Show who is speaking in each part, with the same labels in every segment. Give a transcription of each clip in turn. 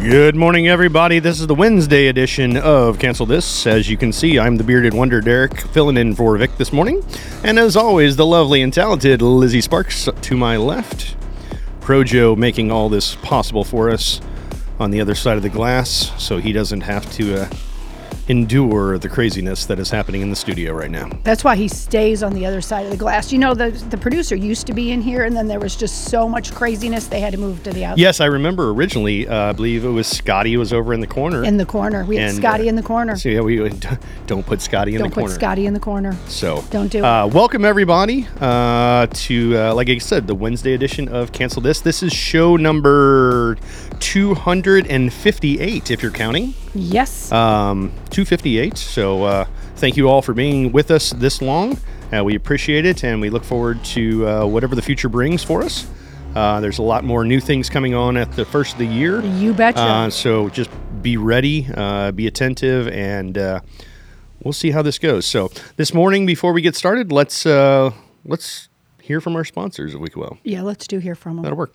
Speaker 1: Good morning, everybody. This is the Wednesday edition of Cancel This. As you can see, I'm the bearded wonder Derek, filling in for Vic this morning. And as always, the lovely and talented Lizzie Sparks to my left. Projo making all this possible for us on the other side of the glass so he doesn't have to uh, endure the craziness that is happening in the studio right now.
Speaker 2: That's why he stays on the other side of the glass. You know, the the producer used to be in here, and then there was just so much craziness they had to move to the outside.
Speaker 1: Yes, I remember originally, uh, I believe it was Scotty was over in the corner.
Speaker 2: In the corner, we had
Speaker 1: And,
Speaker 2: Scotty
Speaker 1: uh,
Speaker 2: in the corner.
Speaker 1: so yeah, we don't put Scotty in
Speaker 2: Don't
Speaker 1: the
Speaker 2: put
Speaker 1: corner.
Speaker 2: Scotty in the corner.
Speaker 1: So
Speaker 2: Don't do it.
Speaker 1: Uh, welcome everybody uh, to uh, like I said, the Wednesday edition of Cancel This. This is show number two hundred and fifty-eight, if you're counting.
Speaker 2: Yes,
Speaker 1: Um, two fifty-eight. So uh, thank you all for being with us this long. Uh, we appreciate it, and we look forward to uh, whatever the future brings for us. Uh, there's a lot more new things coming on at the first of the year.
Speaker 2: you betcha.
Speaker 1: Uh, so just be ready, uh, be attentive, and uh, we'll see how this goes. So this morning, before we get started, let's uh, let's hear from our sponsors, if we will.
Speaker 2: yeah, let's do hear from him.
Speaker 1: That'll work.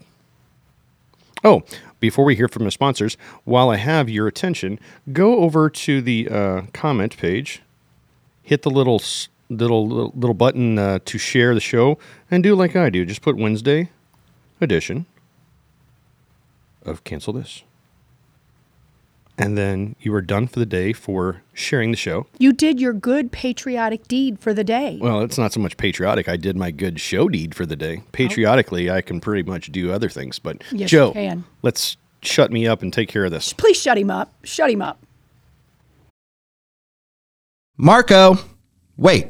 Speaker 1: Oh, before we hear from the sponsors, while I have your attention, go over to the uh, comment page, hit the little s- little little, little button uh, to share the show, and do like I do. Just put Wednesday edition of cancel this, and then you are done for the day for sharing the show.
Speaker 2: You did your good patriotic deed for the day.
Speaker 1: Well, it's not so much patriotic. I did my good show deed for the day. Patriotically, I can pretty much do other things. But
Speaker 2: Oh. Yes,
Speaker 1: Joe,
Speaker 2: you can.
Speaker 1: let's shut me up and take care of this.
Speaker 2: Please shut him up. Shut him up.
Speaker 3: Marco. Wait.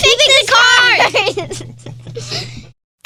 Speaker 4: fixing the cars.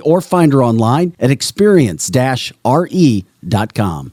Speaker 5: or find her online at experience re.com.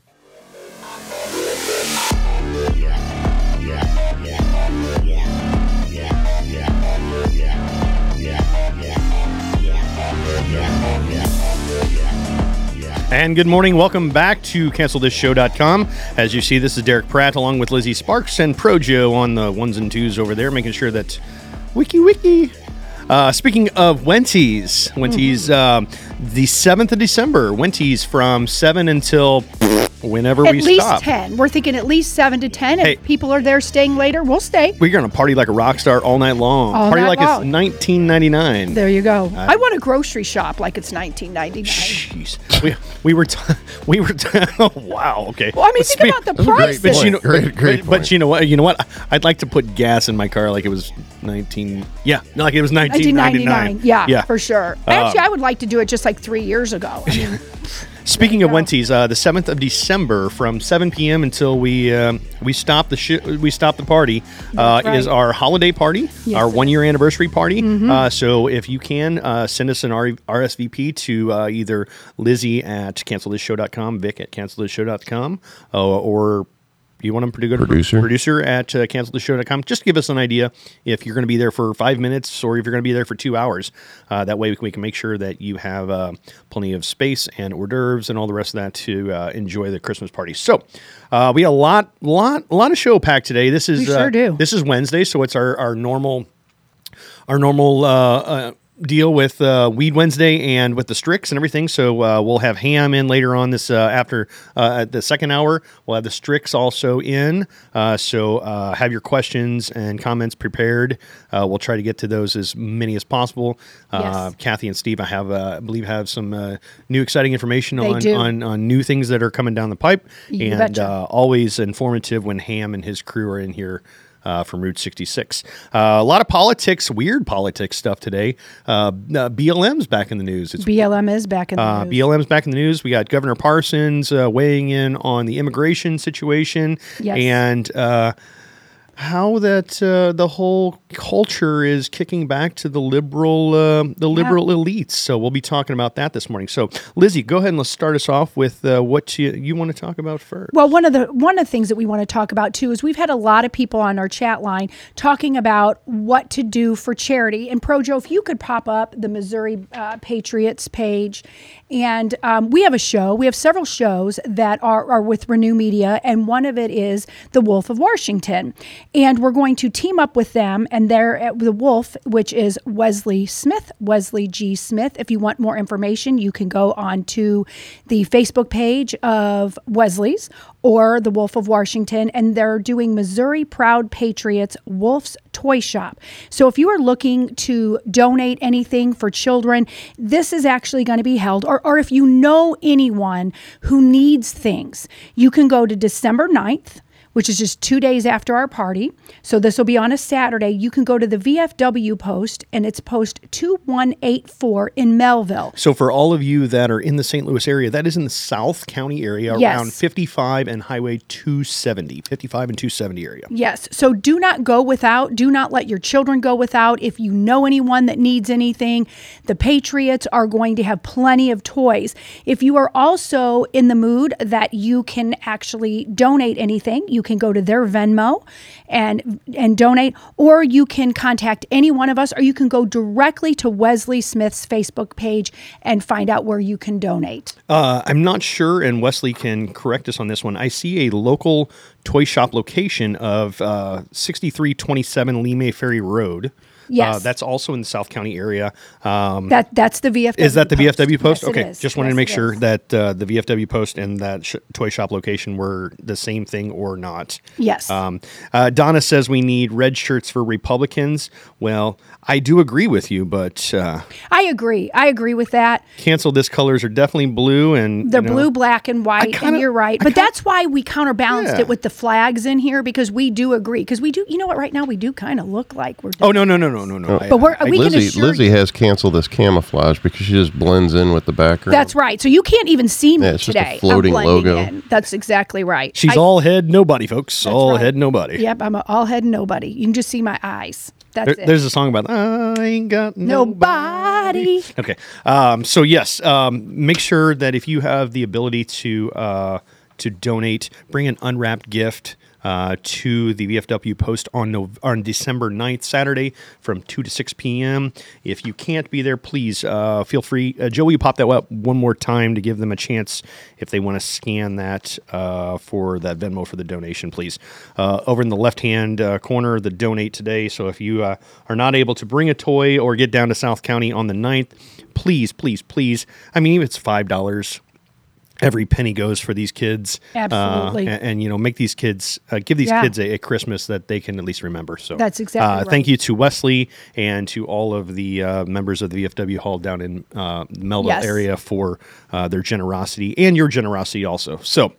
Speaker 1: And good morning. Welcome back to CancelThisShow.com. As you see, this is Derek Pratt along with Lizzie Sparks and Projo on the ones and twos over there, making sure that wiki wiki. Uh, speaking of Wenties, Wenties,
Speaker 2: Mm-hmm.
Speaker 1: um the 7th of December, Wenties from 7 until whenever
Speaker 2: At
Speaker 1: we
Speaker 2: least
Speaker 1: stop.
Speaker 2: 10. We're thinking at least 7 to 10.
Speaker 1: Hey.
Speaker 2: If people are there staying later, we'll stay.
Speaker 1: We're going to party like a rock star all night long.
Speaker 2: All
Speaker 1: party
Speaker 2: night
Speaker 1: like it's Uh,
Speaker 2: long.
Speaker 1: 1999.
Speaker 2: There you go. I want a grocery shop like it's 1999.
Speaker 1: Jeez, we we were t- we were t- wow. Okay.
Speaker 2: Well, I mean, think about the
Speaker 1: That's a
Speaker 2: prices.
Speaker 1: great But you know,
Speaker 6: Great-
Speaker 1: but-
Speaker 6: great
Speaker 1: but, but
Speaker 6: point.
Speaker 1: you know what? You know what? I'd like to put gas in my car like it was nineteen. Yeah, like it was nineteen ninety
Speaker 2: 1999.
Speaker 1: nine.
Speaker 2: Yeah,
Speaker 1: yeah, Um, Uh,
Speaker 2: for sure. Actually, I would like to do it just like three years ago. I mean,
Speaker 1: Speaking of Wenties, uh, the seventh of December, from seven p.m. until we um, we stop the sh- we stop the party uh,
Speaker 2: right. Mm-hmm.
Speaker 1: is our holiday party, our
Speaker 2: it
Speaker 1: one year anniversary party. Uh, so if you can uh, send us an R- RSVP to uh, either Lizzie at cancelthisshow.com, Vic at cancelthisshow.com, uh, or you want them to go to
Speaker 6: Producer.
Speaker 2: Mm-hmm.
Speaker 1: producer at uh, canceltheshow.com. Just give us an idea if you're going to be there for five minutes or if you're going to be there for two hours. Uh, that way we can, we can make sure that you have uh, plenty of space and hors d'oeuvres and all the rest of that to uh, enjoy the Christmas party. So uh, we got a lot, lot, lot of show packed today. This is
Speaker 2: We
Speaker 1: uh,
Speaker 2: sure do.
Speaker 1: This is Wednesday, so it's our our normal our normal uh, uh, deal with uh, Weed Wednesday and with the Strix and everything. So uh, we'll have Ham in later on this uh, after uh, at the second hour. We'll have the Strix also in. Uh, so uh, have your questions and comments prepared. Uh, we'll try to get to those as many as possible. Uh,
Speaker 2: Yes.
Speaker 1: Kathy and Steve, I have uh, I believe have some uh, new exciting information
Speaker 2: They
Speaker 1: on,
Speaker 2: do.
Speaker 1: on on new things that are coming down the pipe
Speaker 2: You
Speaker 1: and
Speaker 2: betcha.
Speaker 1: uh, always informative when Ham and his crew are in here uh, from Route 66. Uh, a lot of politics, weird politics stuff today. Uh, uh, BLM's back in the news. It's
Speaker 2: BLM is back in the
Speaker 1: uh,
Speaker 2: news.
Speaker 1: BLM's back in the news. We got Governor Parsons uh, weighing in on the immigration situation
Speaker 2: Yes.
Speaker 1: and uh, how that uh, the whole culture is kicking back to the liberal uh, the liberal elites. So we'll be talking about that this morning. So Lizzie, go ahead and let's start us off with uh, what you, you want to talk about first.
Speaker 2: Well, one of the one of the things that we want to talk about too is we've had a lot of people on our chat line talking about what to do for charity. And Projo, if you could pop up the Missouri uh, Patriots page, and um, we have a show. We have several shows that are, are with Renew Media, and one of it is The Wolf of Washington, and we're going to team up with them. And they're at The Wolf, which is Wesley Smith, Wesley G. Smith. If you want more information, you can go on to the Facebook page of Wesley's or the Wolf of Washington, and they're doing Missouri Proud Patriots Wolf's Toy Shop. So if you are looking to donate anything for children, this is actually going to be held, or, or if you know anyone who needs things, you can go to December 9th which is just two days after our party. So this will be on a Saturday. You can go to the VFW post, and it's post 2184 in Melville.
Speaker 1: So for all of you that are in the St. Louis area, that is in the South County area
Speaker 2: Yes.
Speaker 1: around 55 and Highway 270, 55 and 270 area.
Speaker 2: Yes. So do not go without. Do not let your children go without. If you know anyone that needs anything, the Patriots are going to have plenty of toys. If you are also in the mood that you can actually donate anything, you can go to their Venmo and and donate, or you can contact any one of us, or you can go directly to Wesley Smith's Facebook page and find out where you can donate.
Speaker 1: Uh, I'm not sure, and Wesley can correct us on this one. I see a local toy shop location of uh, 6327 Lee Mayferry Road.
Speaker 2: Yes.
Speaker 1: Uh, that's also in the South County area. Um,
Speaker 2: That that's the VFW.
Speaker 1: is that the
Speaker 2: post.
Speaker 1: VFW post?
Speaker 2: Yes, it
Speaker 1: okay,
Speaker 2: is.
Speaker 1: just wanted
Speaker 2: Yes,
Speaker 1: to make
Speaker 2: it
Speaker 1: sure
Speaker 2: is.
Speaker 1: that uh, the VFW post and that sh- toy shop location were the same thing or not.
Speaker 2: Yes.
Speaker 1: Um, uh, Donna says we need red shirts for Republicans. Well, I do agree with you, but uh,
Speaker 2: I agree. I agree with that.
Speaker 1: cancel this colors are definitely blue and
Speaker 2: They're
Speaker 1: you know,
Speaker 2: blue, black, and white,
Speaker 1: kinda-
Speaker 2: and you're right.
Speaker 1: I
Speaker 2: But
Speaker 1: kinda-
Speaker 2: that's why we counterbalanced
Speaker 1: Yeah.
Speaker 2: it with the flags in here because we do agree. Because we do, you know what? Right now we do kind of look like we're.
Speaker 1: Oh no no no no no no! I-
Speaker 2: but we're, we can
Speaker 7: Lizzie,
Speaker 2: assure
Speaker 7: Lizzie
Speaker 2: you,
Speaker 7: has canceled this camouflage because she just blends in with the background.
Speaker 2: that's right. So you can't even see me
Speaker 7: Yeah, it's just a
Speaker 2: today. I'm
Speaker 7: floating
Speaker 2: blending
Speaker 7: logo.
Speaker 2: in. That's exactly right.
Speaker 1: she's
Speaker 2: I-
Speaker 1: all head nobody, folks. All
Speaker 2: right.
Speaker 1: head nobody.
Speaker 2: Yep, I'm a all head and nobody. You can just see my eyes. That's
Speaker 1: There-
Speaker 2: it.
Speaker 1: there's a song about I ain't got
Speaker 2: nobody.
Speaker 1: Okay. Um, so yes, um, make sure that if you have the ability to uh, to donate, bring an unwrapped gift. Uh, to the VFW post on Nov- on December 9th, Saturday, from 2 to 6 p.m. If you can't be there, please uh, feel free. Uh, Joey, pop that up one more time to give them a chance if they want to scan that uh, for that Venmo for the donation, please. Uh, over in the left hand uh, corner, the donate today. So if you uh, are not able to bring a toy or get down to South County on the 9th, please, please, please. I mean, if it's $5. Every penny goes for these kids, Uh,
Speaker 2: Absolutely.
Speaker 1: and, and, you know make these kids uh, give these
Speaker 2: Yeah.
Speaker 1: kids a, a Christmas that they can at least remember. So
Speaker 2: That's exactly
Speaker 1: uh,
Speaker 2: right.
Speaker 1: Thank you to Wesley and to all of the uh, members of the VFW Hall down in uh, Melville
Speaker 2: Yes.
Speaker 1: area for uh, their generosity and your generosity also. So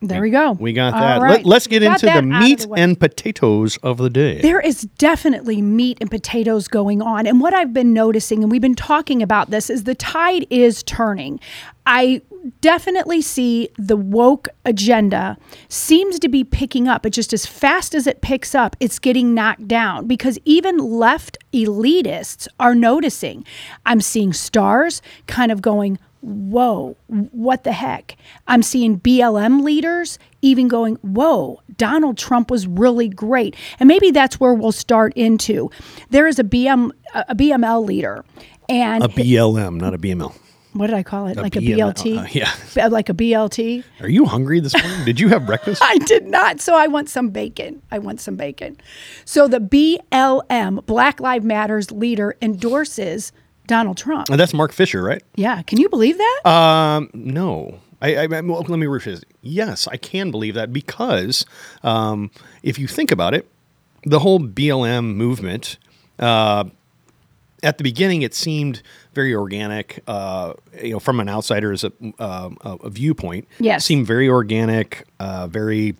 Speaker 2: There we go.
Speaker 1: we got
Speaker 2: All
Speaker 1: that.
Speaker 2: right.
Speaker 1: Let, us get
Speaker 2: Got
Speaker 1: into
Speaker 2: that
Speaker 1: the
Speaker 2: out of
Speaker 1: meat
Speaker 2: way.
Speaker 1: and potatoes of the day.
Speaker 2: There is definitely meat and potatoes going on. And what I've been noticing, and we've been talking about this, is the tide is turning. I definitely see the woke agenda seems to be picking up, but just as fast as it picks up, it's getting knocked down because even left elitists are noticing. I'm seeing stars kind of going, whoa, what the heck? I'm seeing BLM leaders even going, whoa, Donald Trump was really great. And maybe that's where we'll start into. There is a BM a BML leader and
Speaker 1: a BLM, not a BML.
Speaker 2: what did I call it? like
Speaker 1: BML,
Speaker 2: a BLT?
Speaker 1: uh, yeah.
Speaker 2: B- Like a BLT.
Speaker 1: Are you hungry this morning? Did you have breakfast?
Speaker 2: I did not. So I want some bacon. I want some bacon. So the BLM, Black Lives Matters leader, endorses Donald Trump.
Speaker 1: Uh, That's Mark Fisher, right?
Speaker 2: Yeah. Can you believe that?
Speaker 1: Um, no. I, I, I- well, let me rephrase. it. Yes, I can believe that because um, if you think about it, the whole BLM movement uh, at the beginning it seemed very organic. Uh, you know, from an outsider's uh, um, uh, a viewpoint,
Speaker 2: Yes.
Speaker 1: seemed very organic, uh, very,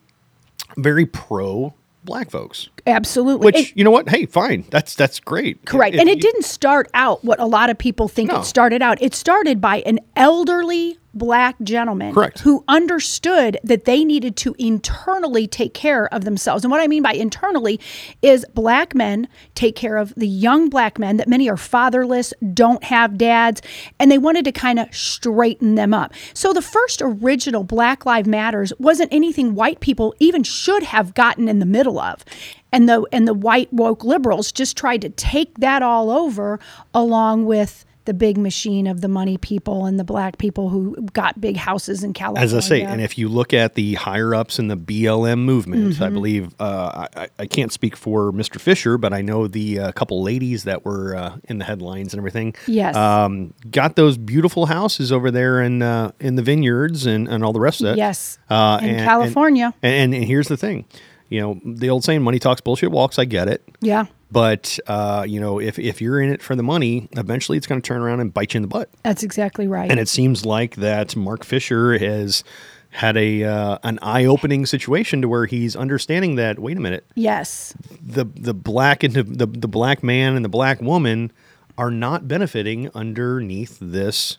Speaker 1: very pro black folks.
Speaker 2: Absolutely.
Speaker 1: Which
Speaker 2: And-
Speaker 1: you know what? Hey, fine. That's that's great.
Speaker 2: Correct. and it
Speaker 1: you-
Speaker 2: didn't start out what a lot of people think
Speaker 1: No.
Speaker 2: it started out. It started by an elderly black gentleman
Speaker 1: Correct.
Speaker 2: who understood that they needed to internally take care of themselves. And what I mean by internally is black men take care of the young black men that many are fatherless, don't have dads, and they wanted to kind of straighten them up. So the first original Black Lives Matters wasn't anything white people even should have gotten in the middle of and the and the white woke liberals just tried to take that all over along with the big machine of the money people and the black people who got big houses in California.
Speaker 1: As I say, and if you look at the higher ups in the BLM movement,
Speaker 2: Mm-hmm.
Speaker 1: I believe uh, I, I- I can't speak for Mr. Fisher, but I know the uh, couple ladies that were uh, in the headlines and everything.
Speaker 2: Yes.
Speaker 1: um, got those beautiful houses over there in uh, in the vineyards and, and all the rest of it.
Speaker 2: Yes. In California.
Speaker 1: uh, And, and, and here's the thing, you know, the old saying, "Money talks, bullshit walks." I get it.
Speaker 2: yeah,
Speaker 1: But uh, you know, if if you're in it for the money, eventually it's going to turn around and bite you in the butt.
Speaker 2: that's exactly right.
Speaker 1: And it seems like that Mark Fisher has had a uh, an eye opening situation to where he's understanding that wait a minute
Speaker 2: yes,
Speaker 1: the the black and the, the the black man and the black woman are not benefiting underneath this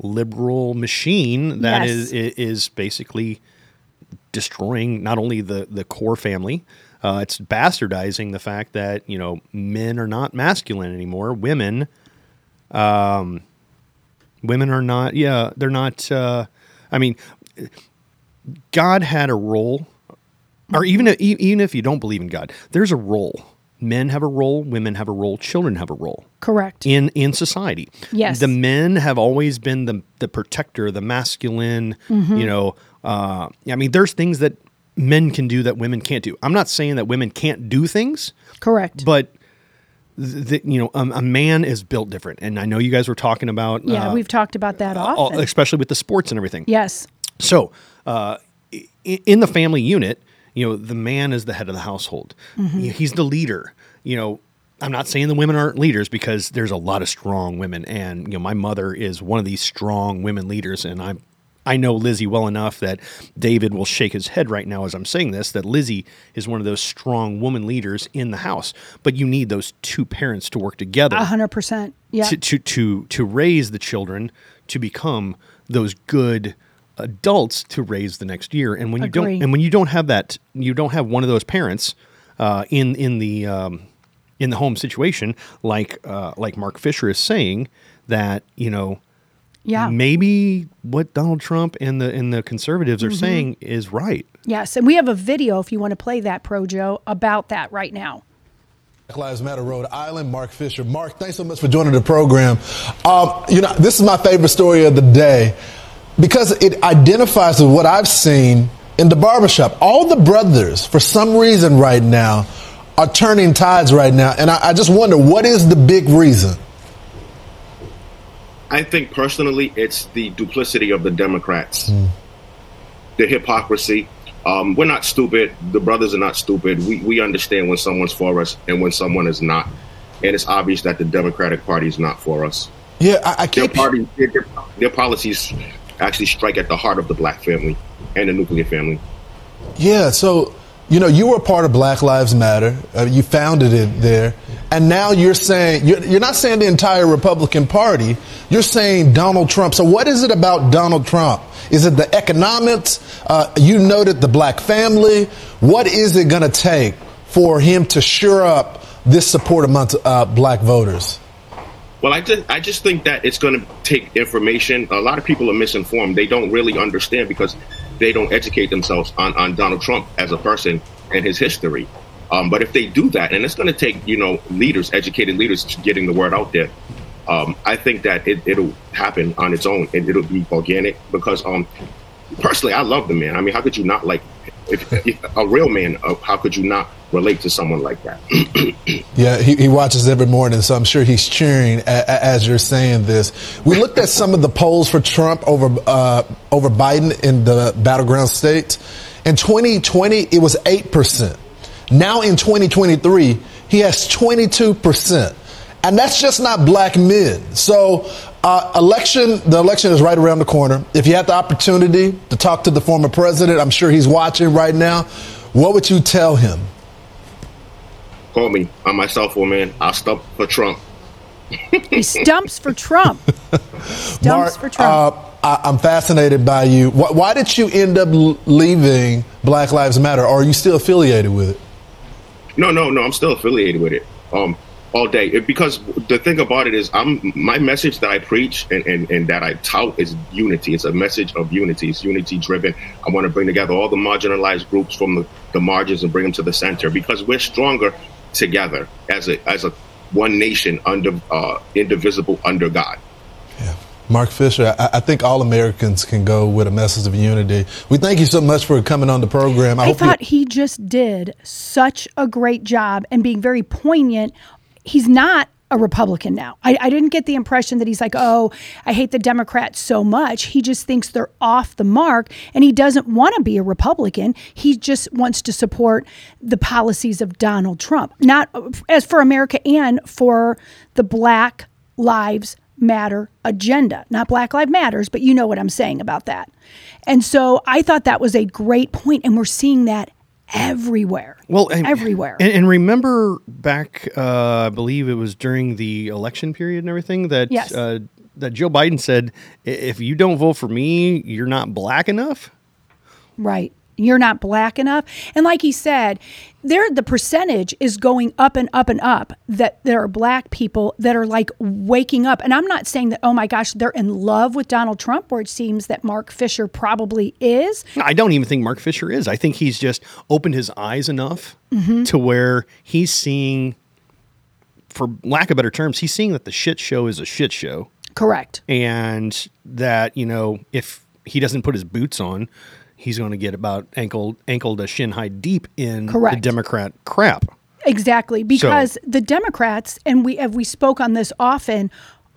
Speaker 1: liberal machine that
Speaker 2: Yes.
Speaker 1: is i- is basically destroying not only the the core family uh, it's bastardizing the fact that you know men are not masculine anymore women um women are not yeah they're not uh i mean god had a role or even if, e- even if you don't believe in God, there's a role. Men have a role, women have a role, children have a role
Speaker 2: correct.
Speaker 1: in in society.
Speaker 2: Yes.
Speaker 1: the men have always been the the protector, the masculine.
Speaker 2: Mm-hmm.
Speaker 1: You know, uh, I mean, there's things that men can do that women can't do. I'm not saying that women can't do things,
Speaker 2: correct.
Speaker 1: but th- you know, um, a man is built different. And I know you guys were talking about,
Speaker 2: Yeah,
Speaker 1: uh,
Speaker 2: we've talked about that
Speaker 1: all-
Speaker 2: often.
Speaker 1: especially with the sports and everything.
Speaker 2: yes.
Speaker 1: So, uh, i- in the family unit, you know, the man is the head of the household.
Speaker 2: Mm-hmm.
Speaker 1: You- He's the leader. You know, I'm not saying the women aren't leaders because there's a lot of strong women, and you know, my mother is one of these strong women leaders, and I'm. I know Lizzie well enough that David will shake his head right now as I'm saying this that Lizzie is one of those strong woman leaders in the house. But you need those two parents to work together
Speaker 2: A hundred percent. Yeah.
Speaker 1: to, to to to raise the children to become those good adults to raise the next year. And when you
Speaker 2: Agree.
Speaker 1: don't and when you don't have that, you don't have one of those parents uh, in in the um, in the home situation, like uh, like Mark Fisher is saying that you know
Speaker 2: yeah.
Speaker 1: Mm-hmm. maybe what Donald Trump and the and the conservatives
Speaker 2: Mm-hmm.
Speaker 1: are saying is right.
Speaker 2: yes. And we have a video if you want to play that Projo about that right now.
Speaker 8: Black Lives Matter, Rhode Island. Mark Fisher. Mark, thanks so much for joining the program. Um, you know, this is my favorite story of the day because it identifies with what I've seen in the barbershop. All the brothers, for some reason, right now, are turning tides right now, and I, I just wonder what is the big reason.
Speaker 9: I think personally, it's the duplicity of the Democrats,
Speaker 8: Hmm.
Speaker 9: the hypocrisy. Um, we're not stupid. The brothers are not stupid. We we understand when someone's for us and when someone is not, and it's obvious that the Democratic Party is not for us.
Speaker 8: Yeah, I, I
Speaker 9: Their
Speaker 8: keep.
Speaker 9: party, their, their policies actually strike at the heart of the black family and the nuclear family.
Speaker 8: Yeah, so you know, you were a part of Black Lives Matter. Uh, you founded it there, and now you're saying you're, you're not saying the entire Republican Party. You're saying Donald Trump. So what is it about Donald Trump? Is it the economics? Uh, you noted the black family. What is it going to take for him to shore up this support amongst uh, black voters?
Speaker 9: Well, I just I just think that it's going to take information. A lot of people are misinformed. They don't really understand because they don't educate themselves on on Donald Trump as a person and his history. Um, but if they do that, and it's going to take you know leaders, educated leaders, getting the word out there. Um, I think that it, it'll happen on its own. It, it'll be organic because um, personally, I love the man. I mean, how could you not like if, if a real man? Uh, how could you not relate to someone like that?
Speaker 8: Yeah, he, he watches every morning, so I'm sure he's cheering a, a, as you're saying this. We looked at some of the polls for Trump over uh, over Biden in the battleground states. In 2020, it was eight percent. Now in 2023, he has 22 percent, and that's just not black men. So, uh, election the election is right around the corner. If you had the opportunity to talk to the former president, I'm sure he's watching right now. What would you tell him?
Speaker 9: Call me on my cell phone, man. I'll stop for Trump.
Speaker 2: He stumps for Trump. Stumps for Trump.
Speaker 8: Uh, I, I'm fascinated by you. Why, why did you end up l- leaving Black Lives Matter? Or are you still affiliated with it?
Speaker 9: No, no, no. I'm still affiliated with it. Um, all day It- because the thing about it is, I'm my message that I preach and, and, and that I tout is unity. It's a message of unity. It's unity driven. I want to bring together all the marginalized groups from the, the margins and bring them to the center because we're stronger together as a as a one nation under uh, indivisible under God.
Speaker 8: Yeah. Mark Fisher, I, I think all Americans can go with a message of unity. We thank you so much for coming on the program. I,
Speaker 2: I
Speaker 8: hope you-
Speaker 2: thought he just did such a great job and being very poignant. He's not a Republican now. I, I didn't get the impression that he's like, oh, I hate the Democrats so much. He just thinks they're off the mark and he doesn't want to be a Republican. He just wants to support the policies of Donald Trump, not uh, as for America and for the black lives matter agenda not black lives matters but you know what i'm saying about that and so i thought that was a great point and we're seeing that everywhere
Speaker 1: Well, and-
Speaker 2: everywhere
Speaker 1: And, and remember back, uh, I believe it was during the election period and everything that
Speaker 2: Yes.
Speaker 1: uh, that Joe Biden said, "I- "If you don't vote for me, you're not black enough."
Speaker 2: Right. You're not black enough. And like he said, there the percentage is going up and up and up that there are black people that are like waking up. And I'm not saying that, oh my gosh, they're in love with Donald Trump, where it seems that Mark Fisher probably is.
Speaker 1: I don't even think Mark Fisher is. I think he's just opened his eyes enough
Speaker 2: Mm-hmm.
Speaker 1: to where he's seeing, for lack of better terms, he's seeing that the shit show is a shit show,
Speaker 2: Correct.
Speaker 1: and that you know if he doesn't put his boots on. He's going to get about ankle ankle to shin high deep in
Speaker 2: Correct.
Speaker 1: the Democrat crap.
Speaker 2: Exactly, because the Democrats and we have we spoke on this often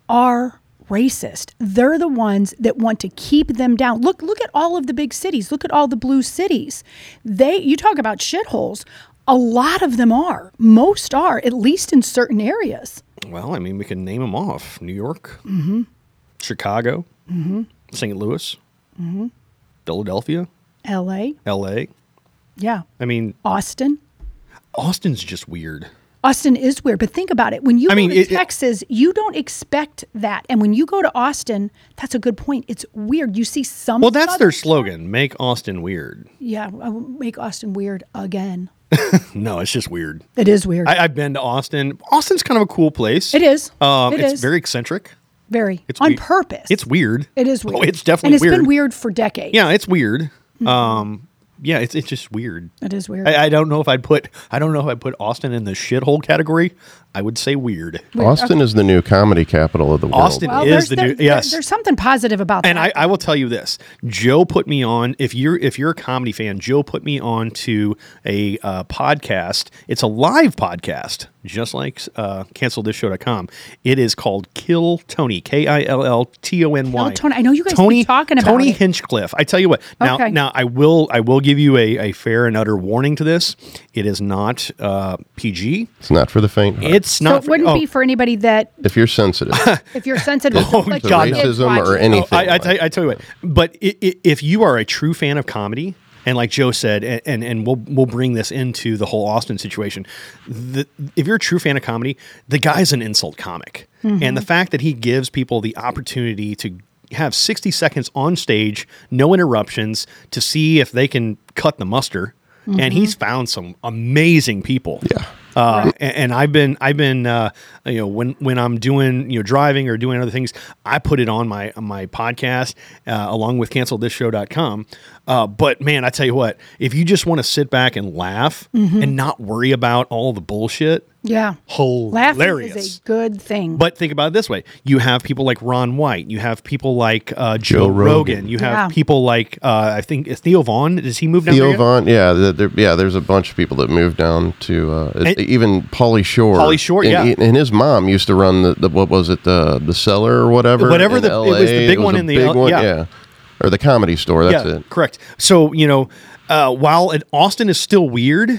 Speaker 2: are racist. They're the ones that want to keep them down. Look look at all of the big cities. Look at all the blue cities. They you talk about shitholes. A lot of them are. Most are, at least in certain areas.
Speaker 1: Well, I mean, we can name them off: New York,
Speaker 2: Mhm.
Speaker 1: Chicago,
Speaker 2: Mhm.
Speaker 1: St. Louis, Mm-hmm.
Speaker 2: Mhm.
Speaker 1: Philadelphia,
Speaker 2: LA.
Speaker 1: L.A.
Speaker 2: Yeah.
Speaker 1: I mean,
Speaker 2: Austin.
Speaker 1: Austin's just weird.
Speaker 2: Austin is weird, but think about it. When you
Speaker 1: I
Speaker 2: go
Speaker 1: mean,
Speaker 2: to
Speaker 1: it- it-
Speaker 2: Texas, you don't expect that. And when you go to Austin, that's a good point. It's weird. You see some.
Speaker 1: Well, that's
Speaker 2: Southern-
Speaker 1: their slogan: "Make Austin weird."
Speaker 2: Yeah, I will make Austin weird again.
Speaker 1: No, it's just weird.
Speaker 2: It is weird.
Speaker 1: I, I've been to Austin. Austin's kind of a cool place.
Speaker 2: It is.
Speaker 1: Um,
Speaker 2: It
Speaker 1: it's
Speaker 2: is.
Speaker 1: very eccentric.
Speaker 2: Very
Speaker 1: It's
Speaker 2: on
Speaker 1: we-
Speaker 2: purpose.
Speaker 1: It's weird.
Speaker 2: It is
Speaker 1: Oh,
Speaker 2: weird.
Speaker 1: it's definitely
Speaker 2: and it's
Speaker 1: weird.
Speaker 2: been weird for decades.
Speaker 1: Yeah, it's weird. Um, yeah, it's it's just weird.
Speaker 2: It is Mm-hmm. weird.
Speaker 1: I, I don't know if I'd put I don't know if I'd put Austin in the shithole category. I would say weird.
Speaker 7: Austin is the new comedy capital of the world.
Speaker 1: Austin
Speaker 2: Well,
Speaker 1: is
Speaker 2: there's,
Speaker 1: the
Speaker 2: there-
Speaker 1: new
Speaker 2: there-
Speaker 1: yes.
Speaker 2: there's something positive about
Speaker 1: and
Speaker 2: that.
Speaker 1: I, I will tell you this: Joe put me on. If you're if you're a comedy fan, Joe put me on to a uh, podcast. It's a live podcast, just like uh, cancelthisshow.com. It is called Kill Tony. K i l l t o n y.
Speaker 2: Kill Oh, Tony. I know you guys keep talking about
Speaker 1: Tony
Speaker 2: it.
Speaker 1: Hinchcliffe. I tell you what. Now
Speaker 2: Okay.
Speaker 1: now I will I will give you a, a fair and utter warning to this. It is not uh, PG.
Speaker 7: It's not for the faint. heart.
Speaker 1: It's
Speaker 2: so
Speaker 1: not.
Speaker 2: it wouldn't
Speaker 1: oh.
Speaker 2: be for anybody that
Speaker 7: If you're sensitive,
Speaker 2: if you're sensitive.
Speaker 1: Oh,
Speaker 2: like
Speaker 1: God,
Speaker 2: your
Speaker 1: no.
Speaker 2: kids
Speaker 7: Racism
Speaker 2: watch
Speaker 7: or
Speaker 2: it. Oh,
Speaker 7: any-
Speaker 1: No, Oh, I,
Speaker 7: anything
Speaker 1: I, tell, I tell you what, but i i if you are a true fan of comedy, and like Joe said, and, and, and we'll we'll bring this into the whole Austin situation. The, if you're a true fan of comedy, the guy's an insult comic,
Speaker 2: Mm-hmm.
Speaker 1: and the fact that he gives people the opportunity to have 60 seconds on stage, no interruptions, to see if they can cut the muster. And
Speaker 2: Mm-hmm.
Speaker 1: he's found some amazing people. Yeah. Uh, a- and, I've been I've been uh, you know when when I'm doing you know driving or doing other things I put it on my on my podcast uh, along with cancelthisshow.com uh, but man I tell you what if you just want to sit back and laugh
Speaker 2: Mm-hmm.
Speaker 1: and not worry about all the bullshit
Speaker 2: Yeah,
Speaker 1: hilarious
Speaker 2: laughing is a good thing.
Speaker 1: but think about it this way: you have people like Ron White, you have people like uh, Joe,
Speaker 7: Joe
Speaker 1: Rogan.
Speaker 7: Rogan.
Speaker 1: you have
Speaker 2: Yeah.
Speaker 1: people like uh, I think is Theo Vaughn. Does he move down there
Speaker 7: Theo
Speaker 1: yet?
Speaker 7: Vaughn, yeah, the, there, yeah. There's a bunch of people that moved down to uh,
Speaker 1: And-
Speaker 7: even Pauly Shore.
Speaker 1: Pauly Shore,
Speaker 7: and,
Speaker 1: yeah.
Speaker 7: and his mom used to run the, the what was it the the cellar or whatever,
Speaker 1: Whatever
Speaker 7: in
Speaker 1: the- it was the
Speaker 7: LA.
Speaker 1: big one
Speaker 7: a
Speaker 1: in the
Speaker 7: big
Speaker 1: L-
Speaker 7: one,
Speaker 1: yeah.
Speaker 7: or the comedy store. That's it.
Speaker 1: Correct. So you know, uh, while it, Austin is still weird,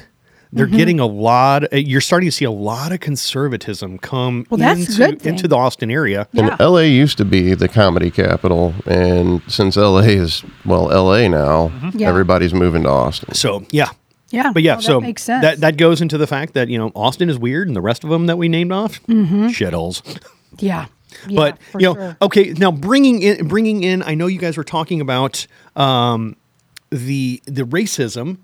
Speaker 1: they're
Speaker 2: Mm-hmm.
Speaker 1: getting a lot. uh, You're starting to see a lot of conservatism come
Speaker 2: Well, that's a
Speaker 1: into,
Speaker 2: good thing.
Speaker 1: into the Austin area.
Speaker 2: yeah,
Speaker 7: And LA used to be the comedy capital, and since LA is well, LA now,
Speaker 2: Yeah.
Speaker 7: everybody's moving to Austin.
Speaker 1: Mm-hmm. So yeah.
Speaker 2: yeah,
Speaker 1: But yeah,
Speaker 2: well,
Speaker 1: so
Speaker 2: that makes sense.
Speaker 1: that that goes into the fact that you know Austin is weird, and the rest of them that we named off
Speaker 2: Mm-hmm.
Speaker 1: shitholes.
Speaker 2: yeah, yeah,
Speaker 1: but
Speaker 2: for
Speaker 1: you know, uh,
Speaker 2: sure.
Speaker 1: okay. Now bringing in, bringing in. I know you guys were talking about um, the the racism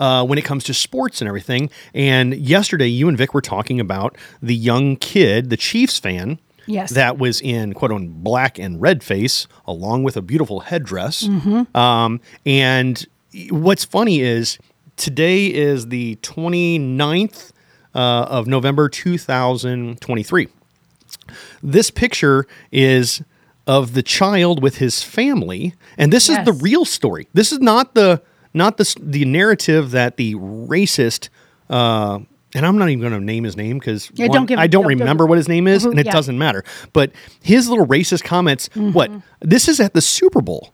Speaker 1: uh, when it comes to sports and everything. And yesterday, you and Vic were talking about the young kid, the Chiefs fan,
Speaker 2: Yes.
Speaker 1: that was in quote on black and red face, along with a beautiful headdress.
Speaker 2: Mm-hmm.
Speaker 1: Um, and what's funny is today is the 29th uh, of November 2023 this picture is of the child with his family and this is the
Speaker 2: Yes.
Speaker 1: real story this is not the not the s- the narrative that the racist uh and I'm not even going to name his name because
Speaker 2: Yeah, don't give-
Speaker 1: I don't
Speaker 2: don't- don't-
Speaker 1: remember what his name is,
Speaker 2: Mhm,
Speaker 1: and it
Speaker 2: yeah.
Speaker 1: doesn't matter. But his little racist comments. What
Speaker 2: Mm-hmm.
Speaker 1: this is at the Super Bowl.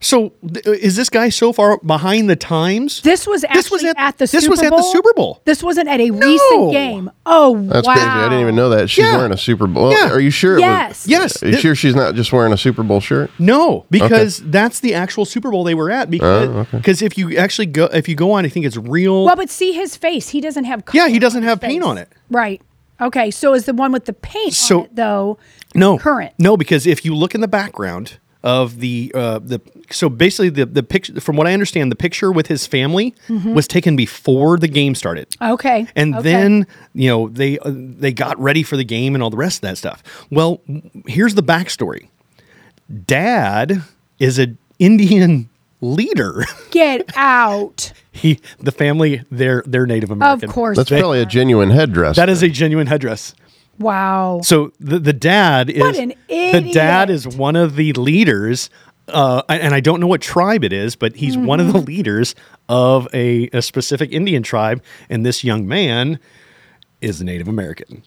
Speaker 1: So th- uh, is this guy so far behind the times?
Speaker 2: This was actually
Speaker 1: This was
Speaker 2: at,
Speaker 1: at-
Speaker 2: the
Speaker 1: this
Speaker 2: Super
Speaker 1: was at the
Speaker 2: Bowl.
Speaker 1: Super Bowl.
Speaker 2: This wasn't at a recent game. Oh
Speaker 7: That's
Speaker 2: wow!
Speaker 7: crazy. I didn't even know that. She's
Speaker 1: Yeah.
Speaker 7: wearing a Super Bowl.
Speaker 1: Yeah.
Speaker 7: Are you sure? it
Speaker 2: Yes.
Speaker 7: Was,
Speaker 1: Yes.
Speaker 7: Are you sure she's not just wearing a Super Bowl shirt?
Speaker 1: No, because that's the actual Super Bowl they were
Speaker 7: Oh,
Speaker 1: at. Because because if you actually go if you go on, I think it's real.
Speaker 2: Well, but see his face. He doesn't have.
Speaker 1: Yeah,
Speaker 2: color
Speaker 1: he doesn't
Speaker 2: on his
Speaker 1: have paint
Speaker 2: face.
Speaker 1: on it.
Speaker 2: Right. Okay. So is the one with the paint
Speaker 1: So-
Speaker 2: on it though?
Speaker 1: no
Speaker 2: current.
Speaker 1: No, because if you look in the background of the uh, the so basically the the picture from what I understand, the picture with his family
Speaker 2: Mm-hmm.
Speaker 1: was taken before the game started.
Speaker 2: Okay.
Speaker 1: And
Speaker 2: okay.
Speaker 1: then you know they uh, they got ready for the game and all the rest of that stuff. Well, here's the backstory. Dad is an Indian leader.
Speaker 2: get out.
Speaker 1: he the family they're they're Native American.
Speaker 2: course
Speaker 7: That's
Speaker 2: They-
Speaker 7: probably a genuine headdress.
Speaker 1: that is a genuine headdress.
Speaker 2: Wow.
Speaker 1: So the, the dad is
Speaker 2: What an
Speaker 1: the
Speaker 2: idiot.
Speaker 1: dad is one of the leaders uh, and I don't know what tribe it is, but he's one of the
Speaker 2: Mm-hmm.
Speaker 1: leaders of a, a specific Indian tribe, and this young man is a Native American.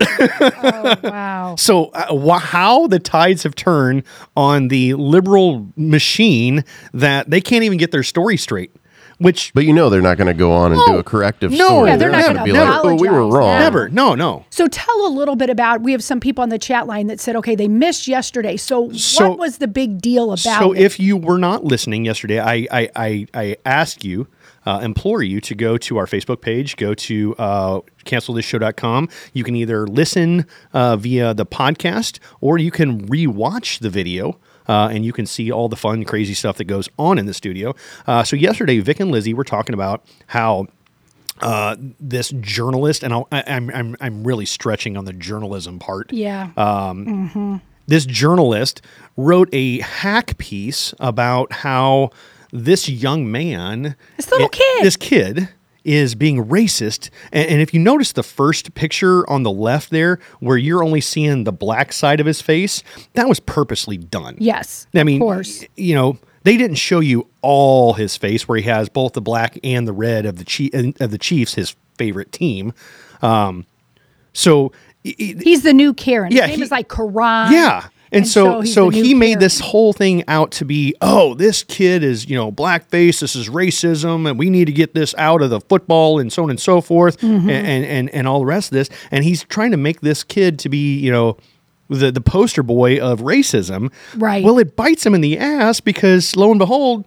Speaker 2: Oh, Wow.
Speaker 1: So, uh, wha how the tides have turned on the liberal machine that they can't even get their story straight, which
Speaker 7: But you know they're not going to go on and do a corrective
Speaker 1: No.
Speaker 7: story.
Speaker 1: Yeah, they're not
Speaker 7: gonna
Speaker 1: gonna
Speaker 7: be like, oh, we were
Speaker 2: apologize.
Speaker 7: wrong.
Speaker 1: never, no, no.
Speaker 2: So tell a little bit about. We have some people on the chat line that said, okay, they missed yesterday. So,
Speaker 1: So-
Speaker 2: what was the big deal about?
Speaker 1: So
Speaker 2: it?
Speaker 1: if you were not listening yesterday, I I I, I ask you, uh, implore you to go to our Facebook page, go to uh, cancelthisshow.com. You can either listen uh, via the podcast or you can rewatch the video. Uh, and you can see all the fun, crazy stuff that goes on in the studio. Uh, so yesterday, Vic and Lizzie were talking about how uh, this journalist, and I'll, I, I'm, I'm I'm really stretching on the journalism part Um,
Speaker 2: yeah, Mm-hmm.
Speaker 1: this journalist wrote a hack piece about how this young man,
Speaker 2: This little
Speaker 1: i-
Speaker 2: kid.
Speaker 1: this kid is being racist. And, and if you notice the first picture on the left there, where you're only seeing the black side of his face, that was purposely done.
Speaker 2: yes.
Speaker 1: I mean,
Speaker 2: of course.
Speaker 1: y- you know, they didn't show you all his face where he has both the black and the red of the chief of the Chiefs, his favorite team. Um, so i- i-
Speaker 2: He's the new Karen.
Speaker 1: Yeah,
Speaker 2: His name
Speaker 1: he-
Speaker 2: is like Karan.
Speaker 1: yeah. And, so,
Speaker 2: Um, he's
Speaker 1: so
Speaker 2: the new
Speaker 1: he made
Speaker 2: Karen.
Speaker 1: this whole thing out to be, oh, this kid is, you know, blackface. This is racism, and we need to get this out of the football, and so on and so forth,
Speaker 2: Mm-hmm.
Speaker 1: and, and and and all the rest of this. And he's trying to make this kid to be, you know, the the poster boy of racism.
Speaker 2: Right.
Speaker 1: Well, it bites him in the ass because lo and behold,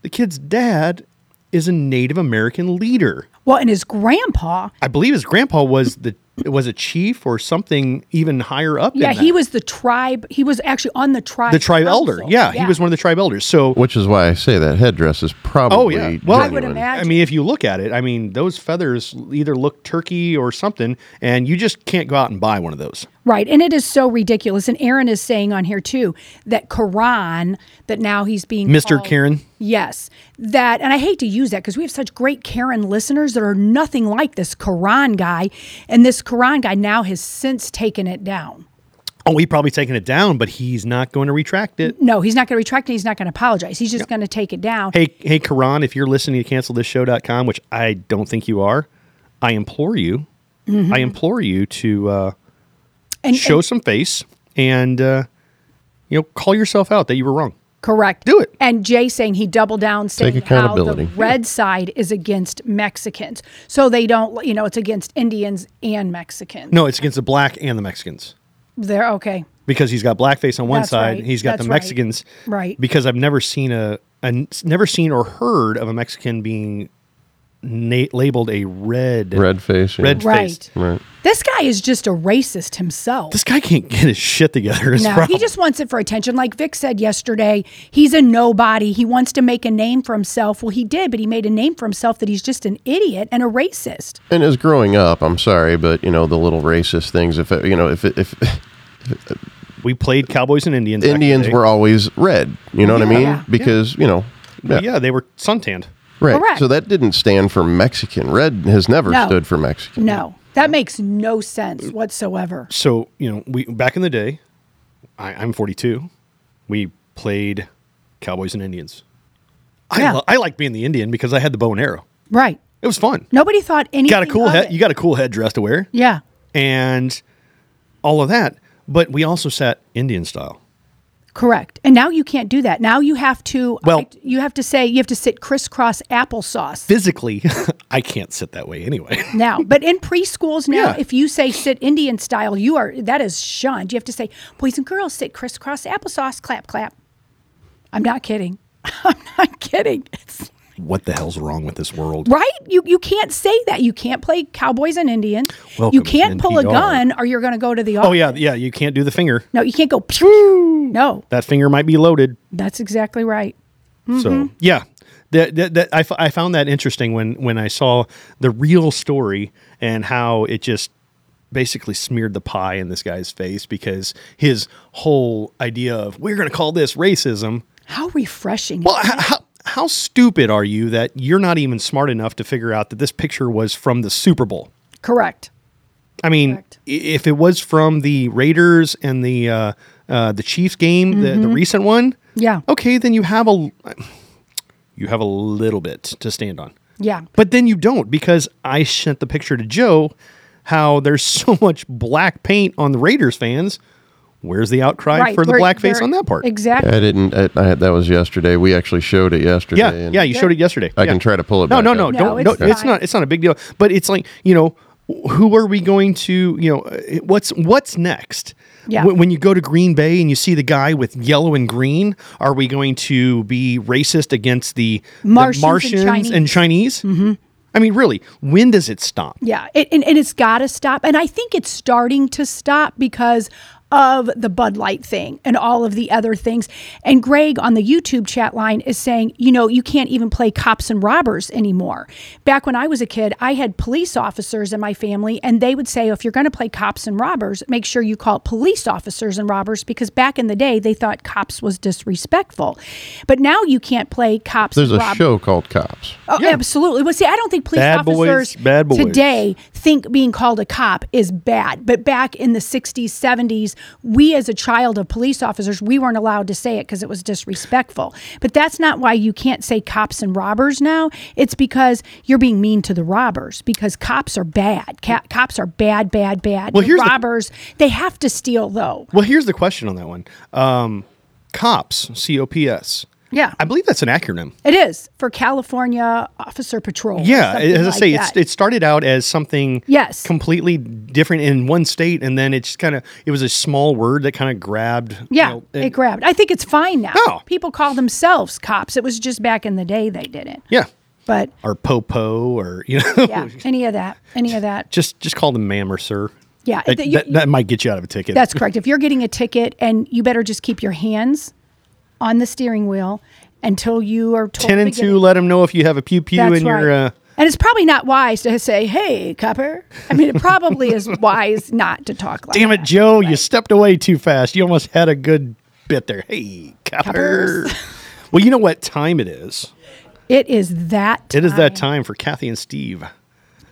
Speaker 1: the kid's dad is a Native American leader.
Speaker 2: Well, and his grandpa.
Speaker 1: I believe his grandpa was the was a chief or something even higher up.
Speaker 2: Yeah,
Speaker 1: than
Speaker 2: he
Speaker 1: that.
Speaker 2: was the tribe. He was actually on the tribe.
Speaker 1: the tribe
Speaker 2: council.
Speaker 1: elder. Yeah, he was one of the tribe elders. So,
Speaker 7: Which is why I say that headdress is probably.
Speaker 1: oh yeah, well,
Speaker 2: I would
Speaker 7: genuine.
Speaker 2: imagine.
Speaker 1: I mean, if you look at it, I mean, those feathers either look turkey or something, and you just can't go out and buy one of those.
Speaker 2: Right. And it is so ridiculous. And Aaron is saying on here too that Quran, that now he's being
Speaker 1: Mr.
Speaker 2: called-
Speaker 1: Karen,
Speaker 2: Yes. That and I hate to use that because we have such great Karen listeners that are nothing like this Quran guy. And this Quran guy now has since taken it down.
Speaker 1: oh, he probably taken it down, but he's not going to retract it.
Speaker 2: No, he's not going to retract it. He's not going to apologize. He's just going to take it down.
Speaker 1: Hey, hey, Karan, if you're listening to cancelthisshow.com, which I don't think you are, I implore you, I implore you to uh,
Speaker 2: Mm-hmm. and,
Speaker 1: show
Speaker 2: and-
Speaker 1: some face and uh, you know call yourself out that you were wrong.
Speaker 2: correct.
Speaker 1: Do it.
Speaker 2: And Jay saying he doubled down saying
Speaker 7: accountability.
Speaker 2: how the red side is against Mexicans. So they don't, you know, it's against Indians and Mexicans.
Speaker 1: No, it's against the black and the Mexicans.
Speaker 2: They're okay.
Speaker 1: because he's got blackface on one
Speaker 2: That's
Speaker 1: side,
Speaker 2: right.
Speaker 1: he's got
Speaker 2: That's
Speaker 1: the
Speaker 2: right.
Speaker 1: Mexicans.
Speaker 2: Right.
Speaker 1: Because I've never seen a, a- never seen or heard of a Mexican being na- labeled a red
Speaker 7: Red face. yeah.
Speaker 1: red
Speaker 2: Right.
Speaker 1: face.
Speaker 7: Right.
Speaker 2: This guy is just a racist himself.
Speaker 1: This guy can't get his shit together. is the
Speaker 2: No, he
Speaker 1: problem.
Speaker 2: just wants it for attention. Like Vic said yesterday, he's a nobody. He wants to make a name for himself. Well, he did, but he made a name for himself that he's just an idiot and a racist.
Speaker 7: And as growing up, I'm sorry, but you know the little racist things. If it- you know, if it, if
Speaker 1: we played Cowboys and Indians. back in the
Speaker 7: Indians
Speaker 1: day.
Speaker 7: were always red, you know what I mean? Because you know, yeah,
Speaker 1: yeah, they were suntanned.
Speaker 7: right.
Speaker 2: Correct.
Speaker 7: So that didn't stand for Mexican. Red has never
Speaker 2: No.
Speaker 7: stood for Mexican.
Speaker 2: No, that makes no sense whatsoever.
Speaker 1: So you know, we back in the day, I, I'm 42. We played Cowboys and Indians. I
Speaker 2: Yeah.
Speaker 1: lo- I like being the Indian because I had the bow and arrow.
Speaker 2: Right.
Speaker 1: It was fun.
Speaker 2: Nobody thought anything.
Speaker 1: got a cool
Speaker 2: of
Speaker 1: head.
Speaker 2: it.
Speaker 1: You got a cool headdress to wear.
Speaker 2: yeah.
Speaker 1: and all of that. But we also sat Indian style.
Speaker 2: Correct. And now you can't do that. Now you have to.
Speaker 1: Well-
Speaker 2: you have to say you have to sit crisscross applesauce.
Speaker 1: Physically, I can't sit that way anyway.
Speaker 2: now. But in preschools now,
Speaker 1: Yeah.
Speaker 2: if you say sit Indian style, you are that is shunned. You have to say boys and girls sit crisscross applesauce, clap clap. I'm not kidding. I'm not kidding. It's,
Speaker 1: what the hell's wrong with this world?
Speaker 2: right? You you can't say that. You can't play cowboys and Indians.
Speaker 1: Welcome
Speaker 2: you can't
Speaker 1: to
Speaker 2: pull a
Speaker 1: NPR.
Speaker 2: gun, or you're going to go to the.
Speaker 1: Oh yeah, yeah. You can't do the finger.
Speaker 2: No, you can't go. Pew! No,
Speaker 1: That finger might be loaded.
Speaker 2: that's exactly right. Mm-hmm.
Speaker 1: So yeah, that, that, that I, f- I found that interesting when when I saw the real story and how it just basically smeared the pie in this guy's face because his whole idea of we're going to call this racism
Speaker 2: How refreshing.
Speaker 1: Well, how, how, how stupid are you that you're not even smart enough to figure out that this picture was from the Super Bowl?
Speaker 2: Correct.
Speaker 1: I mean,
Speaker 2: Correct.
Speaker 1: i- if
Speaker 2: Mm-hmm.
Speaker 1: it was from the Raiders and the uh, uh, the Chiefs game, the, the recent one,
Speaker 2: Yeah.
Speaker 1: Okay, then you have a you have a little bit to stand on.
Speaker 2: Yeah.
Speaker 1: But then you don't because I sent the picture to Joe how there's so much black paint on the Raiders fans. Where's the outcry
Speaker 2: Right,
Speaker 1: for the
Speaker 2: where-
Speaker 1: black face
Speaker 2: where-
Speaker 1: on that part?
Speaker 2: Exactly.
Speaker 7: I didn't. I, I had, that was yesterday. We actually showed it yesterday.
Speaker 1: Yeah,
Speaker 7: and
Speaker 1: yeah, you showed it yesterday.
Speaker 7: I
Speaker 1: Yeah.
Speaker 7: can try to pull it.
Speaker 1: No,
Speaker 7: back
Speaker 1: no,
Speaker 7: up.
Speaker 1: no,
Speaker 2: No,
Speaker 1: don't.
Speaker 2: it's
Speaker 1: no, it's
Speaker 2: fine.
Speaker 1: not. It's not a big deal. But it's like you know, who are we going to? You know, uh, what's what's next?
Speaker 2: Yeah.
Speaker 1: When, when you go to Green Bay and you see the guy with yellow and green, are we going to be racist against the the
Speaker 2: Martians and
Speaker 1: Martians
Speaker 2: Chinese.
Speaker 1: and Chinese? Mm-hmm. I mean, really, when does it stop?
Speaker 2: Yeah, it, and, and it's got to stop. And I think it's starting to stop because of the Bud Light thing and all of the other things. And Greg on the YouTube chat line is saying, you know, you can't even play cops and robbers anymore. Back when I was a kid, I had police officers in my family, and they would say, "Oh, if you're going to play cops and robbers, make sure you call it police officers and robbers because back in the day, they thought cops was disrespectful. But now you can't play cops
Speaker 7: There's
Speaker 2: and
Speaker 7: a
Speaker 2: robbers.
Speaker 7: show called Cops.
Speaker 2: Oh, absolutely. Well, see, I don't think police
Speaker 1: Bad boys,
Speaker 2: officers
Speaker 1: bad boys.
Speaker 2: today think being called a cop is bad. But back in the 60s, 70s, we as a child of police officers, we weren't allowed to say it because it was disrespectful. But that's not why you can't say cops and robbers now. It's because you're being mean to the robbers because cops are bad. Ca- cops are bad, bad, bad.
Speaker 1: Well,
Speaker 2: The
Speaker 1: here's the-
Speaker 2: robbers, they have to steal, though.
Speaker 1: Well, here's the question on that one. Um, cops, C O P S.
Speaker 2: Yeah.
Speaker 1: I believe that's an acronym.
Speaker 2: It is for California Officer Patrol. or
Speaker 1: Yeah,
Speaker 2: something
Speaker 1: as I
Speaker 2: like
Speaker 1: say,
Speaker 2: that.
Speaker 1: it's, it started out as something
Speaker 2: Yes.
Speaker 1: completely different in one state, and then it's kind of it was a small word that kind of grabbed. you
Speaker 2: Yeah,
Speaker 1: know,
Speaker 2: it
Speaker 1: and-
Speaker 2: grabbed. I think it's fine now.
Speaker 1: Oh.
Speaker 2: People call themselves cops. It was just back in the day they didn't.
Speaker 1: yeah,
Speaker 2: But
Speaker 1: or popo, or you know,
Speaker 2: yeah, any of that, any of that.
Speaker 1: just just call them ma'am or sir.
Speaker 2: Yeah,
Speaker 1: that,
Speaker 2: th- you-
Speaker 1: that, that might get you out of a ticket.
Speaker 2: That's correct. If you're getting a ticket, and you better just keep your hands on the steering wheel until you are told
Speaker 1: ten
Speaker 2: to
Speaker 1: and
Speaker 2: get
Speaker 1: two.
Speaker 2: it.
Speaker 1: Let them know if you have a pew pew
Speaker 2: That's
Speaker 1: in your.
Speaker 2: right.
Speaker 1: Uh,
Speaker 2: and it's probably not wise to say, "Hey, copper." I mean, it probably is wise not to talk like.
Speaker 1: Damn it,
Speaker 2: that.
Speaker 1: Joe! You stepped away too fast. You almost had a good bit there. Hey, copper.
Speaker 2: Coppers.
Speaker 1: well, you know what time it is.
Speaker 2: It is that.
Speaker 1: It is that time for Kathy and Steve.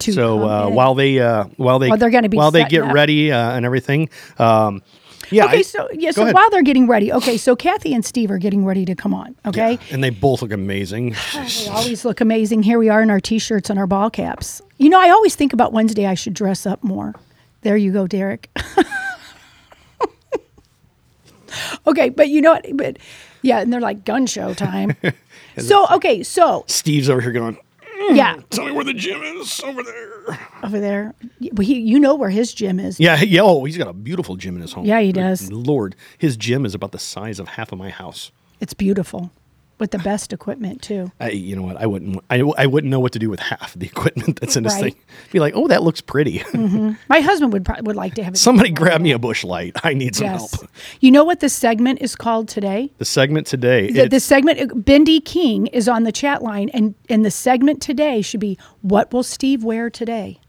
Speaker 2: To
Speaker 1: so
Speaker 2: come
Speaker 1: uh,
Speaker 2: in.
Speaker 1: while they uh, while they
Speaker 2: Well, they're gonna be
Speaker 1: while they
Speaker 2: setting
Speaker 1: get
Speaker 2: up.
Speaker 1: ready uh, and everything. Um, yeah.
Speaker 2: Okay,
Speaker 1: I-
Speaker 2: so yeah,
Speaker 1: go
Speaker 2: so
Speaker 1: ahead.
Speaker 2: while they're getting ready, okay, so Kathy and Steve are getting ready to come on. Okay,
Speaker 1: and they both look amazing.
Speaker 2: They always look amazing. Here we are in our t-shirts and our ball caps. You know, I always think about Wednesday. I should dress up more. There you go, Derek. okay, but you know what? But yeah, and they're like gun show time. so okay, so
Speaker 1: Steve's over here going.
Speaker 2: yeah,
Speaker 1: Mm, Tell me where the gym is over there.
Speaker 2: over there. But he, you know where his gym is.
Speaker 1: Yeah, yeah. Oh, he's got a beautiful gym in his home.
Speaker 2: Yeah, he
Speaker 1: Good
Speaker 2: does.
Speaker 1: Lord, his gym is about the size of half of my house.
Speaker 2: It's beautiful, with the best equipment too.
Speaker 1: I, you know what? I wouldn't. I, I wouldn't know what to do with half the equipment that's in this
Speaker 2: Right.
Speaker 1: thing. Be like, oh, that looks pretty.
Speaker 2: Mm-hmm. My husband would probably would like to have it.
Speaker 1: Somebody grab me a bush light. I need some
Speaker 2: Yes.
Speaker 1: help.
Speaker 2: You know what this segment is called today?
Speaker 1: The segment today.
Speaker 2: the,
Speaker 1: it's-
Speaker 2: the segment Bendy King is on the chat line, and and the segment today should be what will Steve wear today.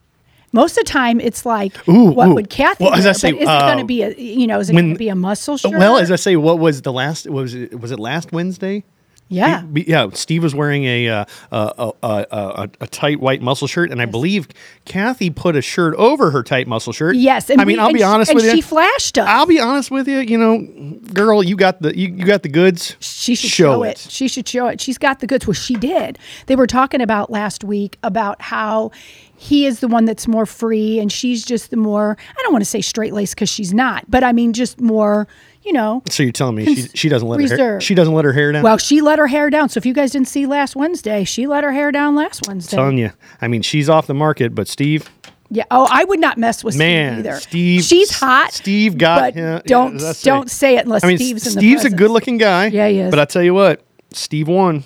Speaker 2: Most of the time, it's like
Speaker 1: Ooh,
Speaker 2: what
Speaker 1: ooh.
Speaker 2: would Kathy?
Speaker 1: Well, as
Speaker 2: wear?
Speaker 1: I say,
Speaker 2: But is it
Speaker 1: uh,
Speaker 2: going to be a you know is it
Speaker 1: when-
Speaker 2: going to be a muscle shirt?
Speaker 1: Oh, Well, as I say, what was the last? What was it? Was it last Wednesday?
Speaker 2: yeah,
Speaker 1: Be- yeah. Steve was wearing a uh, a, a, a, a a tight white muscle shirt, and I believe Kathy put a shirt over her tight muscle shirt.
Speaker 2: yes. And
Speaker 1: I mean,
Speaker 2: we-
Speaker 1: I'll
Speaker 2: and
Speaker 1: be
Speaker 2: sh-
Speaker 1: honest
Speaker 2: and
Speaker 1: with
Speaker 2: She
Speaker 1: you.
Speaker 2: flashed us.
Speaker 1: I'll be honest with you. You know, girl, you got the you, you got the goods.
Speaker 2: She should show, it. She should show it. She's got the goods. Well, she did. They were talking about last week about how he is the one that's more free and she's just the more, I don't want to say straight laced because she's not, but I mean, just more, you know.
Speaker 1: So you're telling me she, she doesn't let her hair,
Speaker 2: reserved.
Speaker 1: she doesn't let her hair down.
Speaker 2: Well, she let her hair down. So if you guys didn't see last Wednesday, she let her hair down last Wednesday.
Speaker 1: telling you. I mean, she's off the market, but Steve,
Speaker 2: Yeah. Oh, I would not mess with
Speaker 1: man,
Speaker 2: Steve either.
Speaker 1: Steve,
Speaker 2: she's hot.
Speaker 1: Steve
Speaker 2: but
Speaker 1: got yeah,
Speaker 2: Don't
Speaker 1: yeah, that's
Speaker 2: don't
Speaker 1: it.
Speaker 2: say it unless
Speaker 1: I mean,
Speaker 2: Steve's in the
Speaker 1: Steve's a
Speaker 2: presence.
Speaker 1: good-looking guy.
Speaker 2: Yeah, he is.
Speaker 1: But I tell you what, Steve won.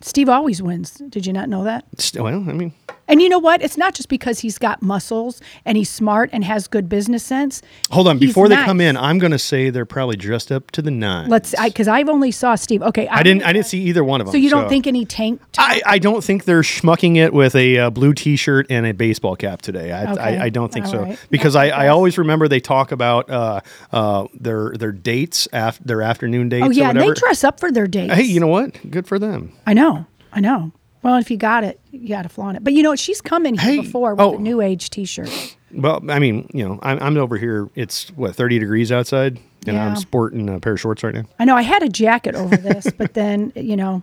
Speaker 2: Steve always wins. Did you not know that?
Speaker 1: St- Well, I mean,
Speaker 2: And you know what? It's not just because he's got muscles and he's smart and has good business sense.
Speaker 1: hold on.
Speaker 2: He's
Speaker 1: Before they
Speaker 2: nice.
Speaker 1: come in, I'm going to say they're probably dressed up to the nine.
Speaker 2: let's I because I've only saw Steve. Okay,
Speaker 1: I didn't. I didn't see either one of them.
Speaker 2: So you don't think any tank? top?
Speaker 1: I, I don't think they're schmucking it with a uh, blue T-shirt and a baseball cap today. I,
Speaker 2: Okay.
Speaker 1: I, I don't think
Speaker 2: All
Speaker 1: so
Speaker 2: right.
Speaker 1: because I, I always remember they talk about uh, uh, their their dates after their afternoon dates.
Speaker 2: oh
Speaker 1: or
Speaker 2: yeah, and they
Speaker 1: whatever.
Speaker 2: dress up for their dates.
Speaker 1: Hey, you know what? Good for them.
Speaker 2: I know, I know. Well, if you got it, you got to flaunt it. But you know what? She's come in here
Speaker 1: Hey,
Speaker 2: before with
Speaker 1: oh.
Speaker 2: a new age T-shirt.
Speaker 1: Well, I mean, you know, I'm, I'm over here. It's what 30 degrees outside, and
Speaker 2: Yeah.
Speaker 1: I'm sporting a pair of shorts right now.
Speaker 2: I know I had a jacket over this, but then you know,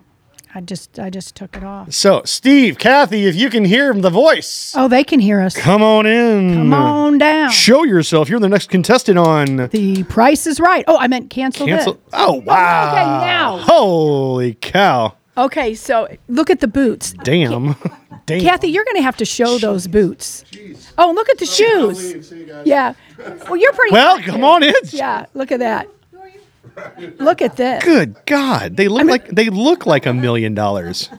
Speaker 2: I just I just took it off.
Speaker 1: So, Steve, Kathy, if you can hear the voice,
Speaker 2: Oh, they can hear us.
Speaker 1: come on in.
Speaker 2: Come on down.
Speaker 1: Show yourself. You're the next contestant on
Speaker 2: the Price is Right. Oh, I meant cancel.
Speaker 1: cancel.
Speaker 2: It.
Speaker 1: Oh wow!
Speaker 2: Okay, now.
Speaker 1: Holy cow!
Speaker 2: Okay, so look at the boots.
Speaker 1: Damn. Damn.
Speaker 2: Kathy, you're going to have to show those boots. Oh, and look at the shoes. Yeah. Well, you're pretty.
Speaker 1: Well,
Speaker 2: active.
Speaker 1: come on in.
Speaker 2: Yeah, look at that. Look at this.
Speaker 1: Good God! They look like they look like a million dollars.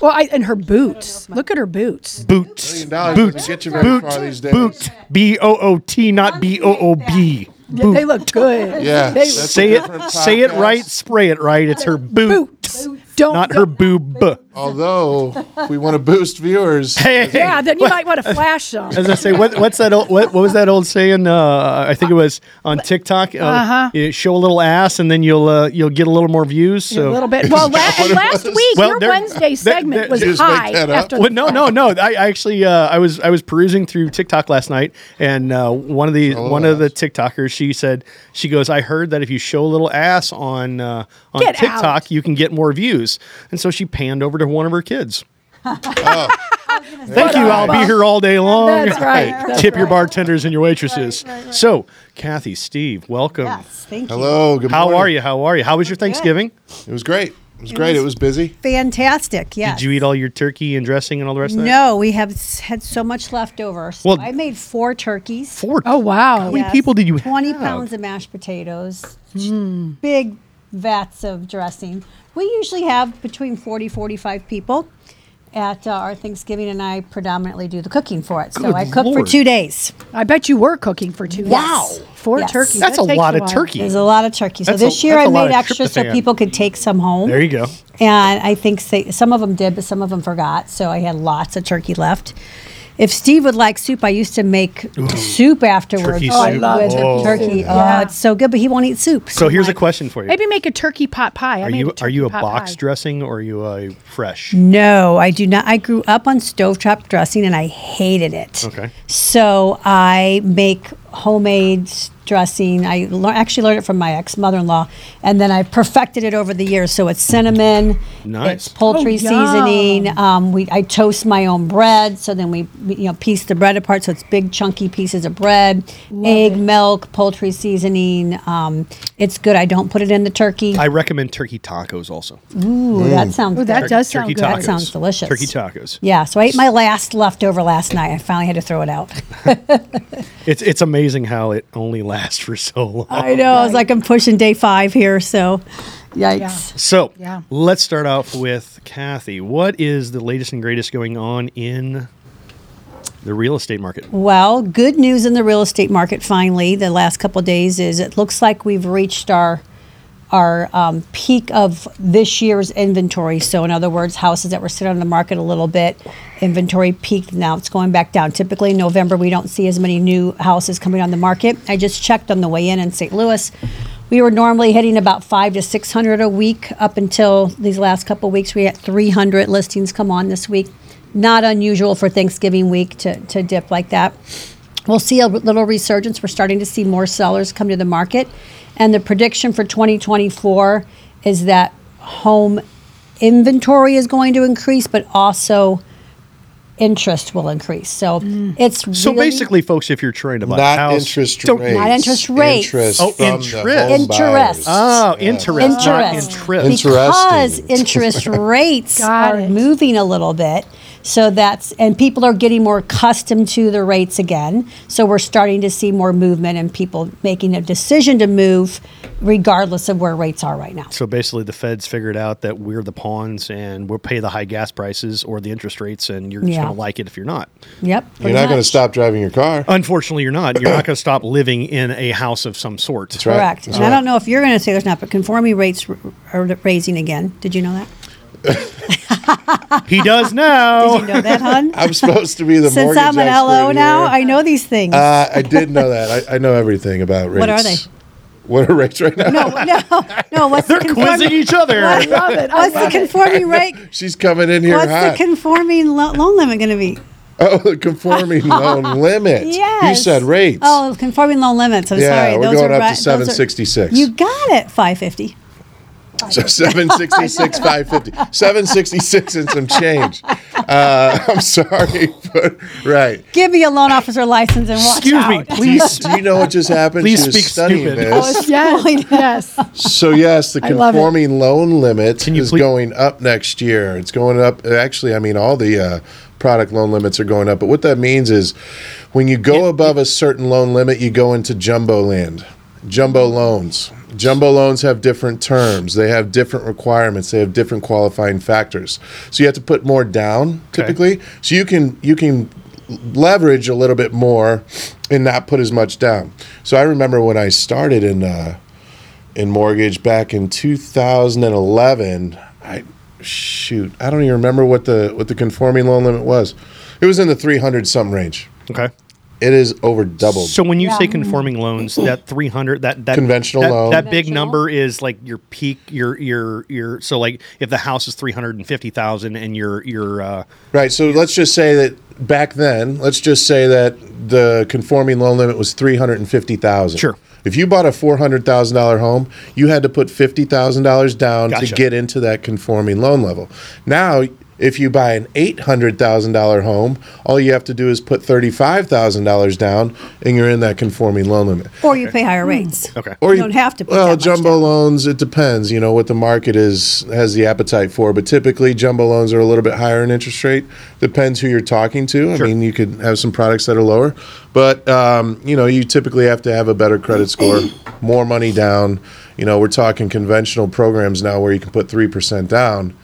Speaker 2: Well, I, and her boots. Look at her boots.
Speaker 1: Boots.
Speaker 7: dollars
Speaker 1: Boots.
Speaker 7: doesn't get you very
Speaker 1: Boot.
Speaker 7: far these days.
Speaker 1: Boot. B o o t, not b o o b.
Speaker 2: Yeah, They look good.
Speaker 7: Yeah,
Speaker 2: They
Speaker 7: that's
Speaker 2: look
Speaker 7: a
Speaker 1: Say
Speaker 7: different
Speaker 1: it. Say it
Speaker 7: podcast.
Speaker 1: right. Spray it right. It's her boots,
Speaker 2: don't.
Speaker 1: not
Speaker 2: go-
Speaker 1: her boob.
Speaker 7: Although if we want to boost viewers.
Speaker 2: yeah, then you might want to flash them.
Speaker 1: As I say, what, what's that? Old, what, what was that old saying? Uh, I think it was on TikTok. Uh,
Speaker 2: Uh-huh.
Speaker 1: you Show a little ass, and then you'll uh, you'll get a little more views. So
Speaker 2: A little bit. Well, la- and last week
Speaker 1: Well,
Speaker 2: your
Speaker 1: there-
Speaker 2: Wednesday
Speaker 1: there-
Speaker 2: segment
Speaker 1: there-
Speaker 2: was
Speaker 7: Just make
Speaker 2: high.
Speaker 7: that up.
Speaker 2: After
Speaker 1: Well, no, no, no. I, I actually, uh, I was, I was perusing through TikTok last night, and uh, one of the, one of the TikTokers, she said, she goes, I heard that if you show a little ass on uh, on
Speaker 2: Get
Speaker 1: TikTok,
Speaker 2: out.
Speaker 1: you can get more views, and so she panned over to one of her kids.
Speaker 7: Oh.
Speaker 1: Thank you. I'll be here all day long.
Speaker 2: That's right. That's
Speaker 1: Tip your
Speaker 2: right.
Speaker 1: bartenders and your waitresses. So, Kathy, Steve, welcome.
Speaker 10: Yes, thank you.
Speaker 7: Hello. Good
Speaker 1: How
Speaker 7: morning.
Speaker 1: are you? How are you? How was your Thanksgiving?
Speaker 7: It was great. It was great. It was busy.
Speaker 10: Fantastic. Yes.
Speaker 1: Did you eat all your turkey and dressing and all the rest of that?
Speaker 10: No, we have s- had so much left over. So
Speaker 1: Well-
Speaker 10: I made four turkeys.
Speaker 1: Four.
Speaker 2: Oh wow.
Speaker 1: many people did you
Speaker 10: 20
Speaker 1: have?
Speaker 10: pounds of mashed potatoes,
Speaker 2: Hmm.
Speaker 10: big vats of dressing. We usually have between 40, 45 people at uh, our Thanksgiving, and I predominantly do the cooking for it. So
Speaker 1: Good
Speaker 10: I cook
Speaker 1: Lord.
Speaker 10: for two days.
Speaker 2: I bet you were cooking for two.
Speaker 10: Wow.
Speaker 2: days. Four
Speaker 10: Yes.
Speaker 2: turkeys.
Speaker 1: That's
Speaker 2: That
Speaker 1: a
Speaker 2: takes
Speaker 1: lot of
Speaker 2: while.
Speaker 1: turkey.
Speaker 10: There's a lot of turkey. So
Speaker 1: That's a-
Speaker 10: this year
Speaker 1: that's
Speaker 10: I
Speaker 1: a lot
Speaker 10: made
Speaker 1: of
Speaker 10: extra so
Speaker 1: tryptophan.
Speaker 10: people could take some home.
Speaker 1: There you go.
Speaker 10: And I think they, some of them did, but some of them forgot. So I had lots of turkey left. If Steve would like soup, I used to make soup afterwards
Speaker 1: Turkey
Speaker 10: with
Speaker 1: Oh, I soup. love
Speaker 2: turkey
Speaker 10: turkey.
Speaker 2: soup.
Speaker 10: Oh,
Speaker 2: Yeah.
Speaker 10: it's so good, but he won't eat soup.
Speaker 1: So here's a
Speaker 10: like,
Speaker 1: question for you.
Speaker 2: Maybe make a turkey pot pie. I
Speaker 1: Are
Speaker 2: made
Speaker 1: you
Speaker 2: a
Speaker 1: are you a
Speaker 2: turkey pot
Speaker 1: box
Speaker 2: pie.
Speaker 1: dressing or are you a fresh?
Speaker 10: No, I do not. I grew up on stovetop dressing and I hated it.
Speaker 1: Okay.
Speaker 10: So I make homemade s- dressing. I lear- actually learned it from my ex mother in law, and then I perfected it over the years. So it's cinnamon,
Speaker 1: Nice.
Speaker 10: it's poultry
Speaker 2: Oh,
Speaker 10: seasoning. Um, we I toast my own bread, so then we we, you know piece the bread apart, so it's big chunky pieces of bread, egg, milk, poultry seasoning. Um, it's good. I don't put it in the turkey.
Speaker 1: I recommend turkey tacos also.
Speaker 7: Mm.
Speaker 10: Ooh, that sounds.
Speaker 2: Ooh, that
Speaker 10: good.
Speaker 2: does
Speaker 1: turkey
Speaker 2: sound good.
Speaker 1: tacos.
Speaker 10: That sounds delicious.
Speaker 1: Turkey tacos.
Speaker 10: Yeah, so I ate my last leftover last night. I finally had to throw it out.
Speaker 1: It's it's amazing how it only lasts for so long.
Speaker 10: I know. I was like, I'm pushing day five here, so yikes.
Speaker 1: so
Speaker 2: Yeah.
Speaker 1: let's start off with Kathy. What is the latest and greatest going on in the real estate market?
Speaker 10: Well, good news in the real estate market finally. The last couple of days is it looks like we've reached our our um, peak of this year's inventory. So, in other words, houses that were sitting on the market a little bit, inventory peaked. Now it's going back down. Typically, in November, we don't see as many new houses coming on the market. I just checked on the way in in St. Louis. We were normally hitting about five to 600 a week up until these last couple of weeks. We had 300 listings come on this week. Not unusual for Thanksgiving week to, to dip like that we'll see a little resurgence. We're starting to see more sellers come to the market. And the prediction for 2024 is that home inventory is going to increase, but also interest will increase. So it's
Speaker 1: So
Speaker 10: really-
Speaker 1: basically, folks, if you're trying to buy a
Speaker 7: Not
Speaker 1: house,
Speaker 7: interest
Speaker 1: don't-
Speaker 7: rates.
Speaker 10: Not interest rates.
Speaker 7: Interest.
Speaker 1: Oh,
Speaker 7: from The
Speaker 1: interest.
Speaker 7: home Buyers.
Speaker 10: Interest.
Speaker 1: Oh, interest, not
Speaker 10: interest.
Speaker 1: interest.
Speaker 10: Because
Speaker 7: Interesting.
Speaker 10: interest rates
Speaker 2: Got
Speaker 10: are
Speaker 2: it.
Speaker 10: moving a little bit. So that's, and people are getting more accustomed to the rates again. So we're starting to see more movement and people making a decision to move regardless of where rates are right now.
Speaker 1: So basically, the Feds figured out that we're the pawns and we'll pay the high gas prices or the interest rates, and you're just
Speaker 10: Yeah.
Speaker 1: going to like it if you're not.
Speaker 10: Yep.
Speaker 7: You're not going to stop driving your car.
Speaker 1: Unfortunately, you're not. You're not going to stop living in a house of some sort. That's
Speaker 7: right.
Speaker 10: Correct. And I don't know if you're going to say there's not, but conforming rates r- are raising again. Did you know that?
Speaker 1: He does now.
Speaker 10: Did you know that, hon?
Speaker 7: I'm supposed to be the
Speaker 10: Since
Speaker 7: mortgage
Speaker 10: I'm an
Speaker 7: expert
Speaker 10: LO
Speaker 7: here.
Speaker 10: now, I know these things.
Speaker 7: Uh, I did know that. I, I know everything about rates.
Speaker 10: What are they?
Speaker 7: What are rates right now?
Speaker 10: no, no, no. What's the
Speaker 1: Quizzing
Speaker 10: conforming?
Speaker 1: each other.
Speaker 2: I love it. I
Speaker 10: What's the
Speaker 2: love it.
Speaker 10: conforming rate?
Speaker 7: She's coming in here
Speaker 10: What's the
Speaker 7: hot.
Speaker 10: conforming lo- loan limit going to be?
Speaker 11: Oh, the conforming loan limit.
Speaker 10: Yes.
Speaker 11: You said rates.
Speaker 10: Oh, conforming loan limits. I'm
Speaker 11: Yeah,
Speaker 10: sorry.
Speaker 11: we're
Speaker 10: those
Speaker 11: going
Speaker 10: are
Speaker 11: up to
Speaker 10: ri- those are-
Speaker 11: 766.
Speaker 10: You got it. 550. Oh,
Speaker 11: So 766, 550. 766 and some change. Uh, I'm sorry, but right.
Speaker 10: Give me a loan officer license and watch
Speaker 11: Excuse me,
Speaker 10: out.
Speaker 11: please. Do you know what just happened?
Speaker 1: Please
Speaker 11: She was
Speaker 1: speak
Speaker 11: studying
Speaker 1: stupid.
Speaker 11: this.
Speaker 10: I was yes. yes.
Speaker 11: So yes, the
Speaker 10: I love it.
Speaker 11: conforming loan limit is going up next year. It's going up. Actually, I mean all the uh, product loan limits are going up. But what that means is, when you go above a certain loan limit, you go into jumbo land, jumbo loans. Jumbo loans have different terms. They have different requirements. They have different qualifying factors. So you have to put more down typically. So you can you can leverage a little bit more and not put as much down. So I remember when I started in. Uh, in mortgage back in 2011. I shoot, I don't even remember what the what the conforming loan limit was. It was in the 300 something range.
Speaker 1: Okay.
Speaker 11: It is over doubled.
Speaker 1: So when you say conforming loans, that 300 that that
Speaker 11: Conventional
Speaker 1: that,
Speaker 11: loan.
Speaker 1: that big number is like your peak your your your so like if the house is 350,000 and your your uh
Speaker 11: Right. So let's just say that back then, let's just say that the conforming loan limit was three hundred and fifty thousand. Sure. If you bought a four hundred thousand dollar home, you had to put fifty thousand dollars down
Speaker 1: Gotcha.
Speaker 11: to get into that conforming loan level. Now, if you buy an eight hundred thousand dollar home, all you have to do is put thirty five thousand dollars down, and you're in that conforming loan limit.
Speaker 10: Or you pay
Speaker 2: Hmm.
Speaker 10: higher rates.
Speaker 1: Okay.
Speaker 10: Or you, don't have to put
Speaker 11: Well,
Speaker 10: that much
Speaker 11: jumbo loans, it depends. You know what the market is has the appetite for, but typically jumbo loans are a little bit higher in interest rate. Depends who you're talking to. I mean, you could have some products that are lower, but um, you know, you typically have to have a better credit score, more money down. You know, we're talking conventional programs now where you can put three percent down,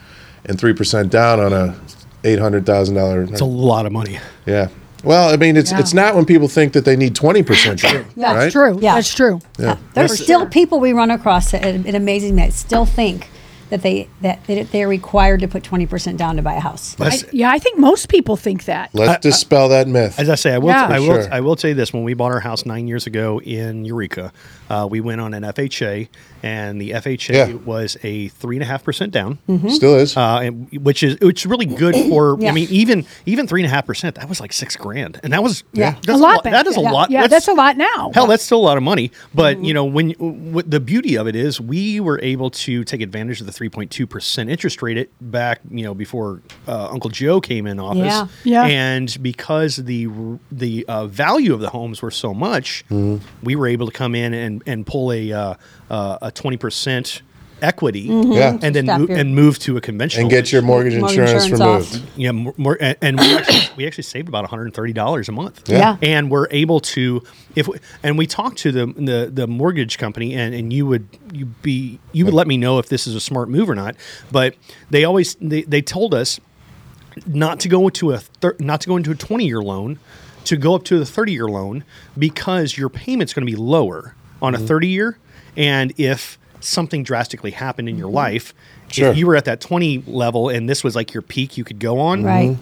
Speaker 11: and three percent down on a eight hundred thousand dollar.
Speaker 1: it's a lot of money.
Speaker 11: Yeah. Well, I mean, it's
Speaker 2: Yeah.
Speaker 11: it's not when people think that they need twenty percent. That's
Speaker 2: That's true. Yeah. That's true.
Speaker 11: Yeah.
Speaker 10: There's still people we run across that it, it amazes me that still think that they that they- they're required to put 20% down to buy a house.
Speaker 11: Let's-
Speaker 2: Yeah, I think most people think that.
Speaker 11: Let's dispel that myth.
Speaker 1: As I say, I will,
Speaker 2: Yeah. For
Speaker 1: I will,
Speaker 11: sure.
Speaker 1: I will tell you this: when we bought our house nine years ago in Eureka, uh, we went on an FHA, and the FHA
Speaker 11: Yeah.
Speaker 1: was a three and a half percent down.
Speaker 11: Mhm. Still is.
Speaker 1: uh, and, which is which is really good for.
Speaker 2: Mm-hmm. Yeah.
Speaker 1: I mean, even even three and a half percent that was like six grand, and that was
Speaker 2: Yeah.
Speaker 1: that's
Speaker 2: a lot.
Speaker 1: lo- that is a
Speaker 2: back- yeah,
Speaker 1: lot.
Speaker 2: Yeah, that's, a lot now.
Speaker 1: Hell, that's still a lot of money. But you know, when what the beauty of it is, we were able to take advantage of the 3.2 percent interest rate it back. You know, before uh, Uncle Joe came in office.
Speaker 2: Yeah. Yeah.
Speaker 1: And because the r- the uh, value of the homes were so much, we were able to come in and and pull a uh, uh, a 20 percent. Equity,
Speaker 12: Mm-hmm.
Speaker 11: Mhm. Yeah.
Speaker 1: and then
Speaker 11: Stop
Speaker 1: mo-
Speaker 11: your-
Speaker 1: and move to a conventional
Speaker 11: And get your mortgage Mortgage insurance insurance off. removed.
Speaker 1: Yeah, more, more and, and we, actually, we actually saved about one hundred and thirty dollars a month
Speaker 11: Yeah.
Speaker 1: and we're able to if we, and we talked to the the, the mortgage company and, and you would you be you would let me know if this is a smart move or not but they always they, they told us not to go into a thir- not to go into a 20 year loan to go up to the 30 year loan because your payment's going to be lower on a 30 year and if something drastically happened in your life
Speaker 11: Sure.
Speaker 1: if you were at that 20 level and this was like your peak you could go on
Speaker 10: Right.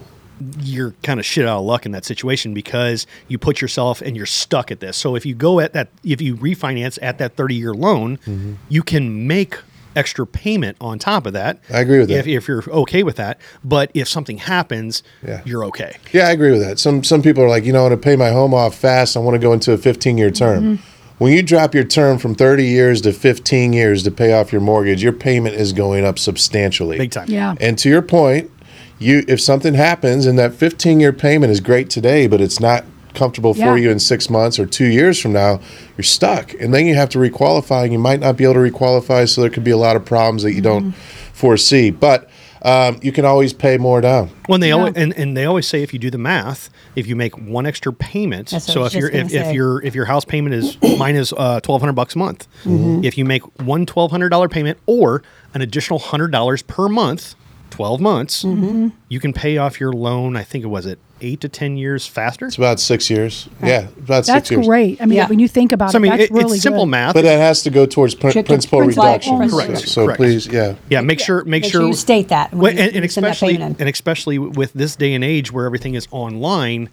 Speaker 1: you're kind of shit out of luck in that situation because you put yourself and you're stuck at this. So if you go at that, if you refinance at that 30 year loan,
Speaker 11: Mm-hmm.
Speaker 1: you can make extra payment on top of that.
Speaker 11: I agree with
Speaker 1: if,
Speaker 11: that.
Speaker 1: If you're okay with that, but if something happens, you're okay.
Speaker 11: Yeah, I agree with that. Some some people are like, you know, I want to pay my home off fast. I want to go into a 15 year term.
Speaker 1: Mhm.
Speaker 11: When you drop your term from 30 years to 15 years to pay off your mortgage, your payment is going up substantially. Big
Speaker 1: time.
Speaker 2: Yeah.
Speaker 11: And to your point, you if something happens and that 15 year payment is great today, but it's not comfortable
Speaker 2: Yeah.
Speaker 11: for you in 6 months or 2 years from now, you're stuck. And then you have to requalify and you might not be able to requalify, so there could be a lot of problems that you
Speaker 1: Mm-hmm.
Speaker 11: don't foresee. But um, you can always pay more down.
Speaker 1: When they always and, and they always say if you do the math, if you make one extra payment,
Speaker 11: That's what I
Speaker 1: so
Speaker 11: was
Speaker 1: if your
Speaker 11: just
Speaker 1: if,
Speaker 11: gonna
Speaker 1: if
Speaker 11: say.
Speaker 1: your if your house payment is minus uh, twelve hundred bucks a month,
Speaker 11: Mhm.
Speaker 1: if you make one twelve hundred dollar payment or an additional hundred dollars per month, twelve months,
Speaker 11: Mm-hmm.
Speaker 1: you can pay off your loan. I think it was at eight to ten years faster.
Speaker 11: It's about six years. Yeah, about
Speaker 2: That's
Speaker 11: six years.
Speaker 2: great. I mean, when you think about
Speaker 1: So, I
Speaker 2: it,
Speaker 1: mean,
Speaker 2: that's
Speaker 1: it- it's
Speaker 2: really
Speaker 1: simple
Speaker 2: good.
Speaker 1: math.
Speaker 11: But it has to go towards prin-
Speaker 1: Check the
Speaker 11: principal
Speaker 1: principal.
Speaker 11: reduction.
Speaker 1: Correct,
Speaker 11: So
Speaker 1: correct.
Speaker 11: please, yeah.
Speaker 1: Yeah, make sure make,
Speaker 10: Make sure you state that when
Speaker 1: Well,
Speaker 10: you-
Speaker 1: and,
Speaker 10: when
Speaker 1: and
Speaker 10: you send that
Speaker 1: especially
Speaker 10: payment
Speaker 1: and especially with this day and age where everything is online,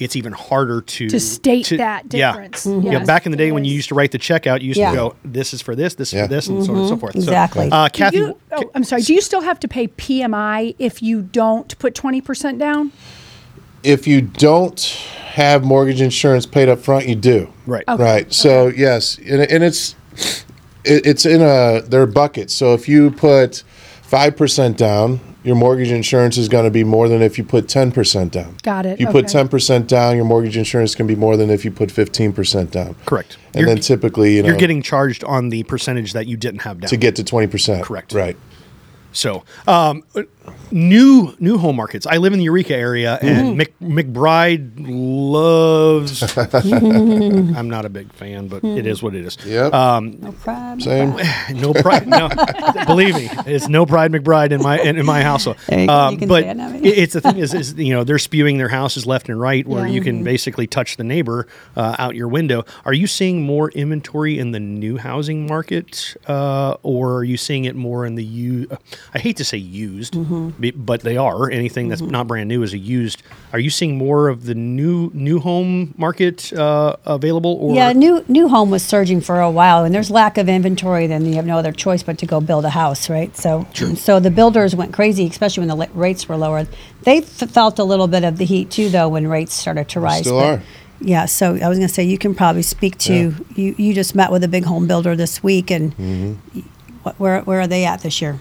Speaker 1: it's even harder to
Speaker 2: To state that
Speaker 1: yeah.
Speaker 2: difference. Mm-hmm.
Speaker 1: Yeah.
Speaker 2: Yes,
Speaker 1: back in the day when you used to write the checkout, you used
Speaker 2: Yeah.
Speaker 1: to go, "This is for this, this is for this," and so on and so
Speaker 2: Mhm.
Speaker 1: forth.
Speaker 2: Exactly.
Speaker 1: So, uh, Kathy,
Speaker 2: Do you, oh, I'm sorry. Do you still have to pay PMI if you don't put 20% down?
Speaker 11: if you don't have mortgage insurance paid up front, you do.
Speaker 1: Right.
Speaker 2: Okay.
Speaker 11: Right. So yes, and, and it's it, it's in a their buckets. So if you put five percent down, your mortgage insurance is going to be more than if you put ten percent down.
Speaker 2: Got it.
Speaker 11: You put
Speaker 2: Okay.
Speaker 11: ten percent down, your mortgage insurance can be more than if you put fifteen percent down.
Speaker 1: Correct.
Speaker 11: And then typically, you know,
Speaker 1: You're getting charged on the percentage that you didn't have down
Speaker 11: to get to twenty percent.
Speaker 1: Correct.
Speaker 11: Right.
Speaker 1: So, um, new new home markets. I live in the Eureka area, and Mc, McBride loves. I'm not a big fan, but it is what it is.
Speaker 11: Yep.
Speaker 1: Um,
Speaker 10: No problem.
Speaker 11: Same.
Speaker 1: no pride. No, believe me, it's no pride McBride in my in, in my household.
Speaker 10: There you go. You can
Speaker 1: but
Speaker 10: say it now,
Speaker 1: it- it's the thing is, is you know they're spewing their houses left and right, where
Speaker 10: Yeah.
Speaker 1: you can basically touch the neighbor uh, out your window. Are you seeing more inventory in the new housing market, uh, or are you seeing it more in the u? I hate to say used,
Speaker 10: Mm-hmm.
Speaker 1: be- but they are. Anything that's not brand new is a used. Are you seeing more of the new new home market uh, available? Or
Speaker 10: yeah, new new home was surging for a while, and there's lack of inventory. Then you have no other choice but to go build a house, right? So, so the builders went crazy, especially when the li- rates were lower. They f- felt a little bit of the heat too, though, when rates started to rise.
Speaker 11: still
Speaker 10: but-
Speaker 11: are.
Speaker 10: Yeah, so I was going to say you can probably speak to you. You just met with a big home builder this week, and
Speaker 11: Mm-hmm.
Speaker 10: what, where where are they at this year?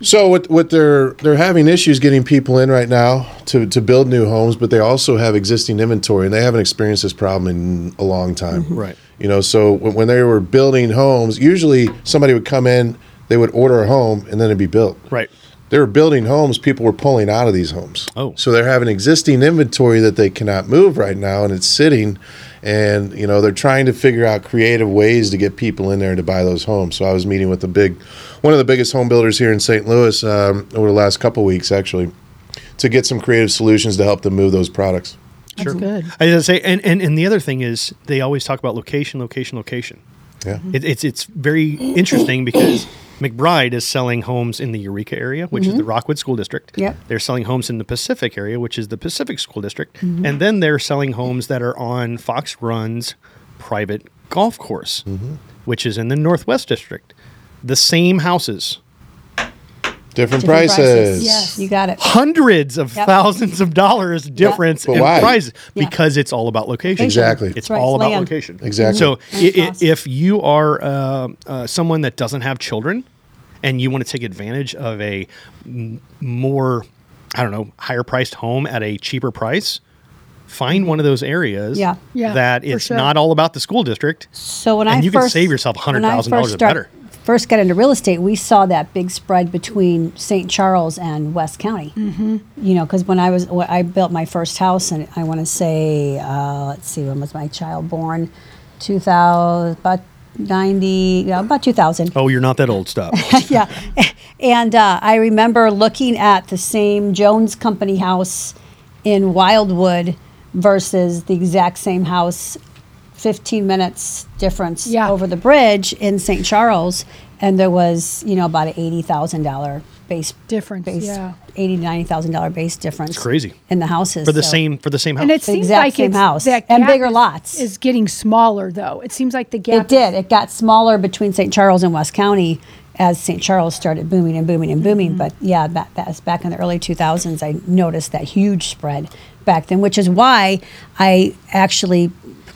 Speaker 11: So what what they're they're having issues getting people in right now to to build new homes, but they also have existing inventory, and they haven't experienced this problem in a long time.
Speaker 8: Mm-hmm.
Speaker 1: Right.
Speaker 11: You know, so when, when they were building homes, usually somebody would come in, they would order a home, and then it'd be built.
Speaker 1: Right.
Speaker 11: They were building homes, people were pulling out of these homes.
Speaker 1: Oh.
Speaker 11: So they're having existing inventory that they cannot move right now, and it's sitting. And, you know, they're trying to figure out creative ways to get people in there to buy those homes. So I was meeting with the big, one of the biggest home builders here in St. Louis um, over the last couple weeks, actually, to get some creative solutions to help them move those products.
Speaker 2: That's good.
Speaker 1: I was gonna say, and, and and the other thing is they always talk about location, location, location.
Speaker 11: Yeah.
Speaker 1: It, it's it's very interesting because McBride is selling homes in the Eureka area, which is the Rockwood School District.
Speaker 10: Yep.
Speaker 1: They're selling homes in the Pacific area, which is the Pacific School District, and then they're selling homes that are on Fox Run's private golf course,
Speaker 11: Mm-hmm.
Speaker 1: which is in the Northwest District. The same houses,
Speaker 11: Different,
Speaker 10: Different
Speaker 11: prices.
Speaker 10: Yes, you got it.
Speaker 1: hundreds of
Speaker 10: Yep.
Speaker 1: thousands of dollars difference
Speaker 11: But
Speaker 1: in
Speaker 11: why?
Speaker 1: prices
Speaker 10: Yeah.
Speaker 1: because it's all about location.
Speaker 11: Exactly.
Speaker 1: It's
Speaker 10: That's right,
Speaker 1: all
Speaker 10: it's
Speaker 1: about
Speaker 10: land. Mm-hmm.
Speaker 1: location.
Speaker 11: Exactly.
Speaker 1: So i i
Speaker 10: awesome.
Speaker 1: if you are uh, uh, someone that doesn't have children and you want to take advantage of a m- more, I don't know, higher priced home at a cheaper price, find one of those areas
Speaker 10: Mm-hmm. Yeah.
Speaker 2: Yeah,
Speaker 1: that
Speaker 2: for
Speaker 1: it's
Speaker 2: sure.
Speaker 1: not all about the school district.
Speaker 10: So when
Speaker 1: And
Speaker 10: I
Speaker 1: you can
Speaker 10: first,
Speaker 1: save yourself
Speaker 10: when I first
Speaker 1: $100,000 or
Speaker 10: start-
Speaker 1: better.
Speaker 10: First got into real estate, we saw that big spread between St. Charles and West County. Mm-hmm. You know, because when I was when I built my first house, and I want to say, uh, let's see, when was my child born? Two thousand, about ninety, yeah, about two thousand
Speaker 1: Oh, you're not that old stuff.
Speaker 10: yeah. And uh, I remember looking at the same Jones Company house in Wildwood versus the exact same house, 15 minutes difference
Speaker 2: Yeah.
Speaker 10: over the bridge in St. Charles. And there was, you know, about an $80,000 base
Speaker 2: Difference,
Speaker 10: Base,
Speaker 2: yeah.
Speaker 10: $80,000, $90,000 base difference.
Speaker 1: crazy.
Speaker 10: In the houses.
Speaker 1: for the
Speaker 10: so-
Speaker 1: same for the same house.
Speaker 2: And it
Speaker 10: The
Speaker 2: seems
Speaker 10: exact
Speaker 2: like
Speaker 10: same
Speaker 2: it's,
Speaker 10: house.
Speaker 2: that
Speaker 10: And
Speaker 2: gap
Speaker 10: bigger
Speaker 2: is-
Speaker 10: lots.
Speaker 2: is getting smaller though. It seems like the gap.
Speaker 10: It did. It got smaller between St. Charles and West County as St. Charles started booming and booming and booming.
Speaker 2: Mm-hmm.
Speaker 10: But yeah, that, that was back in the early 2000s. I noticed that huge spread back then, which is why I actually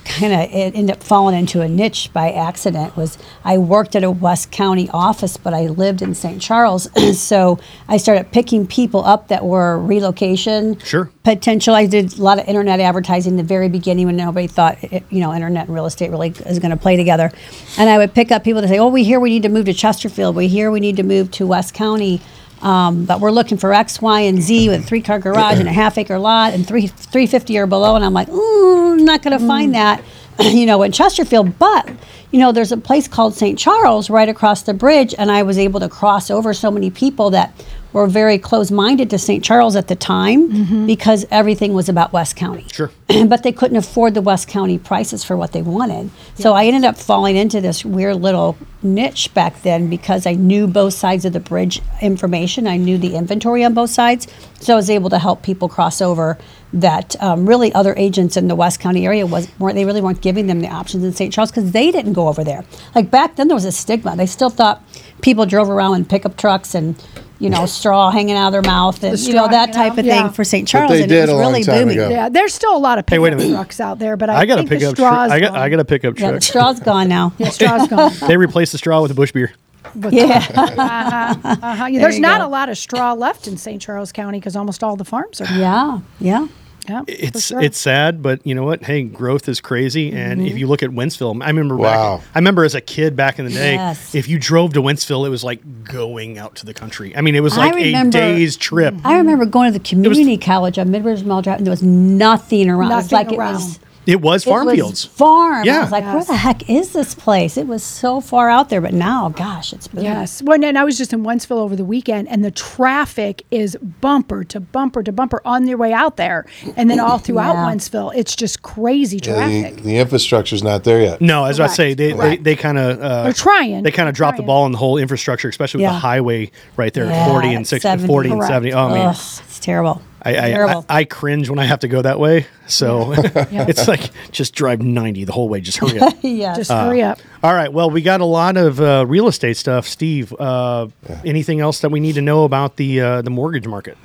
Speaker 10: kind of ended up falling into a niche by accident was I worked at a West County office but I lived in St. Charles so I started picking people up that were relocation
Speaker 1: Sure.
Speaker 10: potential. I did a lot of internet advertising in the very beginning when nobody thought, it- you know, internet and real estate really is going to play together. And I would pick up people that say, oh, we hear we need to move to Chesterfield. We hear we need to move to West County. Um, but we're looking for X, Y, and Z with a three car garage and a half acre lot and three, 350 or below. And I'm like, ooh, I'm not going to find that, you know, in Chesterfield. But, you know, there's a place called St. Charles right across the bridge. And I was able to cross over so many people that were very close-minded to St. Charles at the time because everything was about West County.
Speaker 1: Sure.
Speaker 10: but they couldn't afford the West County prices for what they wanted. So I ended up falling into this weird little niche back then because I knew both sides of the bridge information. I knew the inventory on both sides. So I was able to help people cross over that um, really other agents in the West County area was weren't they really weren't giving them the options in St. Charles because they didn't go over there. Like back then there was a stigma. They still thought people drove around in pickup trucks and you know, straw hanging out of their mouth and,
Speaker 2: The
Speaker 10: you know,
Speaker 2: straw
Speaker 10: that type of
Speaker 2: hanging out, yeah.
Speaker 10: thing for St.
Speaker 1: But they
Speaker 10: Charles. and
Speaker 1: did
Speaker 10: it was
Speaker 1: a long
Speaker 10: really
Speaker 1: time
Speaker 10: booming.
Speaker 1: ago.
Speaker 2: Yeah, there's still a lot of
Speaker 1: Hey,
Speaker 2: pickup
Speaker 1: wait a minute.
Speaker 2: trucks out there, but I,
Speaker 1: I, got a
Speaker 2: think the
Speaker 1: pickup. Tr-
Speaker 2: straws.
Speaker 1: I got I got a pickup
Speaker 10: Yeah, the
Speaker 1: truck.
Speaker 10: straw's gone now.
Speaker 2: yeah, straws gone.
Speaker 1: they replaced the straw with a bush beer.
Speaker 10: Yeah.
Speaker 2: uh-huh, uh-huh. Yeah,
Speaker 10: There
Speaker 2: There's
Speaker 10: you
Speaker 2: not
Speaker 10: go.
Speaker 2: a lot of straw left in St. Charles County because almost all the farms are.
Speaker 10: Yeah, yeah.
Speaker 2: Yeah, for
Speaker 1: It's
Speaker 2: sure.
Speaker 1: it's sad, but you know what? Hey, growth is crazy. And
Speaker 2: Mhm.
Speaker 10: Mm-hmm.
Speaker 1: if you look at Wentzville, I remember
Speaker 11: Wow.
Speaker 1: back, I remember as a kid back in the day,
Speaker 10: Yes.
Speaker 1: if you drove to Wentzville, it was like going out to the country. I mean, it was
Speaker 10: I
Speaker 1: like a
Speaker 10: remember-
Speaker 1: day's trip.
Speaker 10: I remember going to the community college on Midwest Mall Drive and there was nothing around. It's
Speaker 2: Nothing
Speaker 10: like
Speaker 2: around.
Speaker 10: it was
Speaker 1: It was farm
Speaker 10: it was
Speaker 1: fields.
Speaker 10: Farm. I
Speaker 1: Yeah.
Speaker 10: was like, where the heck is this place? It was so far out there, but now, gosh, it's booming.
Speaker 2: Yes. Well, and I was just in Wentzville over the weekend, and the traffic is bumper to bumper to bumper on their way out there, and then all throughout
Speaker 10: Yeah.
Speaker 2: Wentzville, it's just crazy
Speaker 11: Yeah,
Speaker 2: traffic.
Speaker 11: the, the infrastructure's not there yet.
Speaker 1: No, as I
Speaker 2: Correct.
Speaker 1: say, they they,
Speaker 2: Correct.
Speaker 1: they kind of uh,
Speaker 2: They're trying.
Speaker 1: They kind of dropped the ball on the whole infrastructure, especially with
Speaker 10: Yeah.
Speaker 1: the highway right there,
Speaker 10: Yeah,
Speaker 1: at forty and 60,
Speaker 10: 70.
Speaker 1: 40 and
Speaker 10: Correct.
Speaker 1: seventy. Oh man,
Speaker 10: Ugh, it's terrible.
Speaker 1: I, I, I
Speaker 10: terrible.
Speaker 1: I cringe when I have to go that way. So it's like just drive ninety the whole way. Just hurry up. Uh,
Speaker 10: yes.
Speaker 2: Just hurry up.
Speaker 1: All right. Well, we got a lot of uh, real estate stuff, Steve. Uh, Anything else that we need to know about the uh, the mortgage market?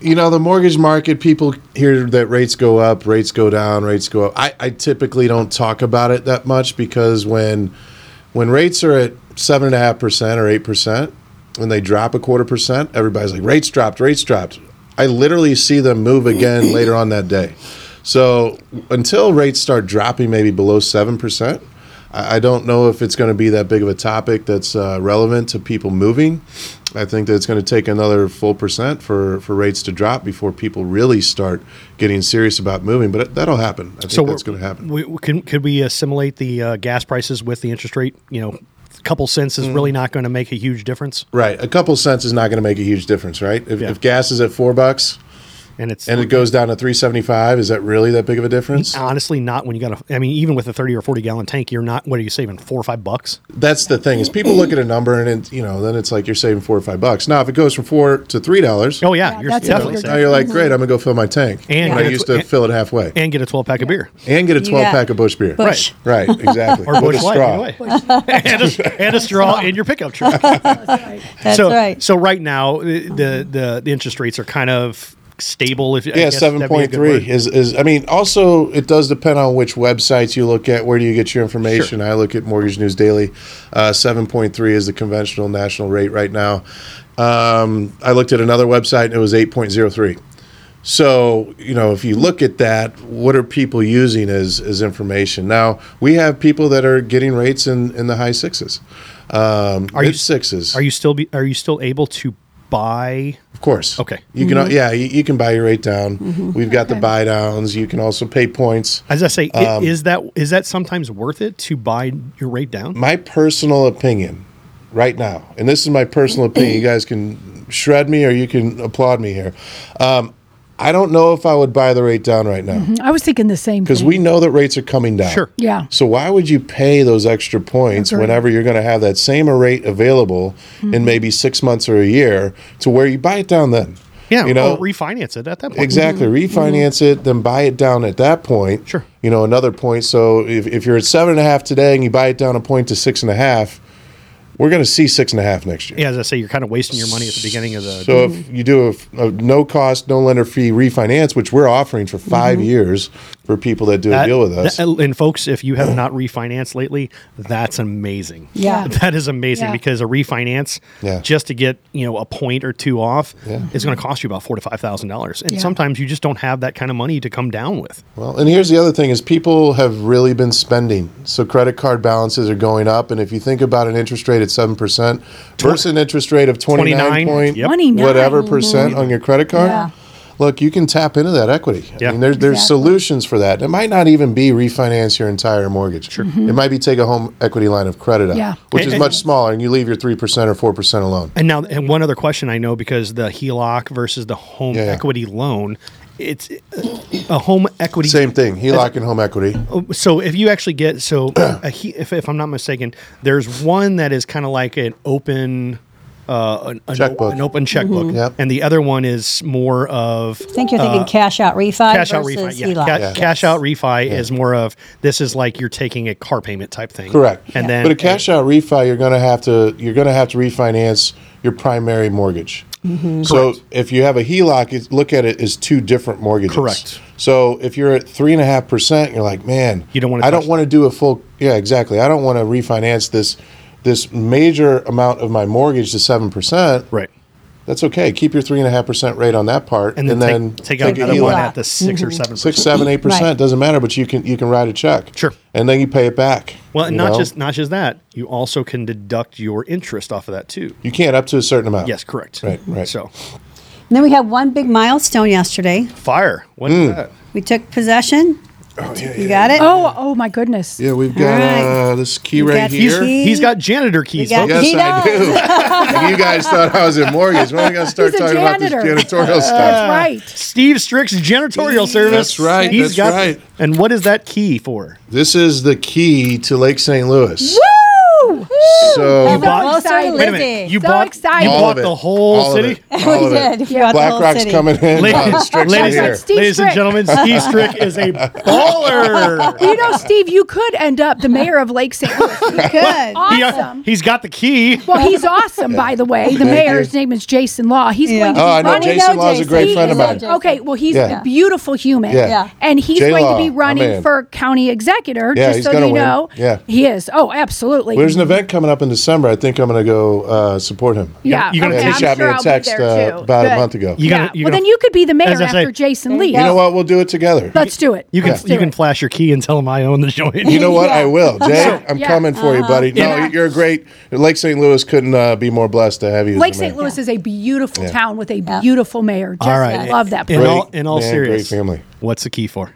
Speaker 11: you know the mortgage market people hear that rates go up rates go down rates go up i, I typically don't talk about it that much because when when rates are at seven and a half percent or eight percent and they drop a quarter percent everybody's like rates dropped rates dropped i literally see them move again later on that day so until rates start dropping maybe below seven percent I I don't know if it's going to be that big of a topic that's uh, relevant to people moving. I think that it's going to take another full percent for, for rates to drop before people really start getting serious about moving. But that'll happen. I think
Speaker 1: So
Speaker 11: that's
Speaker 1: we're-
Speaker 11: going to happen.
Speaker 1: We, we can, could we assimilate the uh, gas prices with the interest rate? You know, a couple cents
Speaker 11: Mm.
Speaker 1: is really not going to make a huge difference.
Speaker 11: Right. A couple cents is not going to make a huge difference, right? If,
Speaker 1: Yeah.
Speaker 11: if gas is at four bucks
Speaker 1: And it's
Speaker 11: and it goes down to three seventy five, is that really that big of a difference?
Speaker 1: honestly not when you got a i mean even with a 30 or 40 gallon tank you're not what are you saving four or five bucks
Speaker 11: that's the thing is people look at a number and it, you know then it's like you're saving four or five bucks now if it goes from four to three dollars
Speaker 1: oh yeah, you're
Speaker 2: that's
Speaker 1: definitely
Speaker 2: what
Speaker 11: now
Speaker 1: saving
Speaker 11: you're like great i'm gonna go fill my tank
Speaker 1: And
Speaker 11: and
Speaker 1: get
Speaker 11: i
Speaker 1: a
Speaker 11: used
Speaker 1: tw-
Speaker 11: to
Speaker 1: and-
Speaker 11: fill it halfway
Speaker 1: and get a 12 pack of beer
Speaker 11: and get a
Speaker 10: You
Speaker 11: 12
Speaker 10: got
Speaker 11: pack of bush beer
Speaker 10: Bush.
Speaker 11: right right exactly
Speaker 1: or
Speaker 11: With
Speaker 1: bush
Speaker 11: a
Speaker 1: light
Speaker 11: straw.
Speaker 1: either way. and, a, and a straw in your pickup truck
Speaker 10: That's
Speaker 1: so
Speaker 10: right.
Speaker 1: so right now the the, the, the interest rates are kind of stable if I
Speaker 11: yeah
Speaker 1: guess that'd be a
Speaker 11: seven
Speaker 1: good
Speaker 11: point three
Speaker 1: word.
Speaker 11: is is I mean also it does depend on which websites you look at where do you get your information I look at Mortgage News Daily uh, seven point three is the conventional national rate right now um, I looked at another website and it was eight point zero three so you know if you look at that what are people using as as information now we have people that are getting rates in in the high sixes um,
Speaker 1: Are you-
Speaker 11: mid sixes
Speaker 1: are you still be, are you still able to buy
Speaker 11: of course.
Speaker 1: Okay.
Speaker 11: You can uh, yeah, you, you can buy your rate down. We've got the buy downs. You can also pay points.
Speaker 1: as i say i
Speaker 11: Um,
Speaker 1: is that is that sometimes worth it to buy your rate down
Speaker 11: My personal opinion right now, and this is my personal opinion. You guys can shred me or you can applaud me here. Um, I don't know if I would buy the rate down right now
Speaker 2: I was thinking the same.
Speaker 11: because
Speaker 2: thing.
Speaker 11: we know that rates are coming down.
Speaker 1: Sure.
Speaker 2: Mm-hmm. Yeah.
Speaker 11: So why would you pay those extra points
Speaker 2: Agreed.
Speaker 11: whenever you're going to have that same rate available in maybe six months or a year to where you buy it down then?
Speaker 1: yeah
Speaker 11: You know,
Speaker 1: or refinance it at that point
Speaker 11: Exactly. Refinance it, then buy it down at that point.
Speaker 1: Mm-hmm. Sure.
Speaker 11: You know, another point. So if, if you're at seven and a half today and you buy it down a point to six and a half, we're going to see six and a half next year.
Speaker 1: yeah as i say you're kind of wasting your money at the beginning of the
Speaker 11: So if you do a, a no cost, no lender fee refinance, which we're offering for 5 years for people that do
Speaker 1: Mm-hmm. That-
Speaker 11: a deal with us,
Speaker 1: that- uh, and folks, if you have not refinanced lately, that's amazing.
Speaker 10: Yeah.
Speaker 1: that is amazing
Speaker 2: Yeah.
Speaker 1: because a refinance,
Speaker 11: Yeah.
Speaker 1: just to get you know a point or two off,
Speaker 11: Yeah.
Speaker 1: is going to cost you about four to five thousand dollars. And
Speaker 2: Yeah.
Speaker 1: sometimes you just don't have that kind of money to come down with.
Speaker 11: Well, and here's the other thing is people have really been spending. So credit card balances are going up and if you think about an interest rate at 7% versus an interest rate of 29,
Speaker 1: 29,
Speaker 11: point
Speaker 1: yep.
Speaker 2: 29.
Speaker 11: whatever percent on your credit card,
Speaker 10: Yeah.
Speaker 11: look, you can tap into that equity.
Speaker 1: Yeah.
Speaker 11: I mean, there's, there's
Speaker 2: Exactly.
Speaker 11: solutions for that. It might not even be refinance your entire mortgage. Sure. It might be take a home equity line of credit out,
Speaker 2: Mm-hmm. Yeah.
Speaker 11: which
Speaker 1: And-
Speaker 11: is
Speaker 1: and-
Speaker 11: much smaller and you leave your 3% or 4% alone.
Speaker 1: And now, and one other question I know because the HELOC versus the home
Speaker 11: Yeah.
Speaker 1: equity loan, it's a home equity
Speaker 11: Same thing, HELOC and home equity.
Speaker 1: Oh, So if you actually get so a he, if, if I'm not mistaken, there's one that is kind of like an open uh, an, an,
Speaker 11: Checkbook. Mm-hmm.
Speaker 1: an open checkbook,
Speaker 11: Yep.
Speaker 1: and the other one is more of
Speaker 10: I think you're thinking cash out refi
Speaker 1: Uh, cash out
Speaker 10: versus
Speaker 1: refi. Yeah.
Speaker 10: HELOC.
Speaker 1: Ca-
Speaker 11: Yeah.
Speaker 1: Cash out refi is more of this is like you're taking a car payment type thing,
Speaker 11: Correct.
Speaker 1: And then
Speaker 11: but a cash out refi, you're going to have to you're going to have to refinance your primary mortgage.
Speaker 10: Mm-hmm.
Speaker 13: Mhm.
Speaker 11: So if you have a HELOC, it's- look at it as two different mortgages.
Speaker 1: Correct.
Speaker 11: So if you're at three and a half percent, you're like, man, you don't want. I don't want to do a full. Yeah, exactly. I don't want to refinance this this major amount of my mortgage to seven percent.
Speaker 1: Right.
Speaker 11: That's okay. Keep your three and a half percent rate on that part,
Speaker 1: And then take- take out
Speaker 11: a
Speaker 1: another one
Speaker 11: HELOC.
Speaker 1: at the six or Mhm. 7%.
Speaker 11: six, seven, eight percent
Speaker 1: Right.
Speaker 11: doesn't matter. But you can you can write a check.
Speaker 1: Sure.
Speaker 11: And then you pay it back.
Speaker 1: Well, and
Speaker 11: you
Speaker 1: not
Speaker 11: know?
Speaker 1: just not just that, you also can deduct your interest off of that too.
Speaker 11: you can't up to a certain amount.
Speaker 1: Yes, correct.
Speaker 11: Right, right.
Speaker 1: So
Speaker 10: And then we had one big milestone yesterday.
Speaker 1: fire. What's
Speaker 11: Mm.
Speaker 1: that?
Speaker 10: We took possession. you got it?
Speaker 2: Oh, oh my goodness.
Speaker 11: Yeah, we've got uh, this key
Speaker 10: We
Speaker 11: right
Speaker 10: got
Speaker 11: here.
Speaker 10: the key. He's
Speaker 1: got janitor
Speaker 10: keys, got-
Speaker 11: yes,
Speaker 10: he
Speaker 11: I do. And you guys thought I was in mortgage. When are we going to start
Speaker 1: He's a
Speaker 11: talking about this
Speaker 1: janitor.
Speaker 11: janitorial
Speaker 1: Uh,
Speaker 11: stuff?
Speaker 1: That's right. Steve Strick's janitorial service.
Speaker 11: That's right,
Speaker 1: He's
Speaker 11: that's right.
Speaker 1: And what is that key for?
Speaker 11: This is the key to Lake St. Louis.
Speaker 2: Woo!
Speaker 11: Oh, So
Speaker 2: You bought-
Speaker 1: wait a minute. You
Speaker 2: So
Speaker 1: bought
Speaker 2: excited.
Speaker 1: you
Speaker 11: All of
Speaker 1: bought
Speaker 11: it.
Speaker 1: the whole
Speaker 11: All of
Speaker 1: city.
Speaker 11: it. All We of it. did. We bought the Black whole Rock's city. coming in,
Speaker 1: Ladies,
Speaker 11: Bob Strick's
Speaker 1: ladies,
Speaker 11: here.
Speaker 1: ladies, and gentlemen, Steve Strick is a baller.
Speaker 2: You know, Steve, you could end up the mayor of Lake St. Louis. You
Speaker 10: could.
Speaker 2: Awesome.
Speaker 1: uh, He's got the key.
Speaker 2: Well, he's awesome, by the way. The
Speaker 1: Thank
Speaker 2: mayor's name is Jason Law. He's going to be
Speaker 11: Oh, I know
Speaker 2: running.
Speaker 11: Jason Law's a great
Speaker 2: He
Speaker 11: friend
Speaker 2: is
Speaker 11: of
Speaker 2: a-
Speaker 11: mine.
Speaker 2: Okay, well, he's
Speaker 11: Yeah.
Speaker 2: a beautiful human.
Speaker 11: Yeah. Yeah.
Speaker 2: And he's
Speaker 11: J-Law,
Speaker 2: going to be
Speaker 11: my
Speaker 2: running
Speaker 11: man.
Speaker 2: for county executor,
Speaker 11: Yeah,
Speaker 2: just
Speaker 11: he's
Speaker 2: so
Speaker 11: gonna
Speaker 2: you
Speaker 11: win.
Speaker 2: know.
Speaker 11: Yeah.
Speaker 2: He is. Oh, absolutely.
Speaker 11: Well, there's an event coming up in December. I think I'm going to go uh, support him.
Speaker 2: Yeah,
Speaker 11: You're gonna
Speaker 2: okay,
Speaker 11: he
Speaker 2: I'm
Speaker 11: shot
Speaker 2: sure
Speaker 11: me
Speaker 2: I'll
Speaker 11: a
Speaker 2: be
Speaker 11: text
Speaker 2: there
Speaker 11: uh,
Speaker 2: too.
Speaker 11: about
Speaker 2: Good.
Speaker 11: a month ago.
Speaker 2: yeah. well, then you could be the mayor
Speaker 1: As I say-
Speaker 2: after Jason Lee.
Speaker 11: You know what? We'll do it together.
Speaker 2: Let's do it.
Speaker 1: You can
Speaker 2: Let's do
Speaker 1: you can flash your key and tell him I own the joint.
Speaker 11: You know what? I will, Jay. I'm
Speaker 2: Yeah. uh-huh.
Speaker 11: coming for you, buddy. No,
Speaker 2: Yeah.
Speaker 11: you're great. Lake St. Louis couldn't uh, be more blessed to have you. as
Speaker 2: Lake
Speaker 11: the
Speaker 2: St.
Speaker 11: mayor.
Speaker 2: Louis is a beautiful
Speaker 11: Yeah.
Speaker 2: town with a beautiful mayor. Just love that place.
Speaker 1: In all, in all
Speaker 11: man, great
Speaker 1: serious,
Speaker 11: family.
Speaker 1: What's the key for?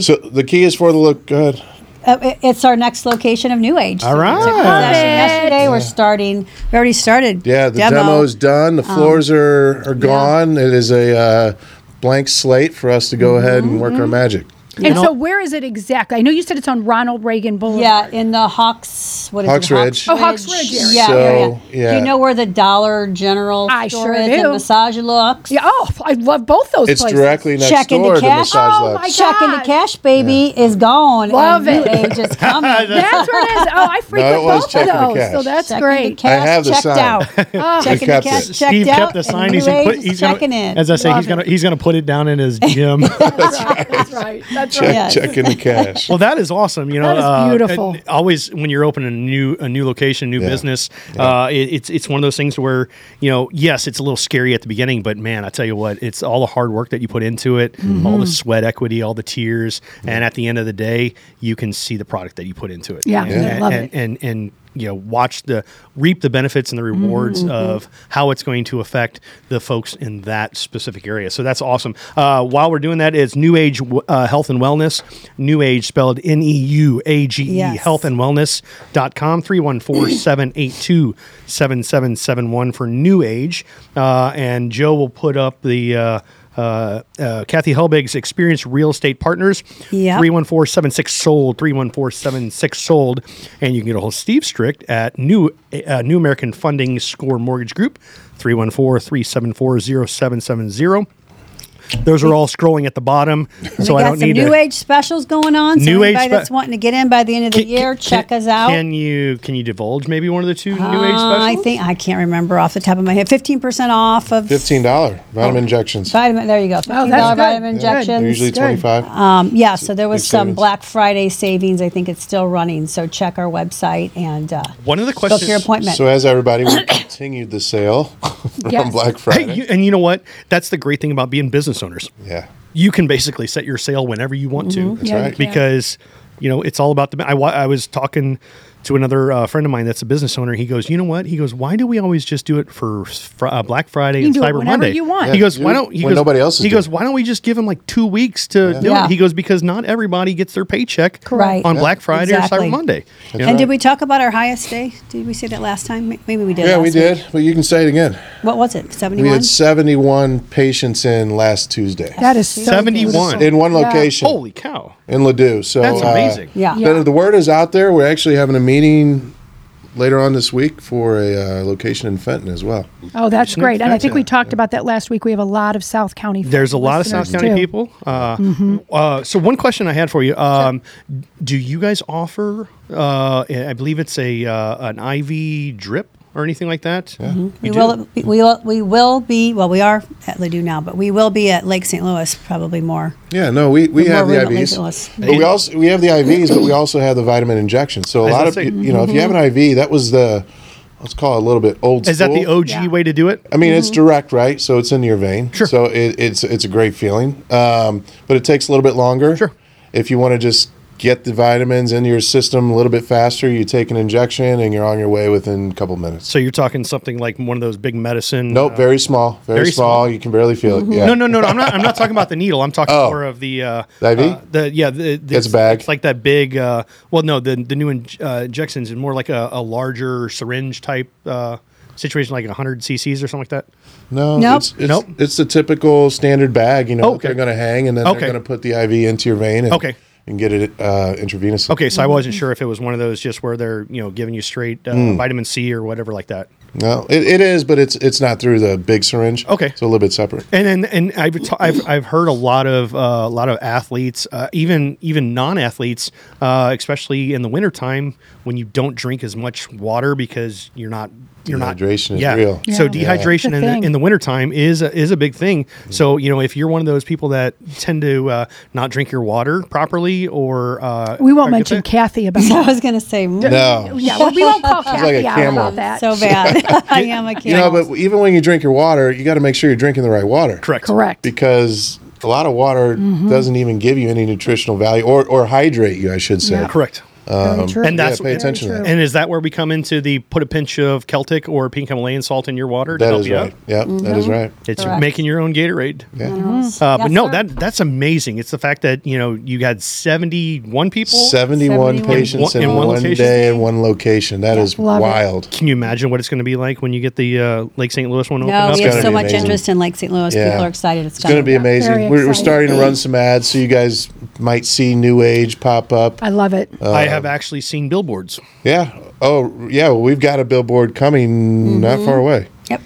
Speaker 11: So the key is for the look. Go ahead.
Speaker 10: Uh, it- it's our next location of New Age.
Speaker 11: All right.
Speaker 10: We took possession
Speaker 11: Love it.
Speaker 10: Yesterday we're starting. We already started.
Speaker 11: Yeah, the demo's done. The
Speaker 10: Um,
Speaker 11: floors are are gone. It is a uh, blank slate for us to go
Speaker 10: Mm-hmm,
Speaker 11: ahead and work our magic.
Speaker 2: And so, where is it exactly? I know you said it's on Ronald Reagan Boulevard.
Speaker 10: Yeah, in the Hawks. What is
Speaker 11: Hawks
Speaker 10: it?
Speaker 11: Ridge.
Speaker 2: Oh, Hawks Ridge area.
Speaker 10: Yeah,
Speaker 11: So,
Speaker 10: yeah, yeah. Do
Speaker 11: yeah.
Speaker 10: you know where the Dollar General
Speaker 2: I
Speaker 10: store
Speaker 2: sure
Speaker 10: is
Speaker 2: do.
Speaker 10: and Massage Lux?
Speaker 2: Yeah. Oh, I love both those
Speaker 11: It's
Speaker 2: places.
Speaker 11: directly next
Speaker 10: Check into
Speaker 11: door to
Speaker 10: cash.
Speaker 11: Massage
Speaker 10: oh
Speaker 11: Lux.
Speaker 10: my Check into cash, baby, is gone.
Speaker 2: Love
Speaker 10: and
Speaker 2: it.
Speaker 10: New Age is coming.
Speaker 2: That's where it is. Oh, I frequent
Speaker 11: was
Speaker 2: both of
Speaker 11: Check into
Speaker 2: those.
Speaker 11: Cash.
Speaker 2: So that's
Speaker 10: Check into
Speaker 2: great.
Speaker 10: Cash
Speaker 11: I have the
Speaker 10: checked
Speaker 11: sign.
Speaker 10: out.
Speaker 2: Oh.
Speaker 10: Check
Speaker 11: We
Speaker 10: into
Speaker 11: kept
Speaker 10: cash
Speaker 11: it.
Speaker 10: checked
Speaker 1: Steve
Speaker 10: out.
Speaker 1: kept the
Speaker 10: and
Speaker 1: sign.
Speaker 10: New
Speaker 1: He's gonna
Speaker 10: Age
Speaker 1: put.
Speaker 10: is
Speaker 1: He's
Speaker 10: checking
Speaker 1: gonna,
Speaker 10: in.
Speaker 1: As I say, he's gonna he's gonna put it down in his gym.
Speaker 2: That's right. That's
Speaker 11: Check,
Speaker 2: right.
Speaker 11: check in the cash.
Speaker 1: Well, that is awesome. You know,
Speaker 2: That is
Speaker 1: uh,
Speaker 2: beautiful.
Speaker 1: and always when you're opening a new a new location, new business, Uh, it, it's it's one of those things where you know, yes, it's a little scary at the beginning, but man, I tell you what, it's all the hard work that you put into it, all the
Speaker 2: Mhm.
Speaker 1: sweat equity, all the tears, and at the end of the day, you can see the product that you put into it.
Speaker 2: Yeah,
Speaker 1: and,
Speaker 2: Yeah. I
Speaker 1: and,
Speaker 2: love
Speaker 1: and,
Speaker 2: it.
Speaker 1: and and, you know, watch the reap the benefits and the rewards
Speaker 2: Mhm.
Speaker 1: of how it's going to affect the folks in that specific area. So that's awesome. Uh, while we're doing that, it's New Age uh, Health and Wellness, New Age spelled N E U A G E,
Speaker 13: Yes.
Speaker 1: health and wellness.com, 314 782 7771 for New Age. Uh, and Joe will put up the. Uh, uh, uh, Kathy Helbig's experienced real estate partners,
Speaker 10: Yep.
Speaker 1: 314 76 sold, 314 76 sold. And you can get a hold of Steve Strict at New uh, New American Funding Score Mortgage Group, 314 374 0770. Those are all scrolling at the bottom, so
Speaker 10: we
Speaker 1: I
Speaker 10: got
Speaker 1: don't
Speaker 10: some
Speaker 1: need
Speaker 10: new
Speaker 1: to.
Speaker 10: age specials going on. So
Speaker 1: New age
Speaker 10: anybody
Speaker 1: spe-
Speaker 10: that's wanting to get in by the end of the year, check us out.
Speaker 1: Can you can you divulge maybe one of the two new age
Speaker 10: Uh,
Speaker 1: specials?
Speaker 10: I think I can't remember off the top of my head. Fifteen percent off of
Speaker 11: Fifteen dollar vitamin injections.
Speaker 10: vitamin. There you go. Fifteen dollar
Speaker 11: Oh, good.
Speaker 10: vitamin
Speaker 11: Yeah, they're
Speaker 10: injections.
Speaker 11: usually Good. 25.
Speaker 10: Um, yeah. So there was
Speaker 11: Big
Speaker 10: some
Speaker 11: savings.
Speaker 10: Black Friday savings. I think it's still running. So check our website and uh,
Speaker 1: One of the
Speaker 10: book
Speaker 1: questions.
Speaker 10: your appointment.
Speaker 11: So as everybody, we continued the sale from
Speaker 10: Yes.
Speaker 11: Black Friday.
Speaker 1: Hey, you, and you know what? That's the great thing about being business owners.
Speaker 11: Yeah.
Speaker 1: You can basically set your sale whenever you want
Speaker 11: Mhm.
Speaker 1: to.
Speaker 11: That's Yeah, you right. can.
Speaker 1: Because, you know, it's all about the. I, wa- I was talking to another uh, friend of mine that's a business owner. He goes, you know what? He goes, why do we always just do it for fr- uh, Black Friday
Speaker 2: You
Speaker 1: and
Speaker 2: can do it
Speaker 1: Cyber
Speaker 2: whenever
Speaker 1: Monday?
Speaker 2: you want.
Speaker 1: he
Speaker 2: Yeah,
Speaker 1: goes,
Speaker 2: do
Speaker 1: why
Speaker 2: it
Speaker 1: don't he
Speaker 11: when
Speaker 1: goes,
Speaker 11: nobody else is
Speaker 1: He
Speaker 11: doing
Speaker 1: goes, why don't we just give him like two weeks to do
Speaker 10: Yeah.
Speaker 1: it? He goes because not everybody gets their paycheck
Speaker 10: Right.
Speaker 1: on Black Friday or
Speaker 10: Exactly.
Speaker 1: Cyber Monday. You
Speaker 10: and
Speaker 1: know?
Speaker 10: did we talk about our highest day? Did we say that last time? May- Maybe we did.
Speaker 11: Yeah,
Speaker 10: last
Speaker 11: we
Speaker 10: week.
Speaker 11: did. But you can say it again.
Speaker 10: What was it?
Speaker 11: We
Speaker 10: Seventy-one.
Speaker 11: had seventy-one patients in last Tuesday.
Speaker 10: That is so
Speaker 1: 71.
Speaker 11: in one
Speaker 1: Yeah.
Speaker 11: location.
Speaker 1: Holy cow!
Speaker 11: in Ladue. So
Speaker 1: That's
Speaker 11: uh,
Speaker 1: amazing.
Speaker 10: Yeah.
Speaker 11: The, the word is out there. We're actually having a meeting later on this week for a uh, location in Fenton as well.
Speaker 2: Oh, that's
Speaker 11: Isn't it
Speaker 2: great. And I think
Speaker 11: fantastic?
Speaker 2: we talked about that last week. We have a lot of South County.
Speaker 1: There's a lot of
Speaker 2: listeners,
Speaker 1: South County
Speaker 2: too.
Speaker 1: people. Uh, uh, so one question I had for you: um, Do you guys offer? Uh, I believe it's a uh, an IV drip. or anything like that?
Speaker 10: Mm-hmm. We
Speaker 1: do?
Speaker 10: will, we will we will be well we are at Ladue now, but we will be at Lake St. Louis probably more.
Speaker 11: Yeah, no, we, we
Speaker 10: We're
Speaker 11: have the
Speaker 10: more room at
Speaker 11: IVs,
Speaker 10: Lactulose.
Speaker 11: but we also we have the IVs, but we also have the vitamin injections. So a
Speaker 1: As
Speaker 11: lot
Speaker 1: I
Speaker 11: of
Speaker 1: say-
Speaker 11: you know, if you have an IV, that was the let's call it a little bit old.
Speaker 1: Is that the
Speaker 11: school.
Speaker 1: OG way to do it?
Speaker 11: I mean, it's direct, right? So it's in your vein. Sure. So it, it's it's a great feeling, um, but it takes a little bit longer. Sure. If you want to just get the vitamins into your system a little bit faster, you take an injection and you're on your way within a couple minutes.
Speaker 1: So you're talking something like one of those big medicine.
Speaker 11: Nope,
Speaker 1: uh,
Speaker 11: very small, very,
Speaker 1: very
Speaker 11: small. You can barely feel it. Yeah. Oh.
Speaker 1: No, no, no, no. I'm not. I'm not talking about the needle. I'm talking more of the uh,
Speaker 11: The IV?
Speaker 1: uh, the yeah, the, the
Speaker 11: It's a bag.
Speaker 1: It's like that big. Uh, well, no, the the new in, uh, injections is more like a, a larger syringe type uh, situation, like 100 cc's or something like that.
Speaker 11: No,
Speaker 1: Nope.
Speaker 11: It's, it's, it's the typical standard bag, you know, that they're going to hang and then
Speaker 1: Okay.
Speaker 11: they're going to put the IV into your vein and,
Speaker 1: Okay.
Speaker 11: and get it uh, intravenously.
Speaker 1: Okay, so I wasn't sure if it was one of those just where they're you know giving you straight uh,
Speaker 11: Mm.
Speaker 1: vitamin C or whatever like that.
Speaker 11: No, it, it is, but it's it's not through the big syringe. Okay. It's a little bit separate.
Speaker 1: And and, and I've, t- I've I've heard a lot of uh, a lot of athletes, uh, even even non athletes, uh, especially in the wintertime when you don't drink as much water because you're not you're not
Speaker 11: Dehydration is real.
Speaker 1: So
Speaker 11: Yeah.
Speaker 1: dehydration
Speaker 11: It's a
Speaker 1: in, the,
Speaker 11: thing.
Speaker 1: in the wintertime is a, is a big thing.
Speaker 11: Mm-hmm.
Speaker 1: So you know if you're one of those people that tend to uh, not drink your water properly or uh,
Speaker 2: We won't
Speaker 1: or-
Speaker 2: mention Kathy about that. I
Speaker 10: was going to say
Speaker 11: No.
Speaker 2: Yeah, well, we won't call
Speaker 11: She's like
Speaker 2: Kathy
Speaker 11: a
Speaker 2: out
Speaker 11: camel.
Speaker 2: about that.
Speaker 10: So bad. I am a kid.
Speaker 11: You know, but even when you drink your water, you got to make sure you're drinking the right water.
Speaker 1: Correct.
Speaker 2: Correct.
Speaker 11: Because a lot of water
Speaker 1: Mhm.
Speaker 11: doesn't even give you any nutritional value or, or hydrate you, I should say.
Speaker 1: Yeah. Correct.
Speaker 11: Um,
Speaker 1: and that's
Speaker 11: yeah, pay attention to that.
Speaker 1: And is that where we come into the put a pinch of Celtic or pink Himalayan salt in your water to
Speaker 11: That
Speaker 1: help
Speaker 11: is
Speaker 1: you
Speaker 11: right.
Speaker 1: out?
Speaker 11: Yep,
Speaker 10: Mm-hmm.
Speaker 11: that is Mhm. right.
Speaker 1: It's
Speaker 11: Correct.
Speaker 1: making your own Gatorade.
Speaker 11: Yeah. Mm-hmm.
Speaker 1: Uh, but no, that that's amazing. It's the fact that you know you had seventy one people,
Speaker 11: 71 patients in one
Speaker 1: location.
Speaker 11: day in one location. That is
Speaker 1: Love it.
Speaker 11: wild.
Speaker 1: Can you imagine what it's going to be like when you get the uh, Lake St. Louis one open
Speaker 10: no,
Speaker 1: up?
Speaker 10: we have so much interest in Lake St. Louis.
Speaker 11: Yeah.
Speaker 10: People are excited.
Speaker 11: It's going to be amazing. We're, we're starting to run some ads, so you guys might see New Age pop up. Uh,
Speaker 2: I love it.
Speaker 1: I have actually seen billboards.
Speaker 11: Yeah. Oh, yeah. Well, we've got a billboard coming not
Speaker 10: Mhm.
Speaker 11: far away.
Speaker 10: Yep.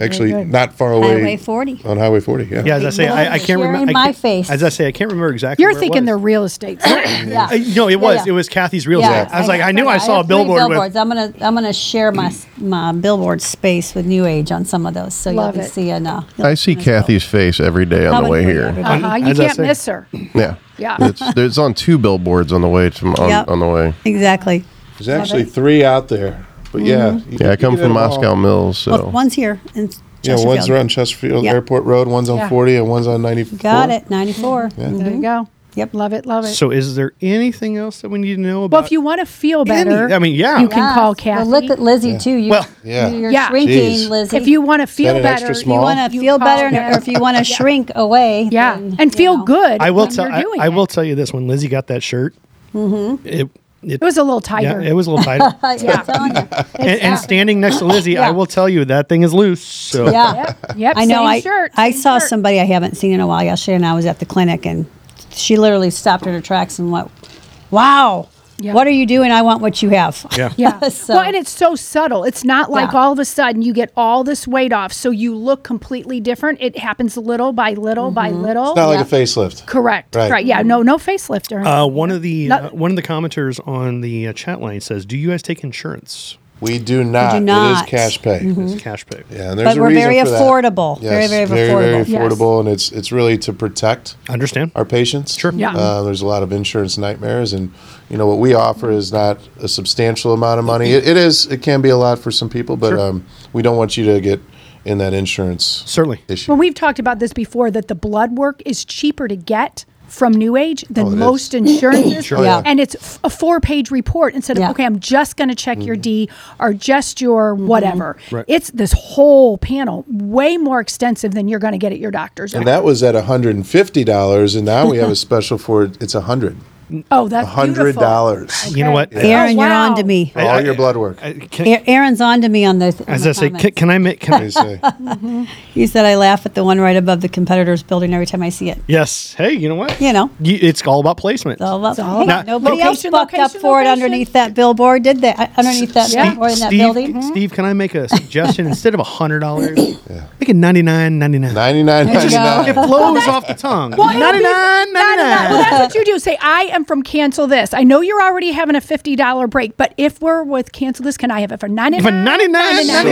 Speaker 11: Actually,
Speaker 10: Very good.
Speaker 11: not far away.
Speaker 10: Highway 40.
Speaker 11: On Highway 40. Yeah.
Speaker 1: Yeah, as I say, I, I can't
Speaker 10: You're
Speaker 1: remember.
Speaker 10: in my face.
Speaker 1: As I say, I can't remember exactly.
Speaker 2: You're
Speaker 1: where it
Speaker 2: thinking
Speaker 1: was.
Speaker 2: they're real estate. yeah.
Speaker 1: Uh, no, it
Speaker 10: Yeah,
Speaker 1: was
Speaker 10: yeah.
Speaker 1: it was Kathy's real estate. I was like, I knew I
Speaker 10: have
Speaker 1: saw a
Speaker 10: three
Speaker 1: billboard with
Speaker 10: billboards. I'm gonna I'm gonna share my s- my billboard space with New Age on some of those, so
Speaker 2: Love
Speaker 10: you'll be
Speaker 2: it.
Speaker 10: seeing. Uh,
Speaker 7: I see Kathy's face every day on the way here.
Speaker 2: Uh-huh, you
Speaker 7: As I
Speaker 2: can't
Speaker 7: say.
Speaker 2: miss her.
Speaker 7: Yeah.
Speaker 2: Yeah.
Speaker 7: It's, there's on two billboards on the way to, on,
Speaker 10: Yep.
Speaker 7: on the way.
Speaker 10: exactly.
Speaker 11: There's actually three out there. But yeah.
Speaker 10: Mhm.
Speaker 11: you
Speaker 7: Yeah, I
Speaker 11: can
Speaker 7: come
Speaker 11: get it
Speaker 7: from
Speaker 11: all.
Speaker 7: Moscow Mills, so
Speaker 10: Well, one's here in
Speaker 11: Yeah,
Speaker 10: Chesterfield.
Speaker 11: one's around Chesterfield
Speaker 10: Yep.
Speaker 11: Airport Road, one's on
Speaker 10: Yeah.
Speaker 11: 40, and one's on 94.
Speaker 10: Got it. Mm-hmm. 94.
Speaker 11: Yeah.
Speaker 2: There you go. Yep. Love it. Love it.
Speaker 1: So, is there anything else that we need to know about?
Speaker 2: well, if you want to feel better,
Speaker 1: Any- I mean, yeah.
Speaker 2: you can
Speaker 1: Yes.
Speaker 2: call Kathy.
Speaker 10: Well, look at Lizzie too. You,
Speaker 1: Well,
Speaker 11: yeah.
Speaker 10: you're
Speaker 2: Yeah.
Speaker 10: shrinking,
Speaker 2: Jeez.
Speaker 10: Lizzie.
Speaker 2: If you wanna feel
Speaker 11: that an better, extra
Speaker 10: you want to feel better, and- or if you want to shrink away, yeah,
Speaker 2: and feel good.
Speaker 1: I will
Speaker 2: when
Speaker 1: tell.
Speaker 2: you're
Speaker 1: I,
Speaker 2: doing
Speaker 1: I will tell you this: when Lizzie got that shirt,
Speaker 2: Mhm.
Speaker 1: it,
Speaker 2: It was a little tighter.
Speaker 1: Yeah, it was a little tighter.
Speaker 10: yeah, I'm telling you. uh,
Speaker 1: and, and standing next to Lizzie, I will tell you that thing is loose. So
Speaker 10: Yeah.
Speaker 2: Yep,
Speaker 10: I know.
Speaker 2: same
Speaker 10: I
Speaker 2: shirt,
Speaker 10: I saw somebody I haven't seen in a while yesterday, and I was at the clinic, and she literally stopped in her tracks and went, "Wow, what are you doing? I want what you have."
Speaker 1: Yeah.
Speaker 2: Yeah. Well, and it's so subtle. It's not like
Speaker 10: Yeah.
Speaker 2: all of a sudden you get all this weight off, so you look completely different. It happens little by little by little.
Speaker 11: Mm-hmm. It's not like a facelift.
Speaker 2: Correct.
Speaker 1: Right.
Speaker 2: Right. Yeah. No. No facelift or
Speaker 1: uh, one of the
Speaker 2: No.
Speaker 1: uh, one of the commenters on the uh, chat line says, "Do you guys take insurance?"
Speaker 11: We do not. It
Speaker 10: not. Mm-hmm.
Speaker 11: is cash pay.
Speaker 1: It's cash pay.
Speaker 11: Yeah, and there's
Speaker 10: But
Speaker 11: a
Speaker 10: we're
Speaker 11: reason
Speaker 10: very
Speaker 11: for that.
Speaker 10: affordable. Very, very
Speaker 11: Very,
Speaker 10: affordable. Yes.
Speaker 11: affordable, and it's it's really to protect.
Speaker 1: Understand
Speaker 11: our patients. Sure.
Speaker 10: Yeah.
Speaker 11: Uh, there's a lot of insurance nightmares, and you know what we offer is not a substantial amount of money. It, it is. It can be a lot for some people, but
Speaker 2: Sure.
Speaker 11: um, we don't want you to get in that insurance
Speaker 1: certainly
Speaker 11: issue.
Speaker 2: Well, we've talked about this before that the blood work is cheaper to get from New Age than
Speaker 11: Oh, it is.
Speaker 2: most insurances.
Speaker 11: Sure. Yeah.
Speaker 2: And it's f- a four page report instead of, okay, I'm just going to check your D or just your whatever.
Speaker 11: Right.
Speaker 2: It's this whole panel, way more extensive than you're going to get at your doctor's.
Speaker 11: And that was at $150, and now we have a special for it. It's 100
Speaker 2: oh, that's
Speaker 11: $100.
Speaker 2: beautiful. Oh,
Speaker 11: dollars
Speaker 1: You know what? Oh,
Speaker 10: Aaron, you're on to me.
Speaker 11: For all your blood work.
Speaker 10: A- Aaron's on to me on this. on
Speaker 1: As
Speaker 10: the
Speaker 1: I say,
Speaker 10: comments.
Speaker 1: can, can I make? Can I
Speaker 11: say?
Speaker 10: He said, "I laugh at the one right above the competitor's building every time I see it."
Speaker 1: Yes. Hey, you know what?
Speaker 10: You know.
Speaker 1: Y- it's all about placement.
Speaker 10: All about-
Speaker 1: all
Speaker 10: Hey,
Speaker 1: about-
Speaker 10: nobody else
Speaker 2: Location,
Speaker 10: fucked up
Speaker 2: location,
Speaker 10: for it
Speaker 2: location.
Speaker 10: underneath that billboard, did they? Uh, Underneath that
Speaker 1: Steve-
Speaker 10: billboard in that
Speaker 1: Steve-
Speaker 10: building.
Speaker 1: Steve, can I make a suggestion instead of hundred dollars? Make it ninety nine, ninety nine.
Speaker 11: Ninety nine,
Speaker 1: It, just-
Speaker 11: $99.
Speaker 1: it flows off the tongue.
Speaker 2: Well, it'll be-
Speaker 1: 99, 99.
Speaker 2: Well, that's what you do. Say, I am from Cancel This. I know you're already having a $50 break, but if we're with Cancel This, can I have it for 99
Speaker 1: For 99
Speaker 11: So,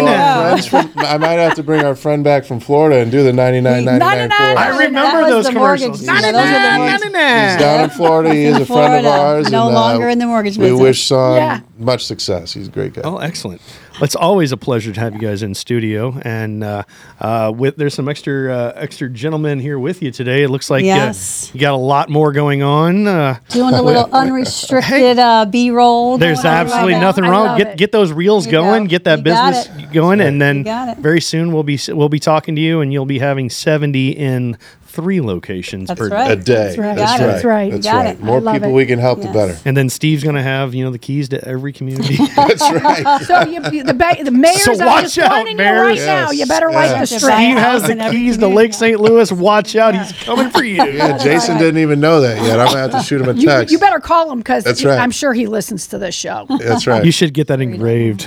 Speaker 11: friends from- I might have to bring our friend back from Florida and do the 99 99 for us.
Speaker 1: I remember those commercials.
Speaker 11: He's down in Florida. He is a friend of
Speaker 10: Florida.
Speaker 11: ours.
Speaker 10: No
Speaker 11: and, uh,
Speaker 10: longer in the mortgage
Speaker 11: We
Speaker 10: business.
Speaker 11: wish Son
Speaker 10: Yeah.
Speaker 11: much success. He's a great guy.
Speaker 1: Oh, excellent. It's always a pleasure to have you guys in studio, and uh, uh, with there's some extra uh, extra gentlemen here with you today. It looks like uh,
Speaker 10: Yes.
Speaker 1: you got a lot more going on. Uh,
Speaker 10: Doing a little unrestricted uh, B roll.
Speaker 1: There's absolutely nothing wrong. Get get those reels going, get that
Speaker 10: You got
Speaker 1: business going, and
Speaker 10: You got it.
Speaker 1: then very soon we'll be we'll be talking to you, and you'll be having 70 in three locations
Speaker 10: That's
Speaker 1: per
Speaker 10: right.
Speaker 11: A day.
Speaker 10: That's right. Got it. That's right.
Speaker 11: That's
Speaker 10: Got
Speaker 11: right.
Speaker 10: it. I
Speaker 11: More
Speaker 10: love
Speaker 11: people
Speaker 10: it.
Speaker 11: we can help, the
Speaker 10: Yes.
Speaker 11: better.
Speaker 1: And then Steve's going to have you know the keys to every community.
Speaker 11: That's
Speaker 2: right. so you, you- the, ba- the mayor's
Speaker 1: So
Speaker 2: are
Speaker 1: watch
Speaker 2: just
Speaker 1: out,
Speaker 2: wanting you
Speaker 1: mayor.
Speaker 2: right now. You better like the string.
Speaker 1: Steve has the keys to Lake St. Louis. Watch out, he's coming for you.
Speaker 11: Yeah, Jason didn't even know that yet. I'm gonna have to shoot him a
Speaker 2: You,
Speaker 11: text.
Speaker 2: you better call him because
Speaker 11: That's right.
Speaker 2: I'm sure he listens to this show.
Speaker 11: That's right.
Speaker 1: You should get that engraved.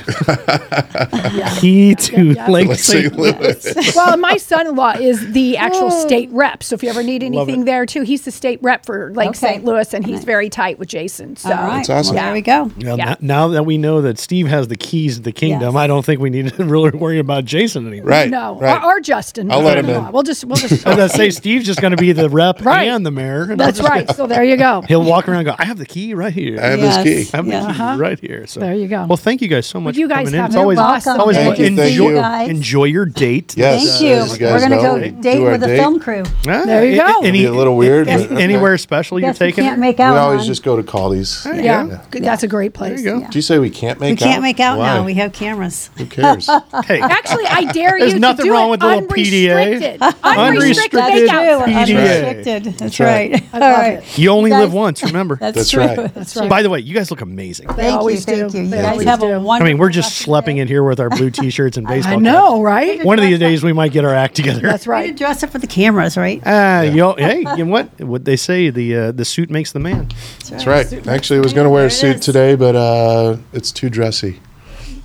Speaker 1: Key to Lake St. Louis.
Speaker 2: well, and my son-in-law is the actual state rep. So if you ever need
Speaker 1: Oh. Love
Speaker 2: anything there too, he's the state rep for Lake St. Louis, and he's very tight with Jason. So
Speaker 10: All right. That's awesome. Well, there we go.
Speaker 1: Now, now that we know that Steve has the keys to the kingdom, I don't think we need to really worry about Jason anymore.
Speaker 2: No, Or, or Justin.
Speaker 1: I'll let him
Speaker 2: son-in-law.
Speaker 1: in.
Speaker 2: We'll just, we'll just.
Speaker 1: I was gonna say Steve's just going to be the rep and the mayor. and
Speaker 2: That's
Speaker 1: I'm just
Speaker 2: right.
Speaker 1: gonna-
Speaker 2: So there you go.
Speaker 1: He'll walk around and go, I have the key right here.
Speaker 11: I have this Yes. key.
Speaker 1: I have
Speaker 11: Yeah.
Speaker 1: the key
Speaker 2: Uh-huh.
Speaker 1: right here. So
Speaker 2: There you go.
Speaker 1: Well, thank you guys so much.
Speaker 2: you
Speaker 1: for
Speaker 2: guys
Speaker 1: coming in.
Speaker 2: have
Speaker 1: It's
Speaker 2: been
Speaker 1: always,
Speaker 2: welcome.
Speaker 1: it's always
Speaker 2: Thank
Speaker 1: fun.
Speaker 2: you, thank
Speaker 1: enjoy,
Speaker 10: you. guys.
Speaker 1: enjoy your date.
Speaker 10: Thank you. We're going to go date with the film crew.
Speaker 1: Ah,
Speaker 10: There you
Speaker 1: a-
Speaker 10: go.
Speaker 1: Any,
Speaker 11: Be a little weird,
Speaker 1: any-
Speaker 11: but-
Speaker 1: anywhere special you're
Speaker 10: Yes, we
Speaker 1: taking?
Speaker 10: can't make out
Speaker 11: we always
Speaker 10: on-
Speaker 11: just go to Caldi's.
Speaker 2: Yeah. Good- That's a great place. Yeah.
Speaker 11: Do you say we can't make
Speaker 10: we
Speaker 11: out?
Speaker 10: can't make out
Speaker 11: Why?
Speaker 10: now. We have cameras.
Speaker 11: Who cares?
Speaker 1: Hey.
Speaker 2: Actually, I dare
Speaker 1: There's
Speaker 2: you
Speaker 1: nothing
Speaker 2: to do
Speaker 1: wrong
Speaker 2: it
Speaker 1: with a little PDA.
Speaker 2: unrestricted.
Speaker 1: Unrestricted
Speaker 2: Unrestricted makeout.
Speaker 10: That's
Speaker 1: PDA. That's
Speaker 10: true.
Speaker 1: right.
Speaker 10: Unrestricted. That's,
Speaker 1: That's
Speaker 10: right.
Speaker 1: right.
Speaker 10: All right.
Speaker 1: You only
Speaker 10: You
Speaker 1: live
Speaker 10: guys-
Speaker 1: once, remember?
Speaker 10: That's That's true. right. That's right.
Speaker 1: By the way, you guys look amazing.
Speaker 10: Thank you, thank you. You guys have a
Speaker 1: I
Speaker 10: wonderful.
Speaker 1: mean, we're just schlepping in here with our blue t-shirts and baseball.
Speaker 10: I
Speaker 2: know,
Speaker 1: caps.
Speaker 2: right?
Speaker 1: One of these days we might get our act together.
Speaker 2: That's right.
Speaker 10: dress up for the cameras, right?
Speaker 1: Ah, you know, hey, you know what? What they say, the uh, the suit makes the man.
Speaker 11: That's right. Actually, I was going to wear a suit today, but uh, it's too dressy.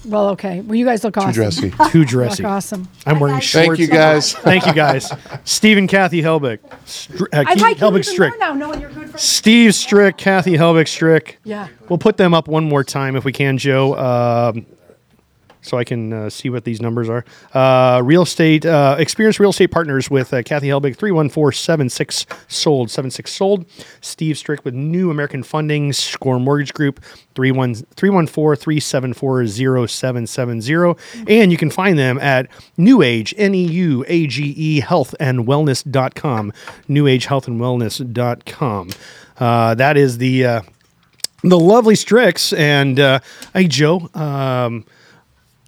Speaker 2: Well, okay. Well, you guys look awesome.
Speaker 11: dressy.
Speaker 1: Too
Speaker 2: You look
Speaker 1: dressy.
Speaker 2: awesome.
Speaker 1: I'm wearing shorts.
Speaker 11: Thank you, guys.
Speaker 1: Thank you guys. Steve and Kathy Helbig. Str- uh,
Speaker 2: I
Speaker 1: Keith
Speaker 2: like you
Speaker 1: Helbig
Speaker 2: even
Speaker 1: Strick.
Speaker 2: more now, knowing you're good friends.
Speaker 1: Steve Strick, Kathy Helbig Strick.
Speaker 2: Yeah.
Speaker 1: We'll put them up one more time if we can, Joe, um, so I can uh, see what these numbers are. Uh, real estate, uh, experienced real estate partners with uh, Kathy Helbig, 31476 sold, 76 sold. Steve Strick with New American Funding, Score Mortgage Group, 31- 314 374 0770. And you can find them at New Age, N E U A G E Health and Wellness.com. New Age Health and Wellness.com. Uh, that is the. Uh, the lovely Strix and uh, hey Joe. Um,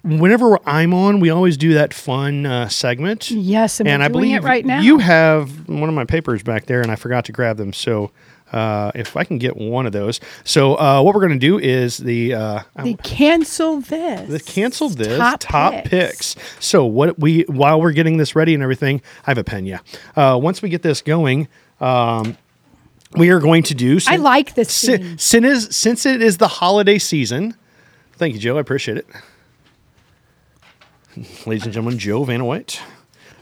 Speaker 1: whenever I'm on, we always do that fun uh, segment.
Speaker 2: Yes, and, we're
Speaker 1: I
Speaker 2: doing
Speaker 1: believe
Speaker 2: it right now.
Speaker 1: you have one of my papers back there, and I forgot to grab them. So uh, if I can get one of those, so uh, what we're going to do is the uh,
Speaker 2: They cancel this.
Speaker 1: the cancel this
Speaker 2: Top
Speaker 1: top, picks. So what we while we're getting this ready and everything, I have a pen. Yeah. Uh, once we get this going, um, we are going to do.
Speaker 2: I like this theme.
Speaker 1: Since, since, since it is the holiday season, thank you, Joe. I appreciate it. Ladies and gentlemen, Joe Vanna White.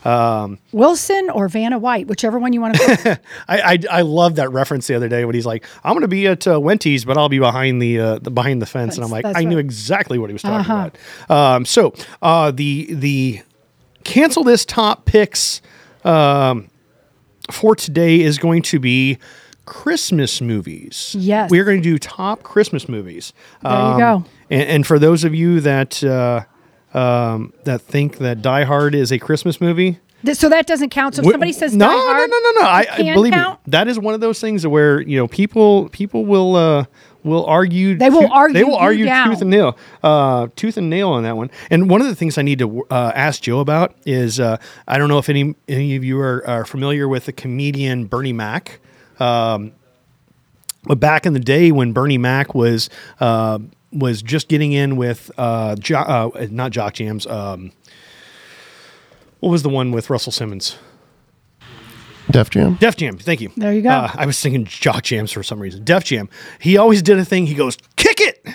Speaker 1: Um,
Speaker 2: Wilson or Vanna White, whichever one you want to call.
Speaker 1: I, I I love that reference the other day when he's like, "I'm going to be at uh, Wenty's, but I'll be behind the, uh, the behind the fence," and I'm like, "I
Speaker 2: That's
Speaker 1: knew
Speaker 2: right.
Speaker 1: exactly what he was talking
Speaker 2: Uh-huh.
Speaker 1: about." Um, so uh, the the cancel this top picks um, for today is going to be Christmas movies.
Speaker 2: Yes.
Speaker 1: we're going to do top Christmas movies. Um,
Speaker 2: There you go.
Speaker 1: And, and for those of you that uh, um, that think that Die Hard is a Christmas movie.
Speaker 2: Th- so that doesn't count. So if
Speaker 1: Wh-
Speaker 2: somebody says
Speaker 1: no,
Speaker 2: Die Hard,
Speaker 1: no, no, no, no.
Speaker 2: it
Speaker 1: I, I
Speaker 2: can
Speaker 1: believe
Speaker 2: count.
Speaker 1: me. That is one of those things where you know people people will uh, will argue.
Speaker 2: They will
Speaker 1: tooth-
Speaker 2: argue
Speaker 1: They will
Speaker 2: you
Speaker 1: argue
Speaker 2: down.
Speaker 1: tooth and nail, uh, tooth and nail on that one. And one of the things I need to uh, ask Joe about is uh, I don't know if any any of you are, are familiar with the comedian Bernie Mac. Um, but back in the day when Bernie Mac was uh, was just getting in with uh, jo- uh, not Jock Jams. Um, what was the one with Russell Simmons?
Speaker 7: Def Jam.
Speaker 1: Def Jam. Thank you.
Speaker 2: There you go.
Speaker 1: Uh, I was thinking Jock Jams for some reason. Def Jam. He always did a thing. He goes, kick it.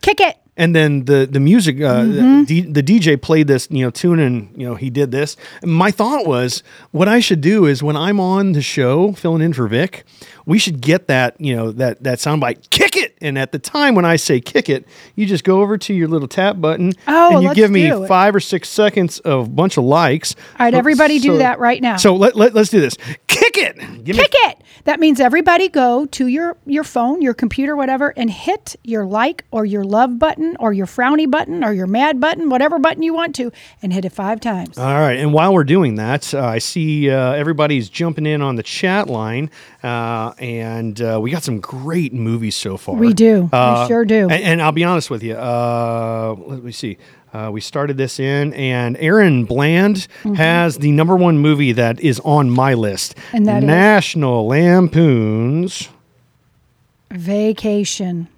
Speaker 2: Kick it.
Speaker 1: and then the the music, uh,
Speaker 2: Mhm.
Speaker 1: D- the DJ played this, you know, tune, and you know he did this. My thought was, what I should do is when I'm on the show filling in for Vic, we should get that, you know, that that soundbite, kick it. And at the time when I say kick it, you just go over to your little tap button,
Speaker 2: Oh,
Speaker 1: and you
Speaker 2: let's
Speaker 1: give me
Speaker 2: do it.
Speaker 1: five or six seconds of a bunch of likes.
Speaker 2: All right,
Speaker 1: So-
Speaker 2: everybody do
Speaker 1: so-
Speaker 2: that right now.
Speaker 1: So let, let us do this. Kick it. Give me
Speaker 2: Kick it. That means everybody go to your your phone, your computer, whatever, and hit your like or your love button or your frowny button or your mad button, whatever button you want to, and hit it five times.
Speaker 1: All right. And while we're doing that, uh, I see uh, everybody's jumping in on the chat line. Uh, and uh, we got some great movies so far.
Speaker 2: We do. We
Speaker 1: Uh,
Speaker 2: sure do.
Speaker 1: And, and I'll be honest with you. Uh, let me see. Uh, we started this in, and Aaron Bland
Speaker 2: Mm-hmm.
Speaker 1: has the number one movie that is on my list
Speaker 2: And that is?
Speaker 1: National Lampoon's.
Speaker 2: Vacation.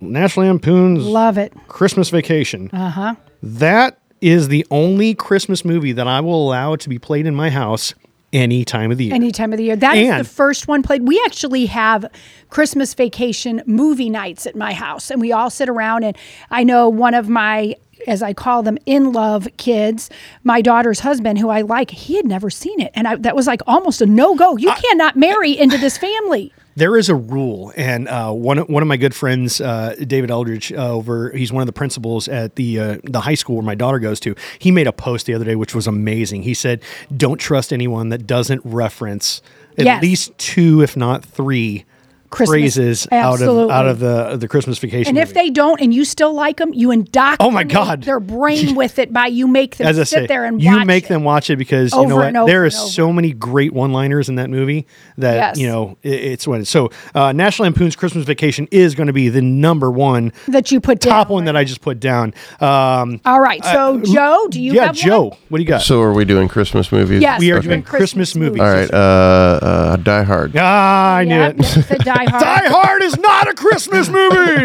Speaker 1: National Lampoon's
Speaker 2: Love it.
Speaker 1: Christmas Vacation.
Speaker 2: Uh huh.
Speaker 1: That is the only Christmas movie that I will allow to be played in my house any time of the year.
Speaker 2: Any time of the year. That is
Speaker 1: And-
Speaker 2: the first one played. We actually have Christmas vacation movie nights at my house, and we all sit around. And I know one of my, as I call them, in love kids, my daughter's husband, who I like, he had never seen it, and I, that was like almost a no go. You cannot marry into this family.
Speaker 1: There is a rule, and uh, one of- one of my good friends, uh, David Eldridge, uh, over he's one of the principals at the uh, the high school where my daughter goes to. He made a post the other day, which was amazing. He said, "Don't trust anyone that doesn't reference at
Speaker 2: Yes.
Speaker 1: least two, if not three,
Speaker 2: Christmas.
Speaker 1: phrases
Speaker 2: Absolutely.
Speaker 1: out of out of the the Christmas vacation."
Speaker 2: And if
Speaker 1: movie.
Speaker 2: they don't, and you still like them, you indoctrinate
Speaker 1: Oh, my God.
Speaker 2: their brain with it by you make them
Speaker 1: as I
Speaker 2: sit
Speaker 1: say,
Speaker 2: there and
Speaker 1: you
Speaker 2: watch
Speaker 1: make them watch it because you
Speaker 2: Over
Speaker 1: know what?
Speaker 2: and over
Speaker 1: There
Speaker 2: and
Speaker 1: is so many great one-liners in that movie that
Speaker 2: Yes.
Speaker 1: you know it, it's when. So, uh, National Lampoon's Christmas Vacation is going to be the number one
Speaker 2: that you put
Speaker 1: top one that I just put down. Um,
Speaker 2: All right, so Joe, do you
Speaker 1: yeah,
Speaker 2: have
Speaker 1: Joe,
Speaker 2: one?
Speaker 1: what do you got?
Speaker 7: So are we doing Christmas movies?
Speaker 2: Yes,
Speaker 1: we are
Speaker 7: Okay.
Speaker 1: doing Christmas movies.
Speaker 7: All right. Uh, uh, Die Hard.
Speaker 1: Ah, I
Speaker 2: Yep,
Speaker 1: knew it.
Speaker 2: the Die Hard.
Speaker 1: Die Hard is not a Christmas movie.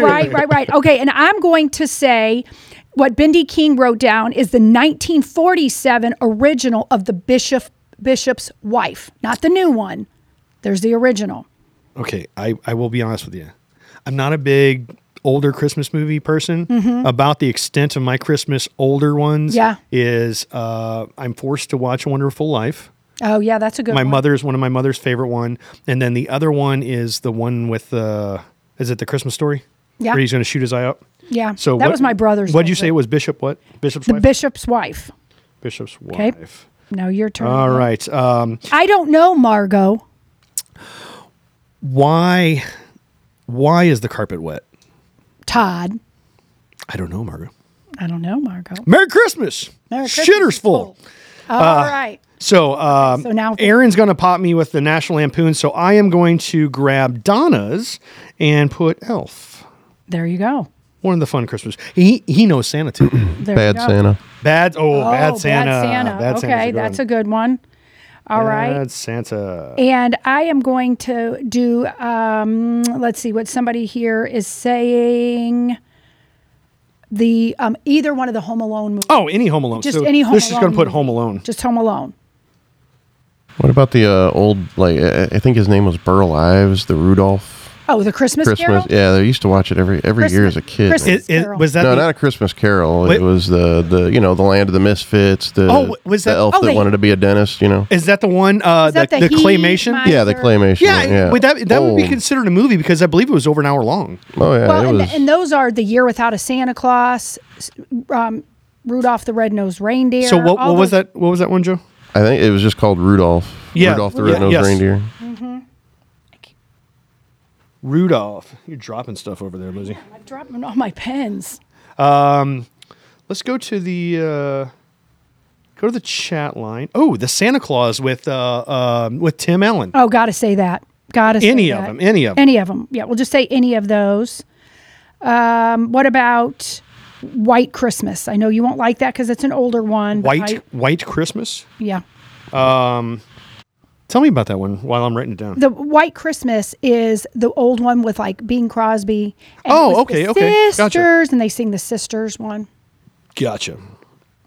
Speaker 2: right, right, right. Okay, and I'm going to say what Bindi King wrote down is the 1947 original of the Bishop Bishop's wife, not the new one. There's the original.
Speaker 1: Okay, I, I will be honest with you. I'm not a big older Christmas movie person.
Speaker 2: Mhm.
Speaker 1: About the extent of my Christmas older ones
Speaker 2: Yeah.
Speaker 1: is uh, I'm forced to watch A Wonderful Life.
Speaker 2: Oh yeah, that's a good
Speaker 1: my
Speaker 2: one.
Speaker 1: mother is one of my mother's favorite one, and then the other one is the one with the is it the Christmas story?
Speaker 2: Yeah.
Speaker 1: where he's going to shoot his eye out.
Speaker 2: Yeah,
Speaker 1: So
Speaker 2: that
Speaker 1: what-
Speaker 2: was my brother's.
Speaker 1: What'd you say? It was Bishop what? Bishop's
Speaker 2: The
Speaker 1: wife.
Speaker 2: Bishop's wife.
Speaker 1: Bishop's wife. Uh,
Speaker 2: Okay. Now your turn.
Speaker 1: All right. Um,
Speaker 2: I don't know, Margot.
Speaker 1: why why is the carpet wet?
Speaker 2: Todd.
Speaker 1: I don't know, Margaret.
Speaker 2: I don't know, Margot.
Speaker 1: Merry Christmas.
Speaker 2: Merry Christmas.
Speaker 1: Shitter's full.
Speaker 2: All
Speaker 1: Uh,
Speaker 2: right.
Speaker 1: So, um,
Speaker 2: so now-
Speaker 1: Aaron's going to pop me with the National Lampoon. So I am going to grab Donna's and put Elf.
Speaker 2: There you go.
Speaker 1: One of the fun Christmas. He he knows Santa too.
Speaker 2: There we Bad go. Santa.
Speaker 1: Bad oh, bad
Speaker 2: Bad
Speaker 1: Santa.
Speaker 2: Santa.
Speaker 1: Bad Santa's
Speaker 2: okay, that's a good one. All
Speaker 1: bad
Speaker 2: right.
Speaker 1: Santa.
Speaker 2: And I am going to do, um, let's see what somebody here is saying. The um, either one of the Home Alone movies.
Speaker 1: Oh, any Home Alone.
Speaker 2: Just
Speaker 1: So
Speaker 2: any Home
Speaker 1: This is going
Speaker 2: Alone
Speaker 1: to put
Speaker 2: movie.
Speaker 1: Home Alone.
Speaker 2: Just Home Alone.
Speaker 7: What about the uh, old like? uh, I think his name was Burl Ives. The Rudolph.
Speaker 2: Oh, the Christmas, Carol.
Speaker 7: Yeah, they used to watch it every every year as a kid.
Speaker 1: Christmas It- it- Carol. was that
Speaker 7: no,
Speaker 1: the-
Speaker 7: not a Christmas Carol.
Speaker 1: Wait.
Speaker 7: It was the the you know the Land of the Misfits. The
Speaker 1: Oh, was that-
Speaker 7: the elf
Speaker 1: oh,
Speaker 7: that
Speaker 1: they-
Speaker 7: wanted to be a dentist? You know.
Speaker 1: Is that the one? Uh,
Speaker 2: that
Speaker 1: the,
Speaker 2: the
Speaker 1: the,
Speaker 2: He
Speaker 1: claymation.
Speaker 7: Yeah, the claymation.
Speaker 1: Yeah,
Speaker 7: Yeah, Oh.
Speaker 1: Wait, that that would be
Speaker 7: Old.
Speaker 1: considered a movie because I believe it was over an hour long.
Speaker 7: Oh yeah,
Speaker 2: well,
Speaker 7: it
Speaker 2: and,
Speaker 7: was.
Speaker 2: and those are the Year Without a Santa Claus, s- um, Rudolph the Red-Nosed Reindeer.
Speaker 1: So what,
Speaker 2: all
Speaker 1: what was
Speaker 2: those-
Speaker 1: that? What was that one, Joe?
Speaker 7: I think it was just called Rudolph.
Speaker 1: Yeah,
Speaker 7: Rudolph the
Speaker 1: yeah,
Speaker 7: Red-Nosed
Speaker 1: yes.
Speaker 7: Reindeer.
Speaker 2: Mm-hmm.
Speaker 1: Rudolph. You're dropping stuff over there, Lizzie.
Speaker 2: I'm dropping all my pens.
Speaker 1: Um, let's go to the uh, go to the chat line. Oh, the Santa Claus with uh, um with Tim Allen.
Speaker 2: Oh, gotta say that. Gotta say
Speaker 1: Any of
Speaker 2: that.
Speaker 1: them, any of them.
Speaker 2: Any of them. Yeah, we'll just say any of those. Um, what about White Christmas? I know you won't like that because it's an older one. but
Speaker 1: White
Speaker 2: I-
Speaker 1: White Christmas.
Speaker 2: yeah.
Speaker 1: Um, tell me about that one while I'm writing it down.
Speaker 2: The White Christmas is the old one with like Bing Crosby. it
Speaker 1: Oh,
Speaker 2: was
Speaker 1: okay,
Speaker 2: the
Speaker 1: okay. Gotcha.
Speaker 2: Sisters, and they sing the sisters one.
Speaker 1: Gotcha.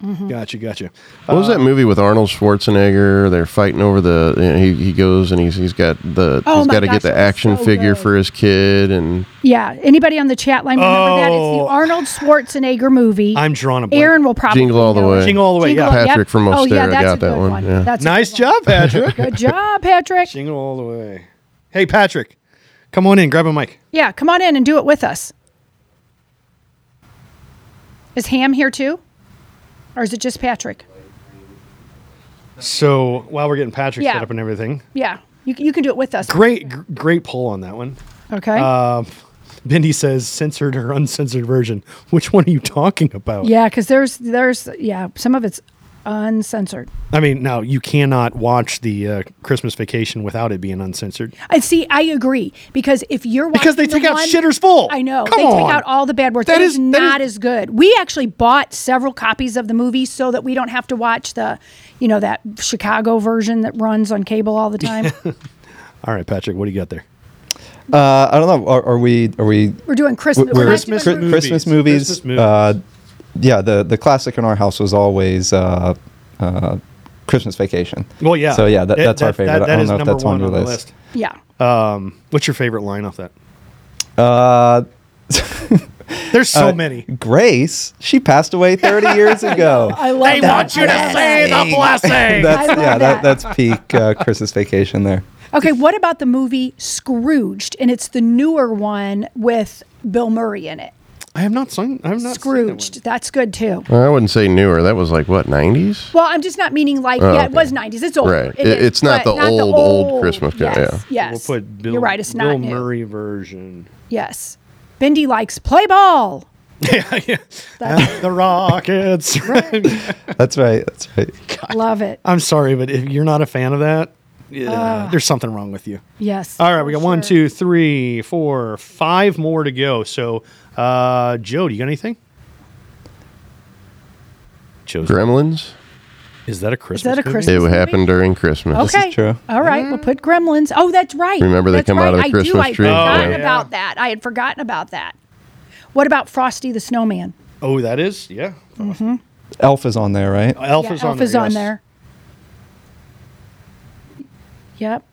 Speaker 2: Mm-hmm.
Speaker 1: Gotcha, gotcha.
Speaker 7: What was
Speaker 1: Uh,
Speaker 7: that movie with Arnold Schwarzenegger? They're fighting over the. You know, he he goes and he's he's got the.
Speaker 2: Oh
Speaker 7: he's
Speaker 2: my
Speaker 7: got to
Speaker 2: gosh,
Speaker 7: get the
Speaker 2: that was
Speaker 7: action
Speaker 2: so
Speaker 7: figure
Speaker 2: good.
Speaker 7: for his kid, and
Speaker 2: Yeah. Anybody on the chat line remember that? It's
Speaker 1: Oh.
Speaker 2: the Arnold Schwarzenegger movie.
Speaker 1: I'm drawing a blank.
Speaker 2: Aaron will probably
Speaker 7: Jingle All the
Speaker 2: know it.
Speaker 7: Way.
Speaker 1: Jingle all the way.
Speaker 2: Jingle
Speaker 1: yeah.
Speaker 2: All-
Speaker 7: Patrick
Speaker 2: yep.
Speaker 7: from
Speaker 2: Oh, yeah,
Speaker 7: Ostera
Speaker 2: that's a
Speaker 7: got that
Speaker 2: good
Speaker 7: one.
Speaker 2: one.
Speaker 7: Yeah.
Speaker 2: That's a
Speaker 1: nice job, Patrick.
Speaker 2: Good job, Patrick.
Speaker 1: Jingle all the way. Hey, Patrick, come on in. Grab a mic.
Speaker 2: Yeah, come on in and do it with us. Is Ham here too? Or is it just Patrick?
Speaker 1: So while we're getting Patrick
Speaker 2: Yeah.
Speaker 1: set up and everything,
Speaker 2: Yeah. You, you can do it with us.
Speaker 1: great, gr- great poll on that one.
Speaker 2: Okay.
Speaker 1: Um, Bindi says censored or uncensored version. Which one are you talking about?
Speaker 2: Yeah, because there's there's yeah, some of it's uncensored.
Speaker 1: I mean, now you cannot watch the uh, Christmas Vacation without it being uncensored.
Speaker 2: I see. I agree because if you're watching
Speaker 1: Because they
Speaker 2: the
Speaker 1: take out
Speaker 2: one-
Speaker 1: Shitter's Full.
Speaker 2: I know
Speaker 1: Come
Speaker 2: they
Speaker 1: on.
Speaker 2: take out all the bad words.
Speaker 1: That
Speaker 2: That is
Speaker 1: is- that
Speaker 2: not as good. We actually bought several copies of the movie so that we don't have to watch the, you know, that Chicago version that runs on cable all the time.
Speaker 1: All right, Patrick, what do you got there?
Speaker 13: Uh, I don't know. Are, are we? Are we?
Speaker 2: We're doing Christmas-
Speaker 13: we're-
Speaker 2: Christmas
Speaker 13: Chri-
Speaker 2: movies.
Speaker 13: Christmas movies.
Speaker 1: Christmas movies.
Speaker 13: Uh, yeah, the the classic in our house was always uh, uh, Christmas Vacation.
Speaker 1: Well, yeah.
Speaker 13: So yeah, that,
Speaker 1: It-
Speaker 13: that's our
Speaker 1: that-
Speaker 13: favorite.
Speaker 1: that-
Speaker 13: I
Speaker 1: that
Speaker 13: don't
Speaker 1: is
Speaker 13: know if
Speaker 1: number
Speaker 13: that's on
Speaker 1: one
Speaker 13: your
Speaker 1: the
Speaker 13: list.
Speaker 2: yeah.
Speaker 1: Um, what's your favorite line off that?
Speaker 13: Uh,
Speaker 1: There's so
Speaker 13: uh,
Speaker 1: many.
Speaker 13: Grace, she passed away 30 years ago.
Speaker 2: I love
Speaker 1: They want you to say the blessing.
Speaker 13: that's
Speaker 2: I love
Speaker 13: yeah,
Speaker 2: that.
Speaker 13: that. that's peak uh, Christmas Vacation there.
Speaker 2: Okay, what about the movie Scrooged? And it's the newer one with Bill Murray in it.
Speaker 1: I have not seen. I have not
Speaker 2: Scrooged. That's good too.
Speaker 7: Well, I wouldn't say newer. That was like what nineties.
Speaker 2: Well, I'm just not meaning like
Speaker 7: Oh,
Speaker 2: yeah, it was
Speaker 7: okay.
Speaker 2: 90s. It's old.
Speaker 7: Right. It- it's not the old, old Christmas
Speaker 2: Yes.
Speaker 7: Carol,
Speaker 2: Yes.
Speaker 1: We'll put Bill,
Speaker 2: You're right. It's
Speaker 1: Bill
Speaker 2: not new.
Speaker 1: Murray version.
Speaker 2: Yes. Bendy likes play ball.
Speaker 1: yeah, yeah. And the Rockets.
Speaker 13: That's right. That's right.
Speaker 2: Love it.
Speaker 1: I'm sorry, but if you're not a fan of that, yeah,
Speaker 2: Ah.
Speaker 1: there's something wrong with you.
Speaker 2: Yes.
Speaker 1: All right, we got one, two, three, four, five more to go. So, uh, Joe, do you got anything?
Speaker 7: Gremlins.
Speaker 1: Is that a Christmas?
Speaker 2: that a
Speaker 1: movie?
Speaker 2: Christmas
Speaker 7: it
Speaker 2: movie?
Speaker 7: happened during Christmas.
Speaker 2: Okay. All right. We'll put Gremlins. Oh, that's right.
Speaker 7: Remember they
Speaker 2: That's
Speaker 7: come
Speaker 2: right.
Speaker 7: out of the
Speaker 2: I do.
Speaker 7: Christmas
Speaker 2: I
Speaker 7: tree.
Speaker 2: had forgotten
Speaker 7: Oh, yeah.
Speaker 2: about that. I had forgotten about that. What about Frosty the Snowman?
Speaker 1: Oh, that is yeah.
Speaker 2: Mm-hmm.
Speaker 13: Elf is on there, right?
Speaker 1: Elf is on
Speaker 2: Elf
Speaker 1: there.
Speaker 2: is on
Speaker 1: yes.
Speaker 2: there. Yep.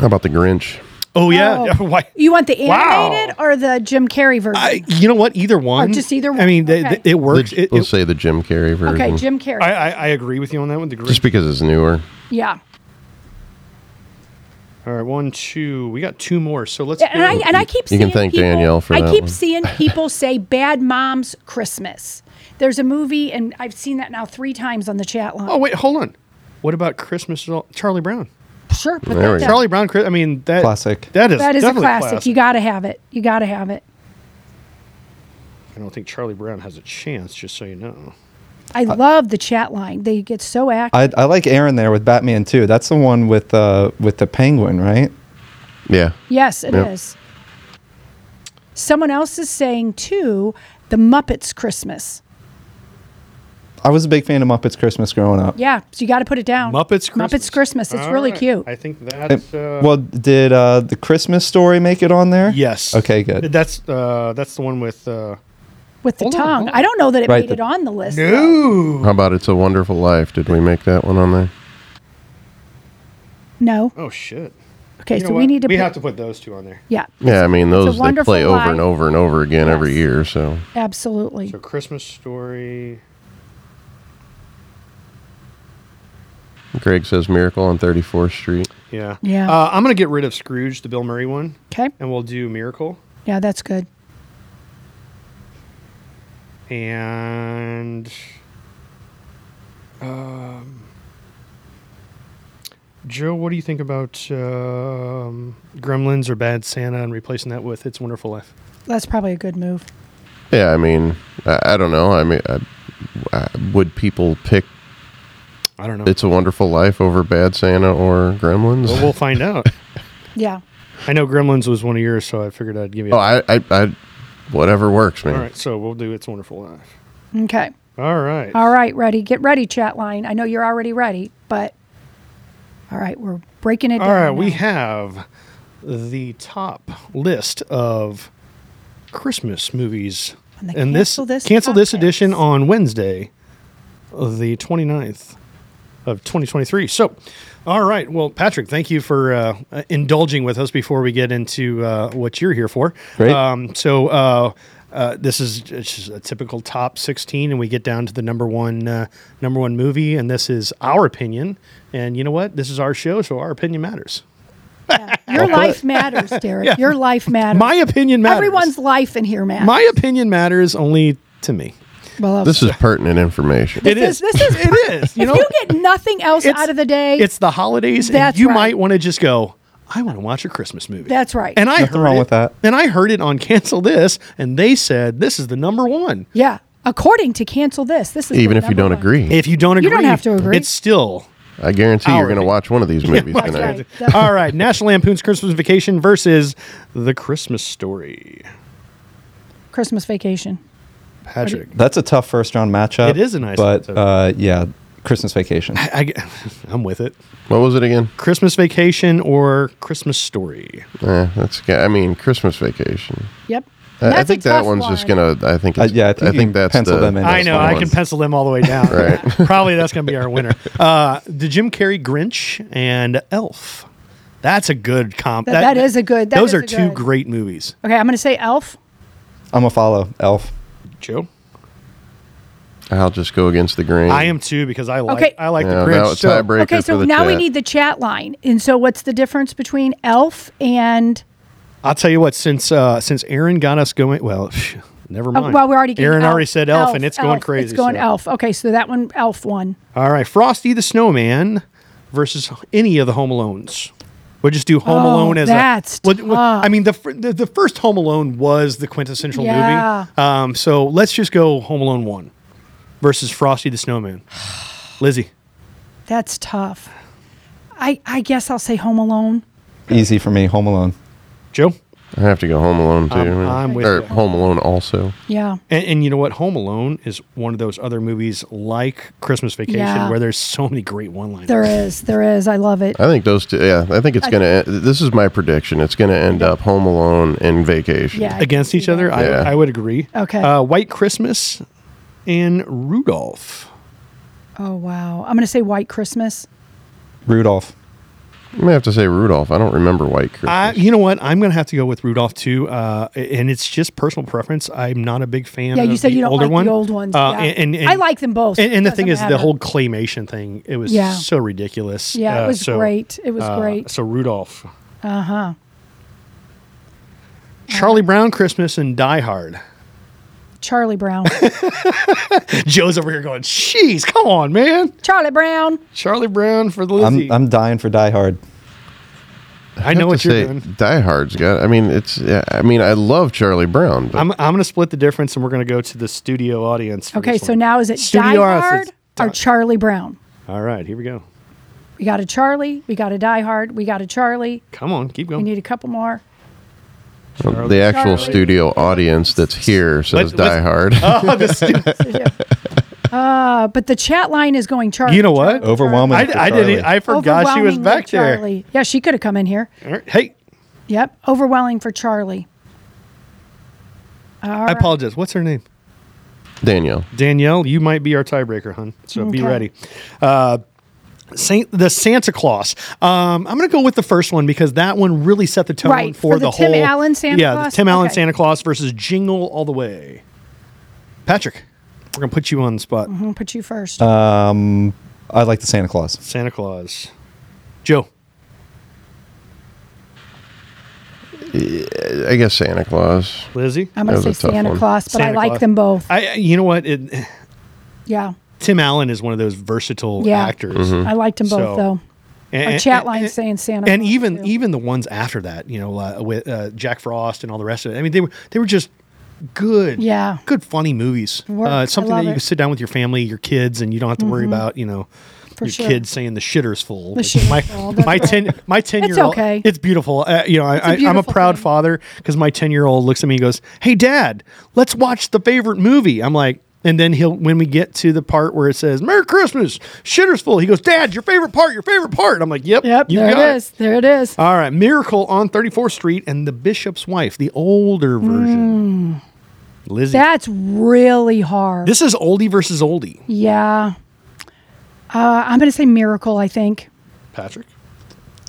Speaker 7: How about the Grinch?
Speaker 1: Oh yeah.
Speaker 2: Oh.
Speaker 1: Why?
Speaker 2: You want the
Speaker 1: Wow.
Speaker 2: animated or the Jim Carrey version?
Speaker 1: I, you know what? Either one.
Speaker 2: just either
Speaker 1: I mean,
Speaker 2: one.
Speaker 1: they-
Speaker 2: Okay.
Speaker 1: they- it works.
Speaker 7: The-
Speaker 1: It-
Speaker 7: we'll
Speaker 1: it-
Speaker 7: say the Jim Carrey version.
Speaker 2: okay, Jim Carrey.
Speaker 1: I, I, I agree with you on that one. The Grinch.
Speaker 7: Just because it's newer.
Speaker 2: yeah.
Speaker 1: All right, one, two. We got two more. So let's.
Speaker 2: Yeah, and
Speaker 1: go.
Speaker 2: I and I keep
Speaker 7: You
Speaker 2: seeing
Speaker 7: can thank
Speaker 2: people,
Speaker 7: Danielle for
Speaker 2: I
Speaker 7: that
Speaker 2: keep
Speaker 7: one.
Speaker 2: seeing people say "Bad Moms Christmas." There's a movie, and I've seen that now three times on the chat line.
Speaker 1: Oh wait, hold on. What about Christmas? is all- Charlie Brown.
Speaker 2: sure, put
Speaker 7: There
Speaker 2: that
Speaker 7: we go.
Speaker 2: down.
Speaker 1: Charlie Brown. Chris- I mean that
Speaker 13: Classic.
Speaker 1: That is
Speaker 2: that is a
Speaker 1: definitely
Speaker 2: classic. You got to have it. You got to have it.
Speaker 1: I don't think Charlie Brown has a chance. Just so you know.
Speaker 2: I love the chat line. They get so active.
Speaker 13: I, I like Aaron there with Batman too. That's the one with uh, with the penguin, right?
Speaker 7: Yeah.
Speaker 2: yes, it is.
Speaker 13: Yep.
Speaker 2: Someone else is saying too, "The Muppets Christmas."
Speaker 13: I was a big fan of Muppets Christmas growing up.
Speaker 2: Yeah, so you got to put it down.
Speaker 1: Muppets Christmas.
Speaker 2: Muppets Christmas. It's
Speaker 1: All
Speaker 2: really
Speaker 1: right.
Speaker 2: cute.
Speaker 1: I think
Speaker 13: It-
Speaker 1: that's. Uh,
Speaker 13: well, did uh, the Christmas story make it on there?
Speaker 1: Yes.
Speaker 13: Okay, good.
Speaker 1: That's uh, that's the one with. Uh,
Speaker 2: With the
Speaker 1: Hold on,
Speaker 2: tongue.
Speaker 1: hold
Speaker 2: I don't know that it
Speaker 7: Right,
Speaker 2: made
Speaker 7: the-
Speaker 2: it on the list. though.
Speaker 1: no.
Speaker 7: How about It's a Wonderful Life? Did we make that one on there?
Speaker 2: No.
Speaker 1: Oh shit.
Speaker 2: Okay,
Speaker 1: You know
Speaker 2: so we
Speaker 1: what?
Speaker 2: need to
Speaker 1: we
Speaker 2: put-
Speaker 1: have to put those two on there.
Speaker 2: Yeah.
Speaker 7: Yeah, I mean
Speaker 2: It's a
Speaker 7: those they
Speaker 2: Wonderful
Speaker 7: play over
Speaker 2: Life.
Speaker 7: and over and over again every year. So
Speaker 2: Absolutely.
Speaker 1: So Christmas story.
Speaker 7: Greg says Miracle on 34th Street.
Speaker 1: Yeah.
Speaker 2: Yeah.
Speaker 1: Uh, I'm gonna get rid of Scrooge, the Bill Murray one.
Speaker 2: Okay.
Speaker 1: And we'll do Miracle.
Speaker 2: Yeah, that's good.
Speaker 1: and um, Joe, what do you think about um, Gremlins or Bad Santa and replacing that with It's a Wonderful Life?
Speaker 2: That's probably a good move.
Speaker 7: Yeah, I mean, I, I don't know. I mean, I, I, would people pick
Speaker 1: I don't know.
Speaker 7: It's a Wonderful Life over Bad Santa or Gremlins?
Speaker 1: well, we'll find out.
Speaker 2: Yeah.
Speaker 1: I know Gremlins was one of yours, so I figured I'd give you.
Speaker 7: oh, I, I, I, whatever works,
Speaker 1: All
Speaker 7: man.
Speaker 1: right, so we'll do It's a Wonderful Life.
Speaker 2: Okay.
Speaker 1: All right.
Speaker 2: All right, ready. Get ready, chat line. I know you're already ready, but all right, we're breaking it
Speaker 1: All
Speaker 2: down.
Speaker 1: right, we
Speaker 2: now.
Speaker 1: have the top list of Christmas movies
Speaker 2: On the
Speaker 1: and
Speaker 2: cancel
Speaker 1: this,
Speaker 2: this,
Speaker 1: cancel this
Speaker 2: podcast.
Speaker 1: edition on Wednesday, the 29th of 2023. So, all right. Well, Patrick, thank you for uh, indulging with us before we get into uh, what you're here for.
Speaker 13: Great.
Speaker 1: Um, so, uh, uh, this is just a typical top 16, and we get down to the number one uh, number one movie, and this is our opinion. And you know what? This is our show, so our opinion matters.
Speaker 2: Your life matters, Derek.
Speaker 1: Yeah.
Speaker 2: Your life matters.
Speaker 1: My opinion matters.
Speaker 2: Everyone's life in here matters.
Speaker 1: My opinion matters only to me.
Speaker 2: Well,
Speaker 7: This is pertinent information.
Speaker 1: It is.
Speaker 2: This is.
Speaker 1: It is. You
Speaker 2: if
Speaker 1: know,
Speaker 2: you get nothing else
Speaker 1: It's-
Speaker 2: out of the day,
Speaker 1: it's the holidays, and
Speaker 2: That's
Speaker 1: you
Speaker 2: right.
Speaker 1: might want to just go. I want to watch a Christmas movie.
Speaker 2: That's right.
Speaker 1: And I
Speaker 13: Nothing
Speaker 1: heard
Speaker 13: wrong
Speaker 1: it,
Speaker 13: with that.
Speaker 1: And I heard it on Cancel This, and they said this is the number one.
Speaker 2: yeah. According to cancel this, this is
Speaker 7: Even if
Speaker 2: the
Speaker 7: you
Speaker 2: number
Speaker 7: don't
Speaker 2: one.
Speaker 7: agree.
Speaker 1: If you don't agree,
Speaker 2: You don't have to agree.
Speaker 1: It's still
Speaker 7: I guarantee you're going to watch one of these movies
Speaker 1: Yeah,
Speaker 7: tonight.
Speaker 1: that's right. All right, National Lampoon's Christmas Vacation versus The Christmas Story.
Speaker 2: Christmas vacation.
Speaker 1: Patrick,
Speaker 13: That's a tough first round matchup.
Speaker 1: It is a nice
Speaker 13: but
Speaker 1: matchup.
Speaker 13: uh, yeah, Christmas vacation.
Speaker 1: I, am with it.
Speaker 7: What was it again?
Speaker 1: Christmas Vacation or Christmas Story?
Speaker 7: Eh, that's. ga- I mean, Christmas vacation.
Speaker 2: Yep.
Speaker 7: I- I,
Speaker 2: That's a
Speaker 7: think that
Speaker 2: tough
Speaker 7: one's just
Speaker 2: one.
Speaker 7: gonna. I think. It's, yeah, I
Speaker 13: Uh, think
Speaker 7: think,
Speaker 13: you
Speaker 7: that's
Speaker 13: pencil
Speaker 7: the,
Speaker 13: them in
Speaker 1: I know. I can pencil them all the way down.
Speaker 7: Right.
Speaker 1: Probably that's going to be our winner. Uh, the Jim Carrey Grinch and Elf. That's a good comp.
Speaker 2: That- that is a good- that
Speaker 1: those
Speaker 2: is
Speaker 1: are
Speaker 2: a
Speaker 1: two
Speaker 2: good-
Speaker 1: great movies.
Speaker 2: Okay, I'm going to say Elf.
Speaker 13: I'm a follow Elf.
Speaker 1: Joe,
Speaker 7: I'll just go against the grain.
Speaker 1: I am too because I like
Speaker 2: Okay.
Speaker 1: I like
Speaker 7: Yeah,
Speaker 1: the Grinch.
Speaker 7: now it's tiebreaker
Speaker 2: okay, so
Speaker 7: for the
Speaker 2: now we
Speaker 7: chat.
Speaker 2: need the chat line. And so, what's the difference between Elf and?
Speaker 1: I'll tell you what. Since uh, since Aaron got us going, well, never
Speaker 2: Oh,
Speaker 1: mind.
Speaker 2: well, we're already. getting
Speaker 1: Aaron already said Elf, and it's going
Speaker 2: Elf.
Speaker 1: crazy.
Speaker 2: It's going
Speaker 1: so-
Speaker 2: Elf. Okay, so that one Elf won.
Speaker 1: All right, Frosty the Snowman versus any of the Home Alones. We'll just do Home
Speaker 2: Oh,
Speaker 1: Alone as
Speaker 2: that's
Speaker 1: a. Well, well, I mean, the, fir- the the first Home Alone was the quintessential
Speaker 2: Yeah.
Speaker 1: movie. Um, so let's just go Home Alone one versus Frosty the Snowman. Lizzie,
Speaker 2: That's tough. I I guess I'll say Home Alone.
Speaker 13: Easy for me. Home Alone.
Speaker 1: Joe,
Speaker 7: I have to go Home Alone too.
Speaker 1: I'm- I'm with
Speaker 7: or
Speaker 1: you.
Speaker 7: Home Alone also.
Speaker 2: Yeah.
Speaker 1: and, and you know what? Home Alone is one of those other movies like Christmas Vacation
Speaker 2: Yeah.
Speaker 1: where there's so many great one-liners.
Speaker 2: There is. There is. I love it.
Speaker 7: I think those two. Yeah, I think it's
Speaker 2: I
Speaker 7: gonna. e, This is my prediction. It's gonna end up Home Alone and Vacation.
Speaker 2: Yeah.
Speaker 1: against each other.
Speaker 7: Yeah.
Speaker 1: I, I would agree.
Speaker 2: Okay.
Speaker 1: Uh, White Christmas and Rudolph.
Speaker 2: Oh wow. I'm going to say White Christmas.
Speaker 13: Rudolph.
Speaker 7: I'm gonna have to say Rudolph. I don't remember White Christmas.
Speaker 1: I, you know what? I'm going to have to go with Rudolph too, uh, and it's just personal preference. I'm not a big fan.
Speaker 2: Yeah,
Speaker 1: of
Speaker 2: you said
Speaker 1: the
Speaker 2: you don't
Speaker 1: older
Speaker 2: like the
Speaker 1: one.
Speaker 2: old ones.
Speaker 1: Uh,
Speaker 2: Yeah.
Speaker 1: and, and-
Speaker 2: I like them both.
Speaker 1: And, and the thing
Speaker 2: Doesn't
Speaker 1: is, the
Speaker 2: matter.
Speaker 1: whole claymation thing. It was
Speaker 2: Yeah.
Speaker 1: so ridiculous.
Speaker 2: Yeah, it
Speaker 1: Uh,
Speaker 2: was
Speaker 1: so,
Speaker 2: great. It was
Speaker 1: uh,
Speaker 2: great.
Speaker 1: So Rudolph,
Speaker 2: Uh huh.
Speaker 1: Charlie Brown Christmas, and Die Hard.
Speaker 2: Charlie Brown.
Speaker 1: Joe's over here going, "Jeez, come on, man!"
Speaker 2: Charlie Brown.
Speaker 1: Charlie Brown for the
Speaker 13: I'm
Speaker 1: Lizzie.
Speaker 13: I'm dying for Die Hard.
Speaker 1: I know
Speaker 7: have
Speaker 1: what
Speaker 7: to
Speaker 1: you're
Speaker 7: say,
Speaker 1: doing.
Speaker 7: Die Hard's got. I mean, it's. yeah, I mean, I love Charlie Brown, but
Speaker 1: I'm, I'm going to split the difference, and we're going to go to the studio audience. for
Speaker 2: Okay,
Speaker 1: this
Speaker 2: so
Speaker 1: one.
Speaker 2: now is it
Speaker 1: Studio
Speaker 2: Die
Speaker 1: audience,
Speaker 2: Hard or Charlie Brown?
Speaker 1: All right, here we go.
Speaker 2: We got a Charlie. We got a Die Hard. We got a Charlie.
Speaker 1: Come on, keep
Speaker 2: We
Speaker 1: going.
Speaker 2: need a couple more.
Speaker 1: Charlie-
Speaker 7: the actual
Speaker 2: Charlie.
Speaker 7: studio audience that's here says
Speaker 1: Let- let's-
Speaker 7: Die Hard.
Speaker 1: Oh, the stu-
Speaker 2: Uh, but the chat line is going Charlie.
Speaker 1: you know what?
Speaker 13: Overwhelming.
Speaker 1: I,
Speaker 13: for
Speaker 1: I
Speaker 13: Charlie.
Speaker 1: didn't. e, I forgot she was back there.
Speaker 2: Charlie. Yeah, she could have come in here.
Speaker 1: All right. Hey,
Speaker 2: Yep. Overwhelming for Charlie. All
Speaker 1: I
Speaker 2: right.
Speaker 1: apologize. What's her name?
Speaker 7: Daniel.
Speaker 1: Danielle. You might be our tiebreaker, hun. So be
Speaker 2: Okay.
Speaker 1: ready. Uh, Saint, the Santa Claus. Um, I'm going to go with the first one because that one really set the tone
Speaker 2: Right,
Speaker 1: for,
Speaker 2: for the
Speaker 1: the
Speaker 2: Tim
Speaker 1: whole
Speaker 2: Allen Santa
Speaker 1: yeah,
Speaker 2: Claus?
Speaker 1: the Tim Allen
Speaker 2: Okay.
Speaker 1: Santa Claus versus Jingle All the Way. Patrick, we're going to put you on the spot.
Speaker 2: I'm gonna Mm-hmm, put you first.
Speaker 13: Um, I like the Santa Claus.
Speaker 1: Santa Claus. Joe.
Speaker 7: I guess Santa Claus.
Speaker 1: Lizzie.
Speaker 2: I'm going to
Speaker 7: that
Speaker 2: say
Speaker 7: was a tough
Speaker 2: Santa
Speaker 7: one.
Speaker 2: Claus, but I
Speaker 1: Santa
Speaker 2: like
Speaker 1: Claus.
Speaker 2: them both.
Speaker 1: I. I- You know what? It,
Speaker 2: Yeah.
Speaker 1: Tim Allen is one of those versatile
Speaker 2: Yeah.
Speaker 1: actors.
Speaker 13: Mm-hmm.
Speaker 7: Mm-hmm.
Speaker 2: I liked them both,
Speaker 1: So-
Speaker 2: though.
Speaker 1: And,
Speaker 2: Our chat line's saying Santa
Speaker 1: and
Speaker 2: Claus,
Speaker 1: even
Speaker 2: too.
Speaker 1: even the ones after that, you know, uh, with uh, Jack Frost and all the rest of it. I mean, they were they were just good,
Speaker 2: Yeah.
Speaker 1: good funny movies.
Speaker 2: Were-
Speaker 1: Uh, it's
Speaker 2: I
Speaker 1: something that
Speaker 2: love
Speaker 1: you
Speaker 2: it. Mm-hmm.
Speaker 1: can sit down with your family, your kids, and you don't have to worry about you know.
Speaker 2: For
Speaker 1: your
Speaker 2: sure.
Speaker 1: kids saying the shitter's full.
Speaker 2: The
Speaker 1: Like,
Speaker 2: shitter's
Speaker 1: my
Speaker 2: full, that's
Speaker 1: my
Speaker 2: right.
Speaker 1: ten my ten year old.
Speaker 2: okay.
Speaker 1: It's beautiful. Uh, you know, I,
Speaker 2: a
Speaker 1: I, I'm a
Speaker 2: beautiful
Speaker 1: proud
Speaker 2: thing.
Speaker 1: father because my ten year old looks at me and goes, "Hey, Dad, let's watch the favorite movie." I'm like, and then he'll when we get to the part where it says "Merry Christmas, shitter's full," he goes, "Dad, your favorite part, your favorite part." I'm like, "Yep,
Speaker 2: Yep.
Speaker 1: you
Speaker 2: there
Speaker 1: got
Speaker 2: it is. There it is.
Speaker 1: all
Speaker 2: Hmm.
Speaker 1: right, Miracle on 34th Street and The Bishop's Wife, the older version. Lizzie.
Speaker 2: That's really hard.
Speaker 1: This is oldie versus oldie.
Speaker 2: yeah. Uh, I'm going to say miracle, I think.
Speaker 1: Patrick?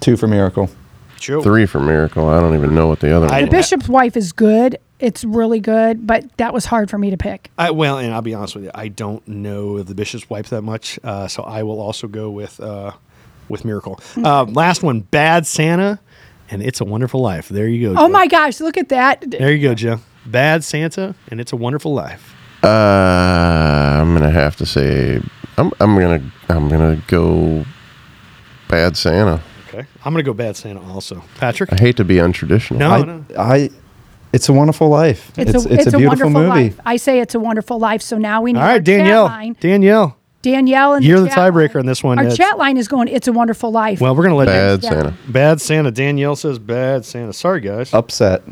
Speaker 13: Two for Miracle.
Speaker 1: Joe.
Speaker 7: Three for Miracle. I don't even know what the other
Speaker 2: the
Speaker 7: one is.
Speaker 2: Bishop's wife is good. It's really good, but that was hard for me to pick.
Speaker 1: I, well, and I'll be honest with you, I don't know the Bishop's wife that much, uh, so I will also go with uh, with Miracle.
Speaker 2: Hmm.
Speaker 1: Uh, last one, Bad Santa, and It's a Wonderful Life. There you go.
Speaker 2: Oh
Speaker 1: Joe.
Speaker 2: my gosh, look at that.
Speaker 1: There you go, Joe. Bad Santa, and It's a Wonderful Life.
Speaker 7: Uh, I'm gonna have to say I'm I'm gonna I'm gonna go Bad Santa.
Speaker 1: Okay, I'm gonna go Bad Santa also. Patrick,
Speaker 7: I hate to be untraditional.
Speaker 1: No,
Speaker 13: I,
Speaker 1: no.
Speaker 13: I, it's a wonderful life. It's, it's, a,
Speaker 2: wonderful
Speaker 13: beautiful movie.
Speaker 2: Life. I say it's a wonderful life. So now we need
Speaker 1: All right,
Speaker 2: our
Speaker 1: Danielle.
Speaker 2: Chat line.
Speaker 1: Danielle,
Speaker 2: Danielle, and
Speaker 1: you're the
Speaker 2: chat line.
Speaker 1: tiebreaker on this one.
Speaker 2: Our
Speaker 1: It's-
Speaker 2: chat line is going. It's a wonderful life.
Speaker 1: well, we're gonna let
Speaker 7: Bad
Speaker 2: Yeah.
Speaker 7: Santa.
Speaker 1: Bad Santa. Danielle says Bad Santa. Sorry, guys.
Speaker 13: Upset.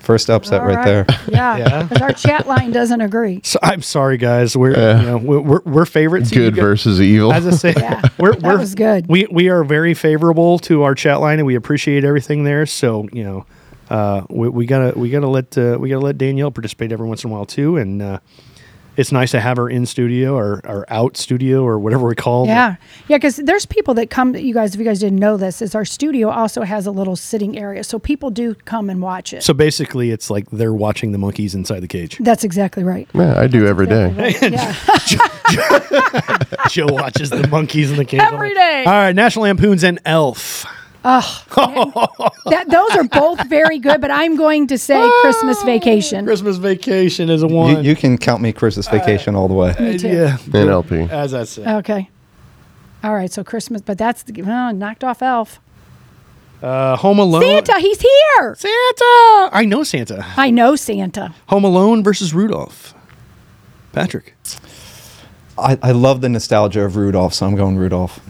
Speaker 13: First upset
Speaker 2: All
Speaker 13: right, there.
Speaker 2: Yeah,
Speaker 1: Yeah.
Speaker 2: because our chat line doesn't agree.
Speaker 1: So, I'm sorry, guys. We're you know, we're, we're, we're favorites. You
Speaker 7: Good
Speaker 1: guys-
Speaker 7: versus evil.
Speaker 1: As I say, we're,
Speaker 2: That
Speaker 1: we're
Speaker 2: was good.
Speaker 1: We we are very favorable to our chat line, and we appreciate everything there. So you know, uh, we, we gotta we gotta let uh, we gotta let Danielle participate every once in a while too, and uh, it's nice to have her in studio or, or out studio or whatever we call.
Speaker 2: Yeah, yeah, because there's people that come. You guys, if you guys didn't know this, is our studio also has a little sitting area, so people do come and watch it.
Speaker 1: So basically, it's like they're watching the monkeys inside the cage.
Speaker 2: That's exactly right.
Speaker 7: Yeah, I do every day.
Speaker 1: Joe watches the monkeys in the cage
Speaker 2: Every day.
Speaker 1: All right, National Lampoon's and Elf.
Speaker 2: Ugh, that those are both very good, but I'm going to say Christmas Vacation.
Speaker 1: Ah, Christmas Vacation is a
Speaker 13: You,
Speaker 1: one. Uh,
Speaker 13: you can count me Christmas vacation all the way.
Speaker 2: Me too.
Speaker 1: Yeah,
Speaker 7: And LP.
Speaker 1: as I said.
Speaker 2: Okay. All right, so Christmas, but that's the, oh, knocked off Elf.
Speaker 1: Uh, Home Alone.
Speaker 2: Santa, he's here.
Speaker 1: Santa. I know Santa.
Speaker 2: I know Santa.
Speaker 1: Home Alone versus Rudolph. Patrick.
Speaker 13: I, I love the nostalgia of Rudolph, so I'm going Rudolph.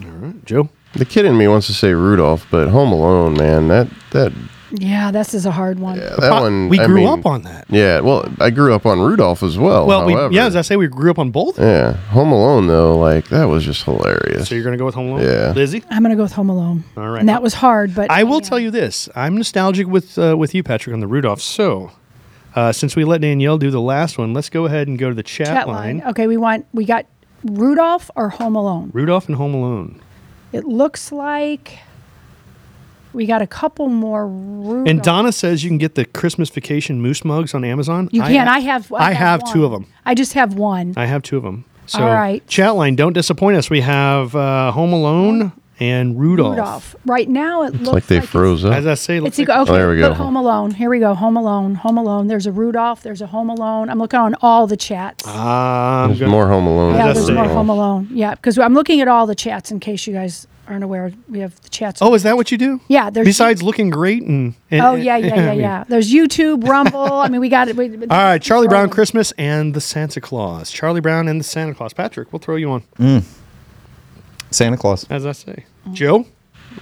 Speaker 1: Joe.
Speaker 7: The kid in me wants to say Rudolph, but Home Alone, man, that that
Speaker 2: Yeah, this is a hard one.
Speaker 7: that one.
Speaker 1: Uh, we
Speaker 7: I
Speaker 1: grew
Speaker 7: mean-
Speaker 1: up on that.
Speaker 7: Yeah, well, I grew up on Rudolph as well.
Speaker 1: well,
Speaker 7: Oh, however.
Speaker 1: we, yeah, as I say, we grew up on both.
Speaker 7: Yeah, Home Alone though, like that was just hilarious.
Speaker 1: So you're going to go with Home Alone?
Speaker 7: Yeah.
Speaker 1: Lizzie?
Speaker 2: I'm gonna go with Home Alone.
Speaker 1: All right.
Speaker 2: And that was hard, but
Speaker 1: I will tell you this. I'm nostalgic with uh, with you, Patrick, on the Rudolph. So uh, since we let Danielle do the last one, let's go ahead and go to the chat,
Speaker 2: chat
Speaker 1: line.
Speaker 2: line. Oh. Okay, we want we got Rudolph or Home Alone.
Speaker 1: Rudolph and Home Alone.
Speaker 2: It looks like we got a couple more Rudolph.
Speaker 1: And Donna says you can get the Christmas Vacation Moose mugs on Amazon.
Speaker 2: you can. I, have.
Speaker 1: I, have two of
Speaker 2: one.
Speaker 1: them.
Speaker 2: I just have one.
Speaker 1: I have two of them. So,
Speaker 2: All right.
Speaker 1: chat line, don't disappoint us. We have uh, Home Alone and Rudolph.
Speaker 2: Rudolph. Right now, it
Speaker 7: it's
Speaker 2: looks
Speaker 7: like they froze up. Oh,
Speaker 1: As I say, it
Speaker 2: It's
Speaker 1: looks
Speaker 2: a,
Speaker 1: like-
Speaker 2: okay.
Speaker 7: there we
Speaker 2: put
Speaker 7: go.
Speaker 2: Home Alone. Here we go. Home Alone. Home Alone. There's a Rudolph. There's a Home Alone. I'm looking on all the chats.
Speaker 7: Oh.
Speaker 1: Ah, I'm
Speaker 7: There's
Speaker 1: gonna-
Speaker 7: more Home Alone.
Speaker 2: yeah,
Speaker 7: than
Speaker 2: there's more
Speaker 7: Rudolph.
Speaker 2: Home Alone. Yeah, because I'm looking at all the chats in case you guys aren't aware. We have the chats.
Speaker 1: Oh, is that what you do?
Speaker 2: Yeah, there's-
Speaker 1: Besides looking great and, and-
Speaker 2: oh yeah, yeah, yeah,
Speaker 1: I mean-
Speaker 2: yeah. There's YouTube, Rumble. I mean, we got it. We,
Speaker 1: All right, Charlie Brown Christmas and the Santa Claus. Charlie Brown and the Santa Claus. Patrick, we'll throw you on.
Speaker 13: Santa Claus.
Speaker 1: As I say,
Speaker 2: Mm.
Speaker 1: Joe.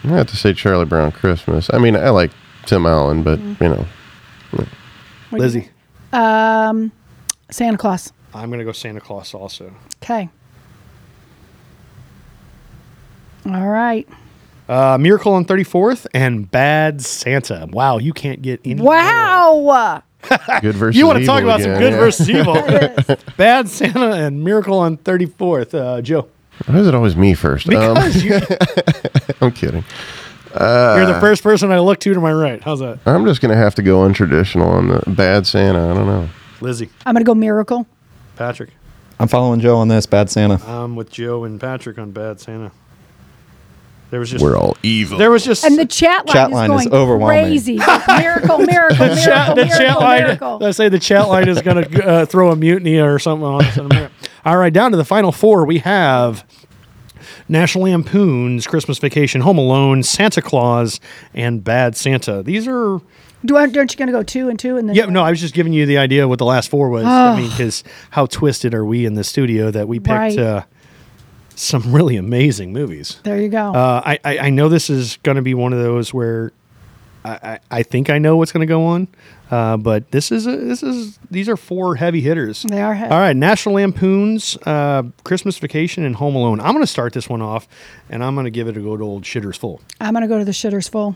Speaker 7: I have to say Charlie Brown Christmas. I mean, I like Tim Allen, but
Speaker 2: Mm-hmm.
Speaker 7: you know,
Speaker 1: Lizzie.
Speaker 2: Um, Santa Claus.
Speaker 1: I'm gonna go Santa Claus also.
Speaker 2: Okay. All right.
Speaker 1: Uh, Miracle on 34th and Bad Santa. Wow, you can't get any.
Speaker 2: Wow.
Speaker 7: good versus
Speaker 1: You want to
Speaker 7: evil
Speaker 1: talk about
Speaker 7: again,
Speaker 1: some good
Speaker 7: yeah.
Speaker 1: versus evil? Bad Santa and Miracle on 34th. Uh, Joe,
Speaker 7: Why is it always me first? Um,
Speaker 1: because you,
Speaker 7: I'm kidding. Uh,
Speaker 1: you're the first person I look to to my right. How's that,
Speaker 7: I'm just gonna have to go untraditional on the Bad Santa. I don't know.
Speaker 1: Lizzie?
Speaker 2: I'm gonna go Miracle.
Speaker 1: Patrick.
Speaker 13: I'm following Joe on this. Bad Santa.
Speaker 1: I'm with Joe and Patrick on Bad Santa. There was just
Speaker 7: We're all evil.
Speaker 1: There was just
Speaker 2: And the chat line,
Speaker 13: Chat
Speaker 2: is,
Speaker 13: line
Speaker 2: going
Speaker 13: is overwhelming.
Speaker 2: crazy. miracle, miracle, miracle,
Speaker 1: chat, the
Speaker 2: miracle,
Speaker 1: chat line.
Speaker 2: miracle.
Speaker 1: Let's say the chat line is going to uh, throw a mutiny or something on us in a minute. All right, down to the final four. We have National Lampoon's Christmas Vacation, Home Alone, Santa Claus, and Bad Santa. These are
Speaker 2: Do I, aren't you gonna go two and two and then?
Speaker 1: yeah. No, I was just giving you the idea of what the last four was. I mean, because how twisted are we in the studio that we picked
Speaker 2: Right.
Speaker 1: uh, some really amazing movies.
Speaker 2: There you go.
Speaker 1: Uh, I, I I know this is going to be one of those where I, I, I think I know what's going to go on, uh, but this is a, this is these are four heavy hitters.
Speaker 2: They are heavy.
Speaker 1: All right, National Lampoon's uh, Christmas Vacation and Home Alone. I'm going to start this one off, and I'm going to give it a good old shitters full.
Speaker 2: I'm gonna go to the shitters full.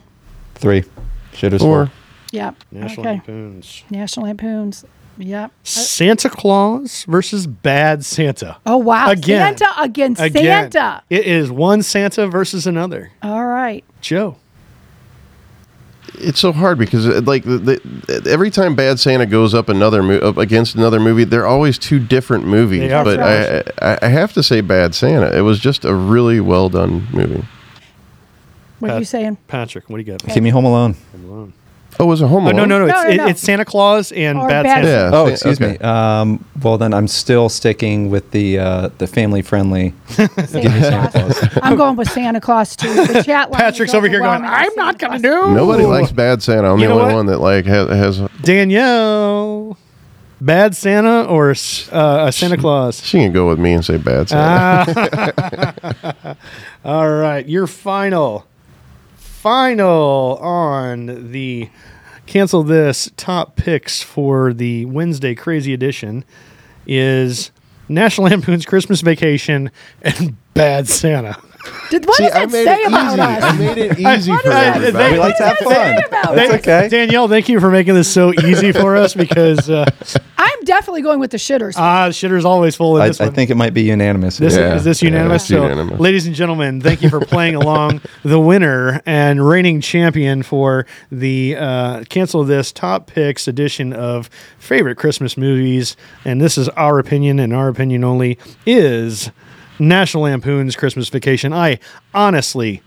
Speaker 13: Three. Shit is
Speaker 7: Four.
Speaker 13: four.
Speaker 2: Yeah.
Speaker 1: National
Speaker 2: okay.
Speaker 1: Lampoon's.
Speaker 2: National Lampoons. Yep.
Speaker 1: Santa Claus versus bad Santa.
Speaker 2: Oh wow!
Speaker 1: Again.
Speaker 2: Santa against
Speaker 1: Again.
Speaker 2: Santa.
Speaker 1: It is one Santa versus another.
Speaker 2: All right.
Speaker 1: Joe.
Speaker 7: It's so hard because uh, like the, the, every time Bad Santa goes up another mo- up against another movie, they're always two different movies.
Speaker 2: They are.
Speaker 7: but
Speaker 2: That's
Speaker 7: I, I I have to say Bad Santa. It was just a really well done movie.
Speaker 2: What are you
Speaker 1: Pat-
Speaker 2: saying?
Speaker 1: Patrick, what do you got?
Speaker 13: Give me Home Alone.
Speaker 7: Oh, was it Home
Speaker 1: Oh, no,
Speaker 7: Alone?
Speaker 1: no, no. It's,
Speaker 2: No, no,
Speaker 1: it-
Speaker 2: no.
Speaker 1: it's Santa Claus and
Speaker 2: Or
Speaker 1: bad,
Speaker 2: Bad
Speaker 1: Santa.
Speaker 7: Yeah.
Speaker 13: Oh,
Speaker 7: Sa-
Speaker 13: excuse
Speaker 7: okay.
Speaker 13: me. Um, well, then I'm still sticking with the uh, the family friendly.
Speaker 2: Santa Claus. I'm going with Santa Claus too. The chat line is
Speaker 1: Patrick's over here going,
Speaker 2: overwhelming.
Speaker 1: I'm not going to do.
Speaker 7: Nobody likes Bad Santa. I'm
Speaker 1: You
Speaker 7: the
Speaker 1: know
Speaker 7: only
Speaker 1: what?
Speaker 7: one that like has, has.
Speaker 1: Danielle. Bad Santa or s- uh, a Santa Claus?
Speaker 7: She can go with me and say Bad Santa.
Speaker 1: Ah. All right, your final, final on the cancel this top picks for the Wednesday Crazy Edition is National Lampoon's Christmas Vacation and Bad Santa.
Speaker 2: Did, what
Speaker 7: See,
Speaker 2: does
Speaker 7: I
Speaker 2: that
Speaker 7: made
Speaker 2: say
Speaker 7: it
Speaker 2: about
Speaker 7: easy.
Speaker 2: us?
Speaker 7: I made it easy for
Speaker 1: I-
Speaker 7: everybody.
Speaker 13: We like to have fun. Oh, That's
Speaker 1: Thank-
Speaker 13: okay.
Speaker 1: Danielle, thank you for making this so easy for us because uh,
Speaker 2: I'm definitely going with the shitters.
Speaker 1: ah, shitter's always full in
Speaker 13: I,
Speaker 1: this
Speaker 13: I
Speaker 1: one.
Speaker 13: think it might be unanimous.
Speaker 1: This
Speaker 7: Yeah,
Speaker 1: is this
Speaker 7: yeah,
Speaker 1: unanimous?
Speaker 7: that's
Speaker 1: so,
Speaker 7: unanimous.
Speaker 1: ladies and gentlemen, thank you for playing along. The winner and reigning champion for the uh, cancel this top picks edition of favorite Christmas movies, and this is our opinion and our opinion only is National Lampoon's Christmas Vacation. I honestly.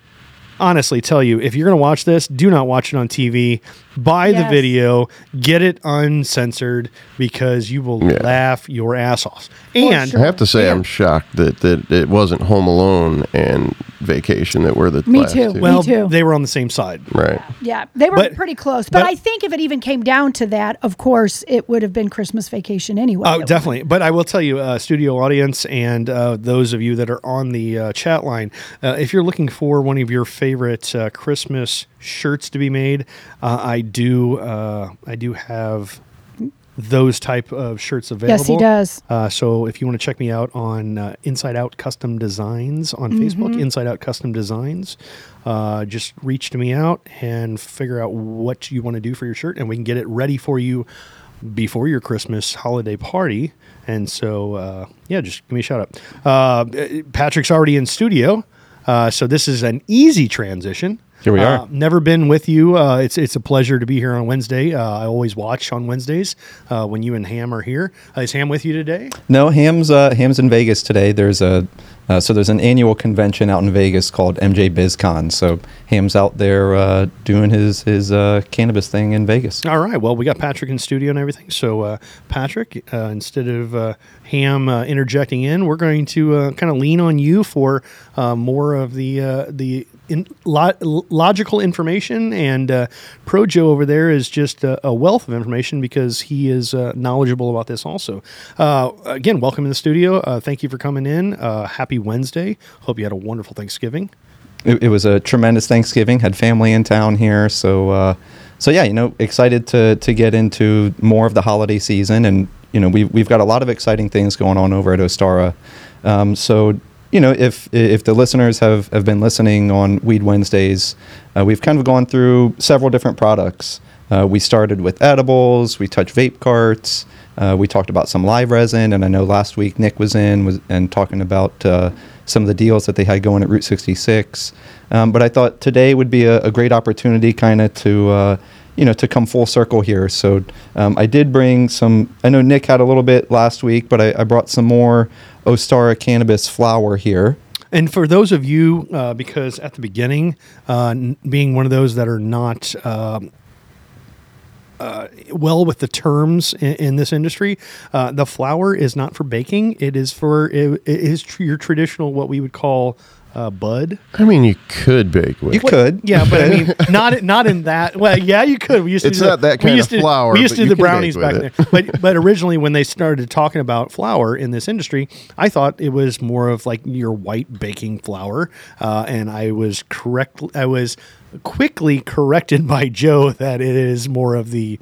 Speaker 1: Honestly, tell you if you're going to watch this, do not watch it on TV. Buy the
Speaker 2: Yes.
Speaker 1: video, get it uncensored because you will
Speaker 7: Yeah.
Speaker 1: laugh your ass off. And
Speaker 7: I have to say,
Speaker 1: and-
Speaker 7: I'm shocked that, that it wasn't Home Alone and Vacation that were the
Speaker 2: Me
Speaker 7: last
Speaker 2: too.
Speaker 7: two.
Speaker 1: Well,
Speaker 2: too.
Speaker 1: they were on the same side.
Speaker 7: right.
Speaker 2: Yeah, they were
Speaker 1: But-
Speaker 2: pretty close. But,
Speaker 1: but-
Speaker 2: I think if it even came down to that, of course, it would have been Christmas vacation anyway.
Speaker 1: Oh, definitely. But I will tell you, uh, studio audience and uh, those of you that are on the uh, chat line, uh, if you're looking for one of your favorite uh, Christmas shirts to be made, uh, I do. Uh, I do have those type of shirts available.
Speaker 2: Yes, he does.
Speaker 1: Uh, so if you want to check me out on uh, Inside Out Custom Designs on
Speaker 2: Mm-hmm.
Speaker 1: Facebook, Inside Out Custom Designs, uh, just reach to me out and figure out what you want to do for your shirt, and we can get it ready for you before your Christmas holiday party. And so, uh, yeah, just give me a shout out. Uh, Patrick's already in studio, uh, so this is an easy transition.
Speaker 13: Here we are.
Speaker 1: Uh, never been with you. Uh, it's it's a pleasure to be here on Wednesday. Uh, I always watch on Wednesdays uh, when you and Ham are here. Uh, is Ham with you today?
Speaker 13: No, Ham's uh, Ham's in Vegas today. There's a uh, so there's an annual convention out in Vegas called MJ BizCon. So Ham's out there uh, doing his his uh, cannabis thing in Vegas.
Speaker 1: All right. Well, we got Patrick in studio and everything. So, uh, Patrick, uh, instead of uh, Ham uh, interjecting in, we're going to uh, kind of lean on you for uh, more of the uh, the in, lo- logical information. And uh, Projo over there is just a, a wealth of information because he is uh, knowledgeable about this also. Uh, again, welcome in the studio. Uh, thank you for coming in. Uh, happy Wednesday. Hope you had a wonderful Thanksgiving.
Speaker 13: It, it was a tremendous Thanksgiving. Had family in town here, so uh, so yeah, you know, excited to to get into more of the holiday season, and you know, we've we've got a lot of exciting things going on over at Ostara. Um, so you know, if if the listeners have have been listening on Weed Wednesdays, uh, we've kind of gone through several different products. Uh, we started with edibles. We touched vape carts. Uh, we talked about some live resin, and I know last week Nick was in was, and talking about uh, some of the deals that they had going at Route 66. Um, but I thought today would be a, a great opportunity, kind of to uh, you know to come full circle here. So um, I did bring some. I know Nick had a little bit last week, but I, I brought some more Ostara cannabis flower here.
Speaker 1: And for those of you, uh, because at the beginning, uh, n- being one of those that are not um, uh, well with the terms in, in this industry, uh, the flour is not for baking. It is for it, it is tr- your traditional what we would call uh, bud.
Speaker 7: I mean, you could bake with.
Speaker 13: You could,
Speaker 1: Yeah, but I mean, not not in that. Well, yeah, you could. We used
Speaker 7: It's
Speaker 1: to do
Speaker 7: not that kind
Speaker 1: we used
Speaker 7: of
Speaker 1: to,
Speaker 7: flour,
Speaker 1: We used to
Speaker 7: but
Speaker 1: do
Speaker 7: you
Speaker 1: the
Speaker 7: can bake
Speaker 1: brownies
Speaker 7: with
Speaker 1: back
Speaker 7: it.
Speaker 1: then. But but originally, when they started talking about flour in this industry, I thought it was more of like your white baking flour, uh, and I was correct. I was quickly corrected by Joe that it is more of the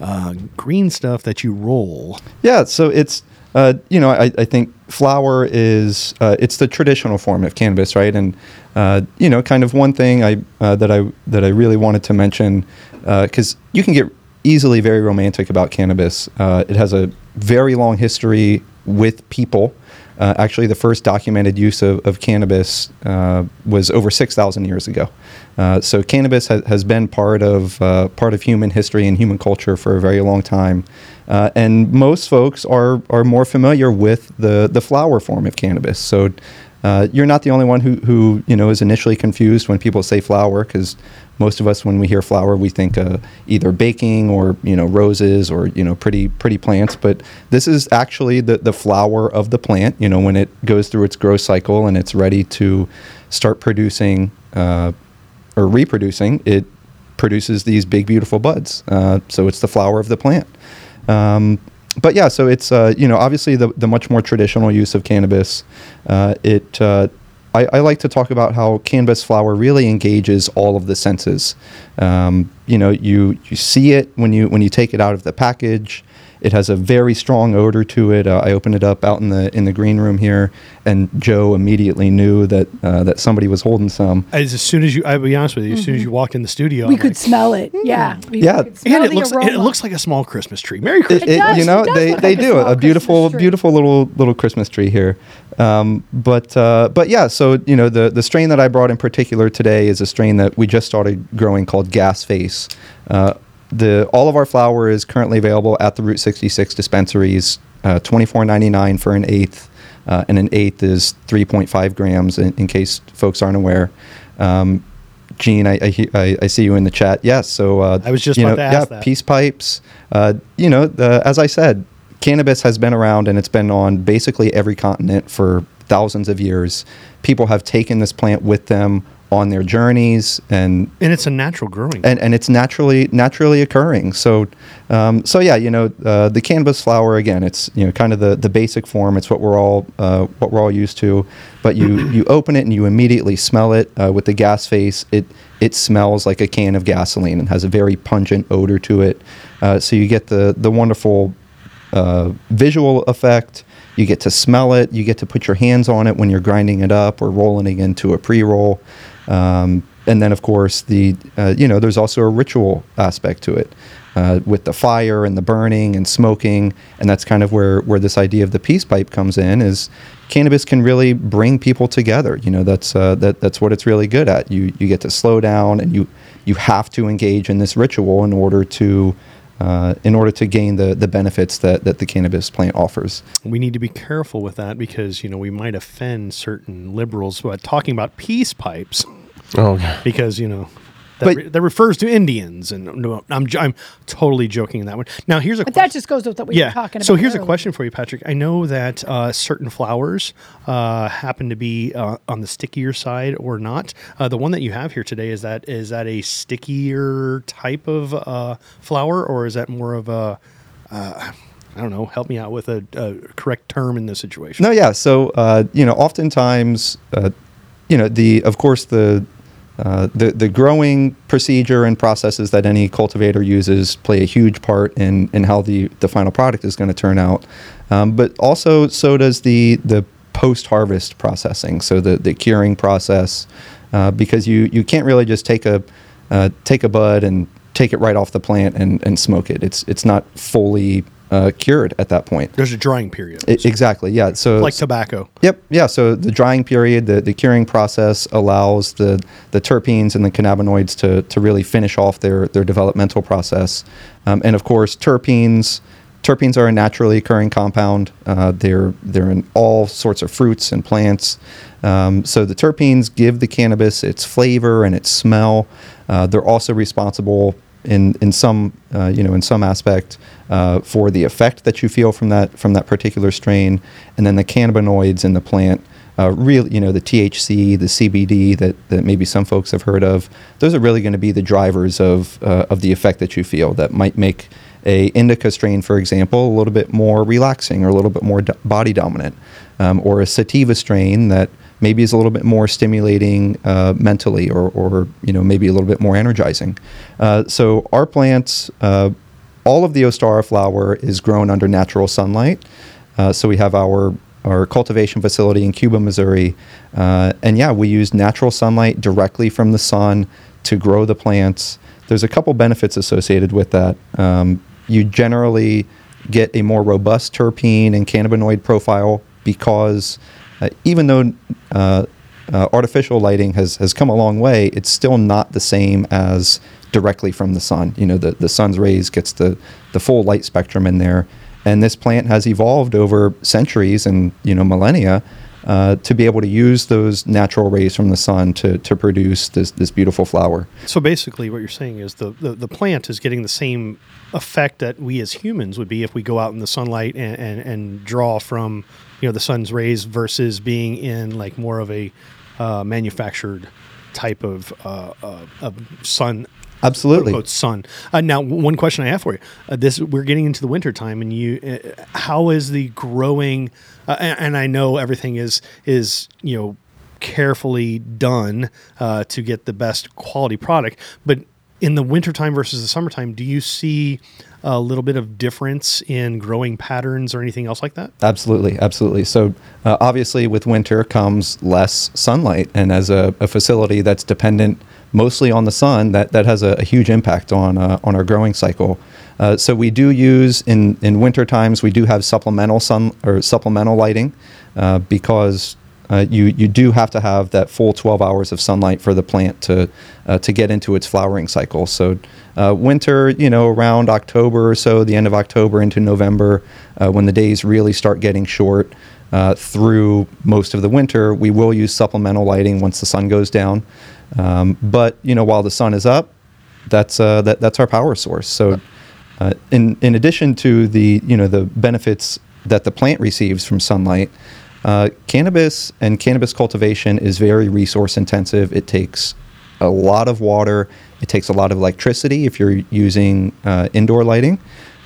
Speaker 1: uh, green stuff that you roll.
Speaker 13: Yeah, so it's uh, you know I, I think flower is uh, it's the traditional form of cannabis, right? And uh, you know, kind of one thing I uh, that I that I really wanted to mention because uh, you can get easily very romantic about cannabis. Uh, it has a very long history with people. Uh, actually, the first documented use of, of cannabis uh, was over 6,000 years ago. Uh, so, cannabis ha- has been part of uh, part of human history and human culture for a very long time. Uh, and most folks are are more familiar with the the flower form of cannabis. So, uh, you're not the only one who, who you know is initially confused when people say flower because most of us when we hear flower we think uh, either baking or you know roses or you know pretty pretty plants but this is actually the, the flower of the plant you know when it goes through its growth cycle and it's ready to start producing uh, or reproducing it produces these big beautiful buds uh, so it's the flower of the plant um, but yeah, so it's uh, you know obviously the, the much more traditional use of cannabis. Uh, it uh, I, I like to talk about how cannabis flower really engages all of the senses. Um, you know, you you see it when you when you take it out of the package. It has a very strong odor to it. Uh, I opened it up out in the in the green room here, and Joe immediately knew that uh, that somebody was holding some.
Speaker 1: As, as soon as you, I'll be honest with you, as soon as you walked in the studio,
Speaker 2: Mm-hmm. we
Speaker 1: I'm
Speaker 2: could
Speaker 1: like,
Speaker 2: smell it. Yeah. We
Speaker 13: Yeah.
Speaker 2: could smell
Speaker 1: and it
Speaker 2: the
Speaker 1: looks, it
Speaker 2: aroma.
Speaker 1: looks like a small Christmas tree. Merry
Speaker 13: It-
Speaker 1: Christmas.
Speaker 13: it- you know, they, they do a beautiful, beautiful little little Christmas tree here. Um, but uh, but yeah, so you know the the strain that I brought in particular today is a strain that we just started growing called Gas Face. Uh, the all of our flour is currently available at the Route 66 dispensaries, uh, 24.99 for an eighth, uh, and an eighth is 3.5 grams. In, in case folks aren't aware. Um, Gene, I, I, he- I, I see you in the chat. Yes, so uh,
Speaker 1: I was just
Speaker 13: you know,
Speaker 1: about to ask
Speaker 13: yeah,
Speaker 1: that.
Speaker 13: peace pipes. Uh, you know, the, as I said, cannabis has been around and it's been on basically every continent for thousands of years. People have taken this plant with them on their journeys, and
Speaker 1: and it's a natural growing.
Speaker 13: and, and it's naturally naturally occurring. So um, so yeah, you know uh, the cannabis flower again. It's you know kind of the, the basic form. It's what we're all uh, what we're all used to. But you you open it and you immediately smell it uh, with the gas face. It it smells like a can of gasoline and has a very pungent odor to it. Uh, so you get the the wonderful uh, visual effect. You get to smell it. You get to put your hands on it when you're grinding it up or rolling it into a pre-roll. Um, and then, of course, the uh, you know there's also a ritual aspect to it uh, with the fire and the burning and smoking, and that's kind of where where this idea of the peace pipe comes in. Is cannabis can really bring people together. You know that's uh, that that's what it's really good at. You you get to slow down and you you have to engage in this ritual in order to uh, in order to gain the, the benefits that, that the cannabis plant offers.
Speaker 1: We need to be careful with that because you know we might offend certain liberals by talking about peace pipes.
Speaker 7: Oh, yeah.
Speaker 1: because you know. That,
Speaker 2: But-
Speaker 1: re- that refers to Indians, and no, I'm j- I'm totally joking in that one. Now here's a
Speaker 2: But that just goes with what we were talking about.
Speaker 1: so here's a
Speaker 2: earlier.
Speaker 1: question for you, Patrick. I know that uh, certain flowers uh, happen to be uh, on the stickier side or not. Uh, the one that you have here today is that is that a stickier type of uh, flower, or is that more of a uh, I don't know. Help me out with a, a correct term in this situation.
Speaker 13: No, yeah. So uh, you know, oftentimes, uh, you know, the of course the uh, the the growing procedure and processes that any cultivator uses play a huge part in in how the the final product is going to turn out. Um, but also, so does the the post harvest processing, so the the curing process, uh, because you you can't really just take a uh, take a bud and take it right off the plant and, and smoke it. It's it's not fully uh, cured at that point.
Speaker 1: There's a drying period,
Speaker 13: I- E-, exactly. Yeah. So
Speaker 1: like tobacco.
Speaker 13: Yep. Yeah. So the drying period, the, the curing process allows the, the terpenes and the cannabinoids to, to really finish off their, their developmental process. Um, and of course, terpenes. Terpenes are a naturally occurring compound. Uh, they're they're in all sorts of fruits and plants. Um, so the terpenes give the cannabis its flavor and its smell. Uh, they're also responsible in in some uh, you know in some aspect uh, for the effect that you feel from that from that particular strain, and then the cannabinoids in the plant. Uh, really, you know, the THC, the CBD that, that maybe some folks have heard of, those are really going to be the drivers of uh, of the effect that you feel that might make a indica strain, for example, a little bit more relaxing or a little bit more do- body dominant, um, or a sativa strain that maybe is a little bit more stimulating uh, mentally, or, or you know maybe a little bit more energizing. Uh, so our plants, uh, all of the Ostara flower is grown under natural sunlight. Uh, so we have our our cultivation facility in Cuba, Missouri, uh, and yeah, we use natural sunlight directly from the sun to grow the plants. There's a couple benefits associated with that. Um, you generally get a more robust terpene and cannabinoid profile because uh, even though uh, uh, artificial lighting has, has come a long way, it's still not the same as directly from the sun. You know, the, the sun's rays gets the, the full light spectrum in there. And this plant has evolved over centuries and, you know, millennia uh, to be able to use those natural rays from the sun to, to produce this, this beautiful flower.
Speaker 1: So basically, what you're saying is the, the, the plant is getting the same effect that we as humans would be if we go out in the sunlight and, and, and draw from you know the sun's rays versus being in like more of a uh, manufactured type of, uh, uh, of sun.
Speaker 13: Absolutely.
Speaker 1: quote, unquote, sun. Uh, now, w- one question I have for you: uh, This we're getting into the winter time, and you, uh, how is the growing? Uh, and, and I know everything is is you know carefully done uh, to get the best quality product, but in the wintertime versus the summertime, do you see a little bit of difference in growing patterns or anything else like that?
Speaker 13: Absolutely, absolutely. So, uh, obviously, with winter comes less sunlight, and as a, a facility that's dependent mostly on the sun, that that has a, a huge impact on uh, on our growing cycle. Uh, so, we do use in in winter times we do have supplemental sun or supplemental lighting uh, because. Uh, you you do have to have that full 12 hours of sunlight for the plant to uh, to get into its flowering cycle. So uh, winter, you know, around October or so, the end of October into November, uh, when the days really start getting short. Uh, through most of the winter, we will use supplemental lighting once the sun goes down. Um, but you know, while the sun is up, that's uh, that, that's our power source. So, uh, in in addition to the you know the benefits that the plant receives from sunlight, uh, cannabis and cannabis cultivation is very resource intensive. It takes a lot of water. It takes a lot of electricity if you're using uh, indoor lighting.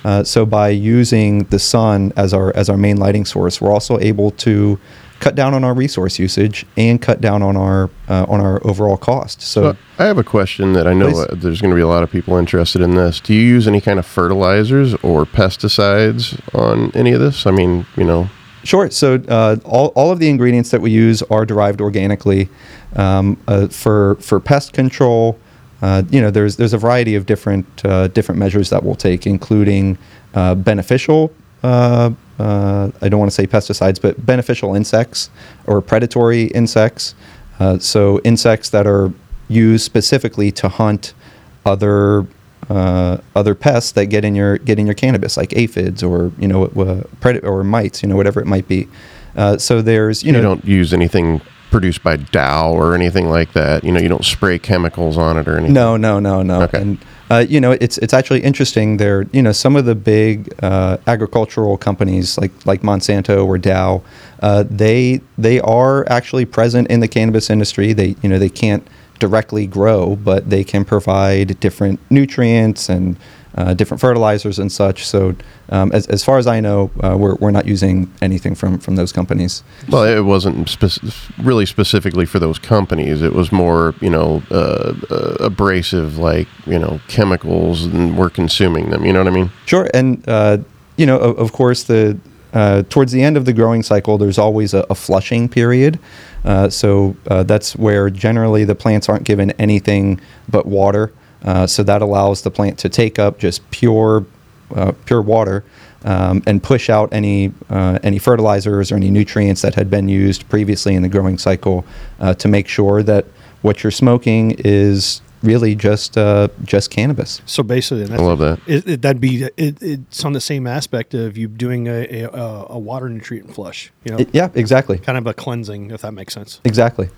Speaker 13: Uh, so by using the sun as our as our main lighting source, we're also able to cut down on our resource usage and cut down on our uh, on our overall cost. So
Speaker 7: So I have a question that I know
Speaker 13: Please.
Speaker 7: uh, there's going to be a lot of people interested in this. Do you use any kind of fertilizers or pesticides on any of this? I mean, you know,
Speaker 13: Sure. So uh, all, all of the ingredients that we use are derived organically. Um, uh, for for pest control, uh, you know, there's there's a variety of different uh, different measures that we'll take, including uh, beneficial. Uh, uh, I don't want to say pesticides, but beneficial insects or predatory insects. Uh, so insects that are used specifically to hunt other uh, other pests that get in your get in your cannabis, like aphids or you know uh, pred- or mites, you know whatever it might be. Uh, so there's you
Speaker 7: you,
Speaker 13: know
Speaker 7: don't use anything produced by Dow or anything like that. You know, you don't spray chemicals on it or anything.
Speaker 13: No, no, no, no. And uh, you know, it's it's actually interesting. There, you know, some of the big uh, agricultural companies like like Monsanto or Dow, uh, they they are actually present in the cannabis industry. They you know they can't directly grow, but they can provide different nutrients and. Uh, different fertilizers and such. So, um, as, as far as I know, uh, we're, we're not using anything from, from those companies.
Speaker 7: Well, it wasn't spec- really specifically for those companies. It was more, you know, uh, uh, abrasive, like you know, chemicals, and we're consuming them. You know what I mean?
Speaker 13: Sure, and uh, you know, of, of course, the uh, towards the end of the growing cycle, there's always a, a flushing period. Uh, so uh, that's where generally the plants aren't given anything but water. Uh, so that allows the plant to take up just pure uh, pure water um, and push out any uh, any fertilizers or any nutrients that had been used previously in the growing cycle uh, to make sure that what you're smoking is really just uh, just cannabis.
Speaker 1: So basically, that's
Speaker 13: love that.
Speaker 1: It, it, that'd be it, it's on the same aspect of you doing a, a, a- a water nutrient flush. You know,
Speaker 13: It- yeah, exactly.
Speaker 1: kind of a cleansing, if that makes sense.
Speaker 13: Exactly.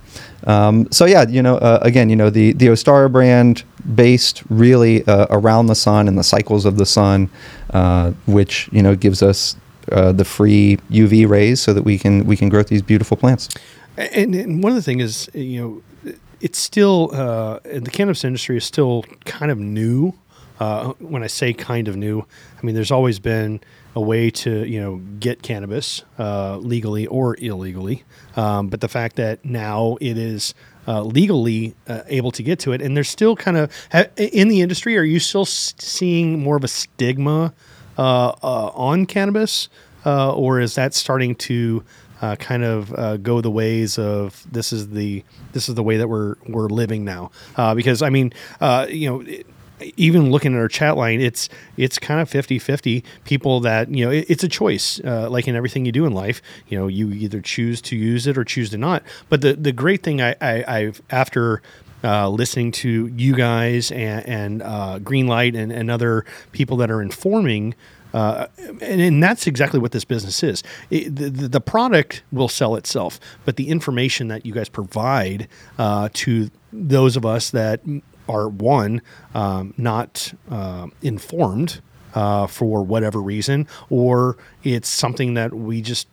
Speaker 13: Um, so yeah, you know, uh, again, you know, the the Ostara brand based really uh, around the sun and the cycles of the sun, uh, which you know gives us uh, the free UV rays so that we can we can grow these beautiful plants.
Speaker 1: And, and one of the things is, you know, it's still uh, the cannabis industry is still kind of new. Uh, when I say kind of new, I mean there's always been a way to you know get cannabis uh, legally or illegally, um, but the fact that now it is uh, legally uh, able to get to it, and there's still kind of ha- in the industry. Are you still s- seeing more of a stigma uh, uh, on cannabis, uh, or is that starting to uh, kind of uh, go the ways of this is the this is the way that we're we're living now. Uh, because I mean, uh, you know. It, even looking at our chat line it's it's kind of 50-50 people that you know it, it's a choice uh, like in everything you do in life you know you either choose to use it or choose to not but the the great thing i, I i've after uh, listening to you guys and, and uh, Greenlight and, and other people that are informing, uh, and, and that's exactly what this business is. It, the, the the product will sell itself, but the information that you guys provide uh, to those of us that are one um, not um informed uh, for whatever reason, or it's something that we just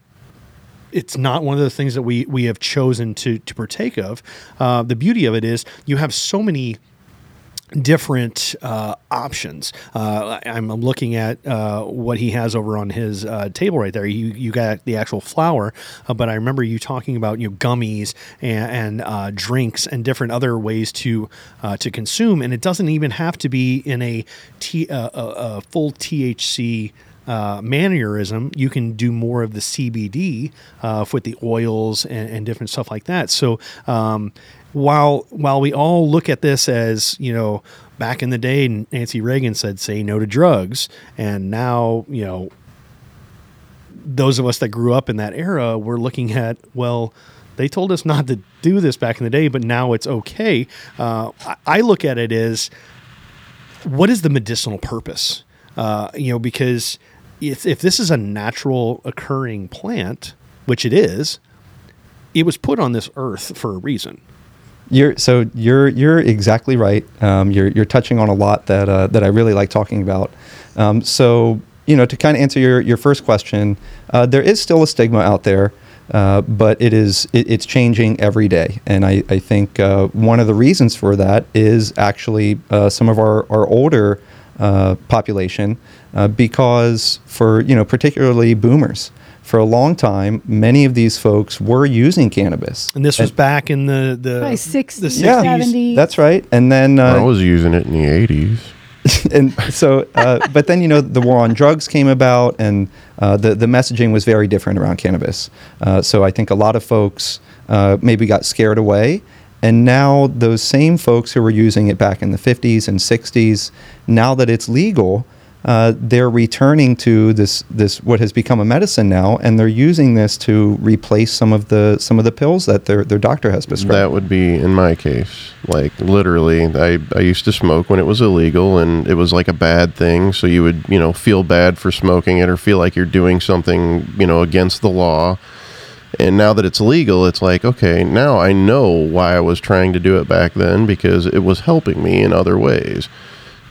Speaker 1: it's not one of the things that we we have chosen to to partake of. Uh, the beauty of it is you have so many different uh, options. Uh, I- I'm, I'm looking at uh, what he has over on his uh, table right there. You you got the actual flour, uh, but I remember you talking about you know gummies and, and uh, drinks and different other ways to uh, to consume, and it doesn't even have to be in a t uh, a, a full THC. Uh, mannerism, you can do more of the CBD uh, with the oils and, and different stuff like that. So, um, while while we all look at this as you know back in the day nancy reagan said say no to drugs and now you know those of us that grew up in that era were looking at well they told us not to do this back in the day but now it's okay uh, I, I look at it as what is the medicinal purpose uh, you know because if, if this is a natural occurring plant which it is it was put on this earth for a reason
Speaker 13: You're so you're you're exactly right. Um, you're you're touching on a lot that uh, that I really like talking about. Um, so you know to kind of answer your your first question, uh, there is still a stigma out there, uh, but it is it, it's changing every day, and I I think uh, one of the reasons for that is actually uh, some of our our older uh, population uh, because for you know particularly boomers for a long time many of these folks were using cannabis
Speaker 1: And this was back in the the
Speaker 2: Probably
Speaker 1: the
Speaker 2: 60s,
Speaker 1: 60s.
Speaker 2: 70s.
Speaker 13: that's right. And then uh,
Speaker 7: I was using it in the eighties.
Speaker 13: and so, uh, but then you know the war on drugs came about, and uh, the the messaging was very different around cannabis. Uh, so I think a lot of folks uh, maybe got scared away, and now those same folks who were using it back in the fifties and sixties, now that it's legal. Uh, they're returning to this this what has become a medicine now, and they're using this to replace some of the some of the pills that their their doctor has prescribed.
Speaker 7: That would be in my case. Like literally, I, I used to smoke when it was illegal and it was like a bad thing. So you would, you know, feel bad for smoking it or feel like you're doing something, you know, against the law. And now that it's legal, it's like, okay, now I know why I was trying to do it back then because it was helping me in other ways.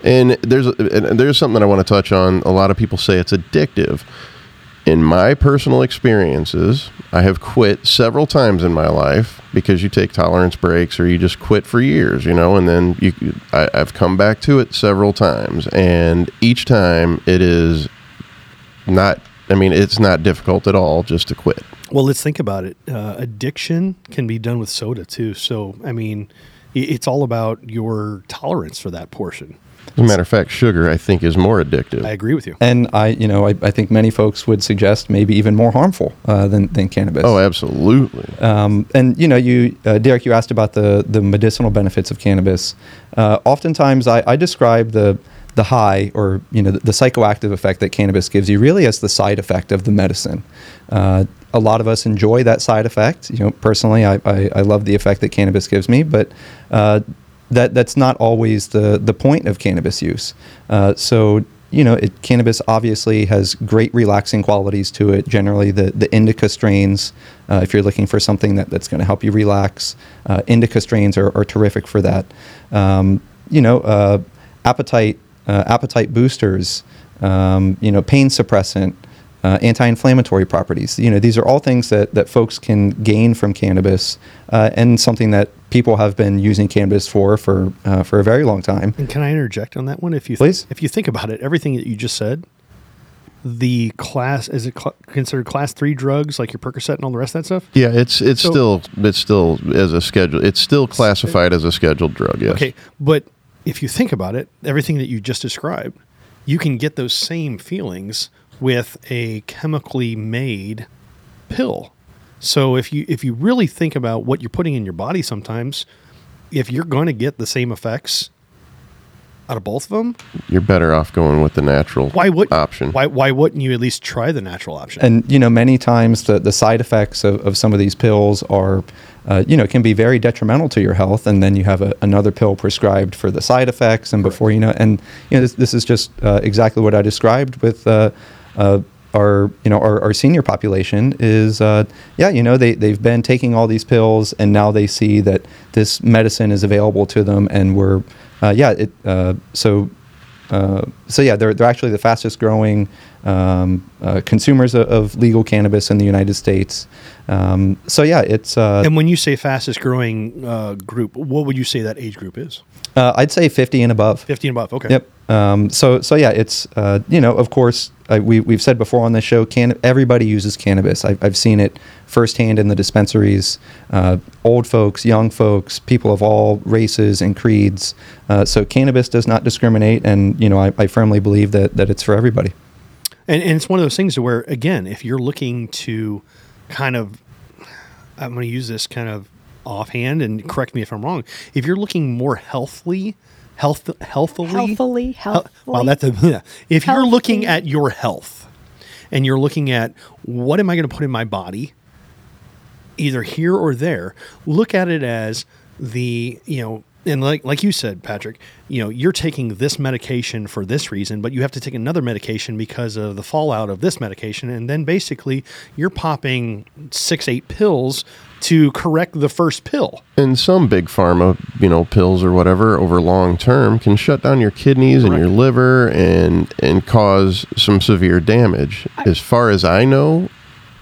Speaker 7: And there's and there's something that I want to touch on. A lot of people say it's addictive. In my personal experiences, I have quit several times in my life because you take tolerance breaks or you just quit for years, you know, and then you I, I've come back to it several times, and each time it is not. I mean, it's not difficult at all just to quit.
Speaker 1: Well, let's think about it. Uh, addiction can be done with soda too. So, I mean, i- it's all about your tolerance for that portion.
Speaker 7: As a matter of fact, sugar I think is more addictive.
Speaker 1: I agree with you.
Speaker 13: and I, you know, I, I think many folks would suggest maybe even more harmful uh, than than cannabis.
Speaker 7: Oh, absolutely.
Speaker 13: Um, and you know, you uh, Derek, you asked about the the medicinal benefits of cannabis. Uh, oftentimes, I, I describe the the high or you know the, the psychoactive effect that cannabis gives you really as the side effect of the medicine. Uh, a lot of us enjoy that side effect. You know, personally, I, I, I love the effect that cannabis gives me, but uh, that that's not always the the point of cannabis use. Uh, so you know, it, cannabis obviously has great relaxing qualities to it. Generally, the the indica strains, uh, if you're looking for something that, that's going to help you relax, uh, indica strains are, are terrific for that. Um, you know, uh, appetite uh, appetite boosters, um, you know, pain suppressant. Uh, anti-inflammatory properties. You know, these are all things that, that folks can gain from cannabis, uh, and something that people have been using cannabis for for uh, for a very long time.
Speaker 1: And can I interject on that one? If you
Speaker 13: Please.
Speaker 1: if you think about it, everything that you just said, the class is it cl- considered class three drugs like your Percocet and all the rest of that stuff?
Speaker 7: Yeah, it's it's
Speaker 1: So-
Speaker 7: still it's still as a schedule. It's still classified as a scheduled drug. Yes.
Speaker 1: Okay, but if you think about it, everything that you just described, you can get those same feelings with a chemically made pill. So if you if you really think about what you're putting in your body, sometimes if you're going to get the same effects out of both of them,
Speaker 7: You're better off going with the natural
Speaker 1: why would
Speaker 7: option.
Speaker 1: Why why wouldn't you at least try the natural option?
Speaker 13: And you know, many times the, the side effects of, of some of these pills are, uh, you know, can be very detrimental to your health. And then you have a, another pill prescribed for the side effects, and before you know, and you know, this, this is just uh, exactly what I described with. Uh, uh, our you know our, our senior population is uh, yeah you know they, they've been taking all these pills and now they see that this medicine is available to them and we're uh, yeah it uh, so uh, so yeah, they're they're actually the fastest growing um, uh, consumers of, of legal cannabis in the United States. Um, so yeah, it's uh,
Speaker 1: and when you say fastest growing uh, group, what would you say that age group is?
Speaker 13: uh, I'd say fifty and above.
Speaker 1: 50 and above. Okay.
Speaker 13: Yep. Um, so so yeah, it's uh, you know of course I, we we've said before on this show, can everybody uses cannabis. I've, I've seen it firsthand in the dispensaries. Uh, old folks, young folks, people of all races and creeds. Uh, so cannabis does not discriminate, and you know I, I firmly believe that that it's for everybody.
Speaker 1: And, and it's one of those things where, again, if you're looking to kind of, I'm going to use this kind of offhand and correct me if I'm wrong. If you're looking more healthily, health, healthily,
Speaker 2: Healthily,
Speaker 1: Hel- Oh, Well,
Speaker 2: healthily.
Speaker 1: that's a, if you're looking
Speaker 2: Healthy.
Speaker 1: at your health and you're looking at what am I going to put in my body, either here or there, look at it as the, you know, and like, like you said, Patrick, you know, you're taking this medication for this reason, but you have to take another medication because of the fallout of this medication. And then basically you're popping six, eight pills to correct the first pill.
Speaker 7: And some big pharma, you know, pills or whatever over long term can shut down your kidneys and your liver and and cause some severe damage. as far as I know,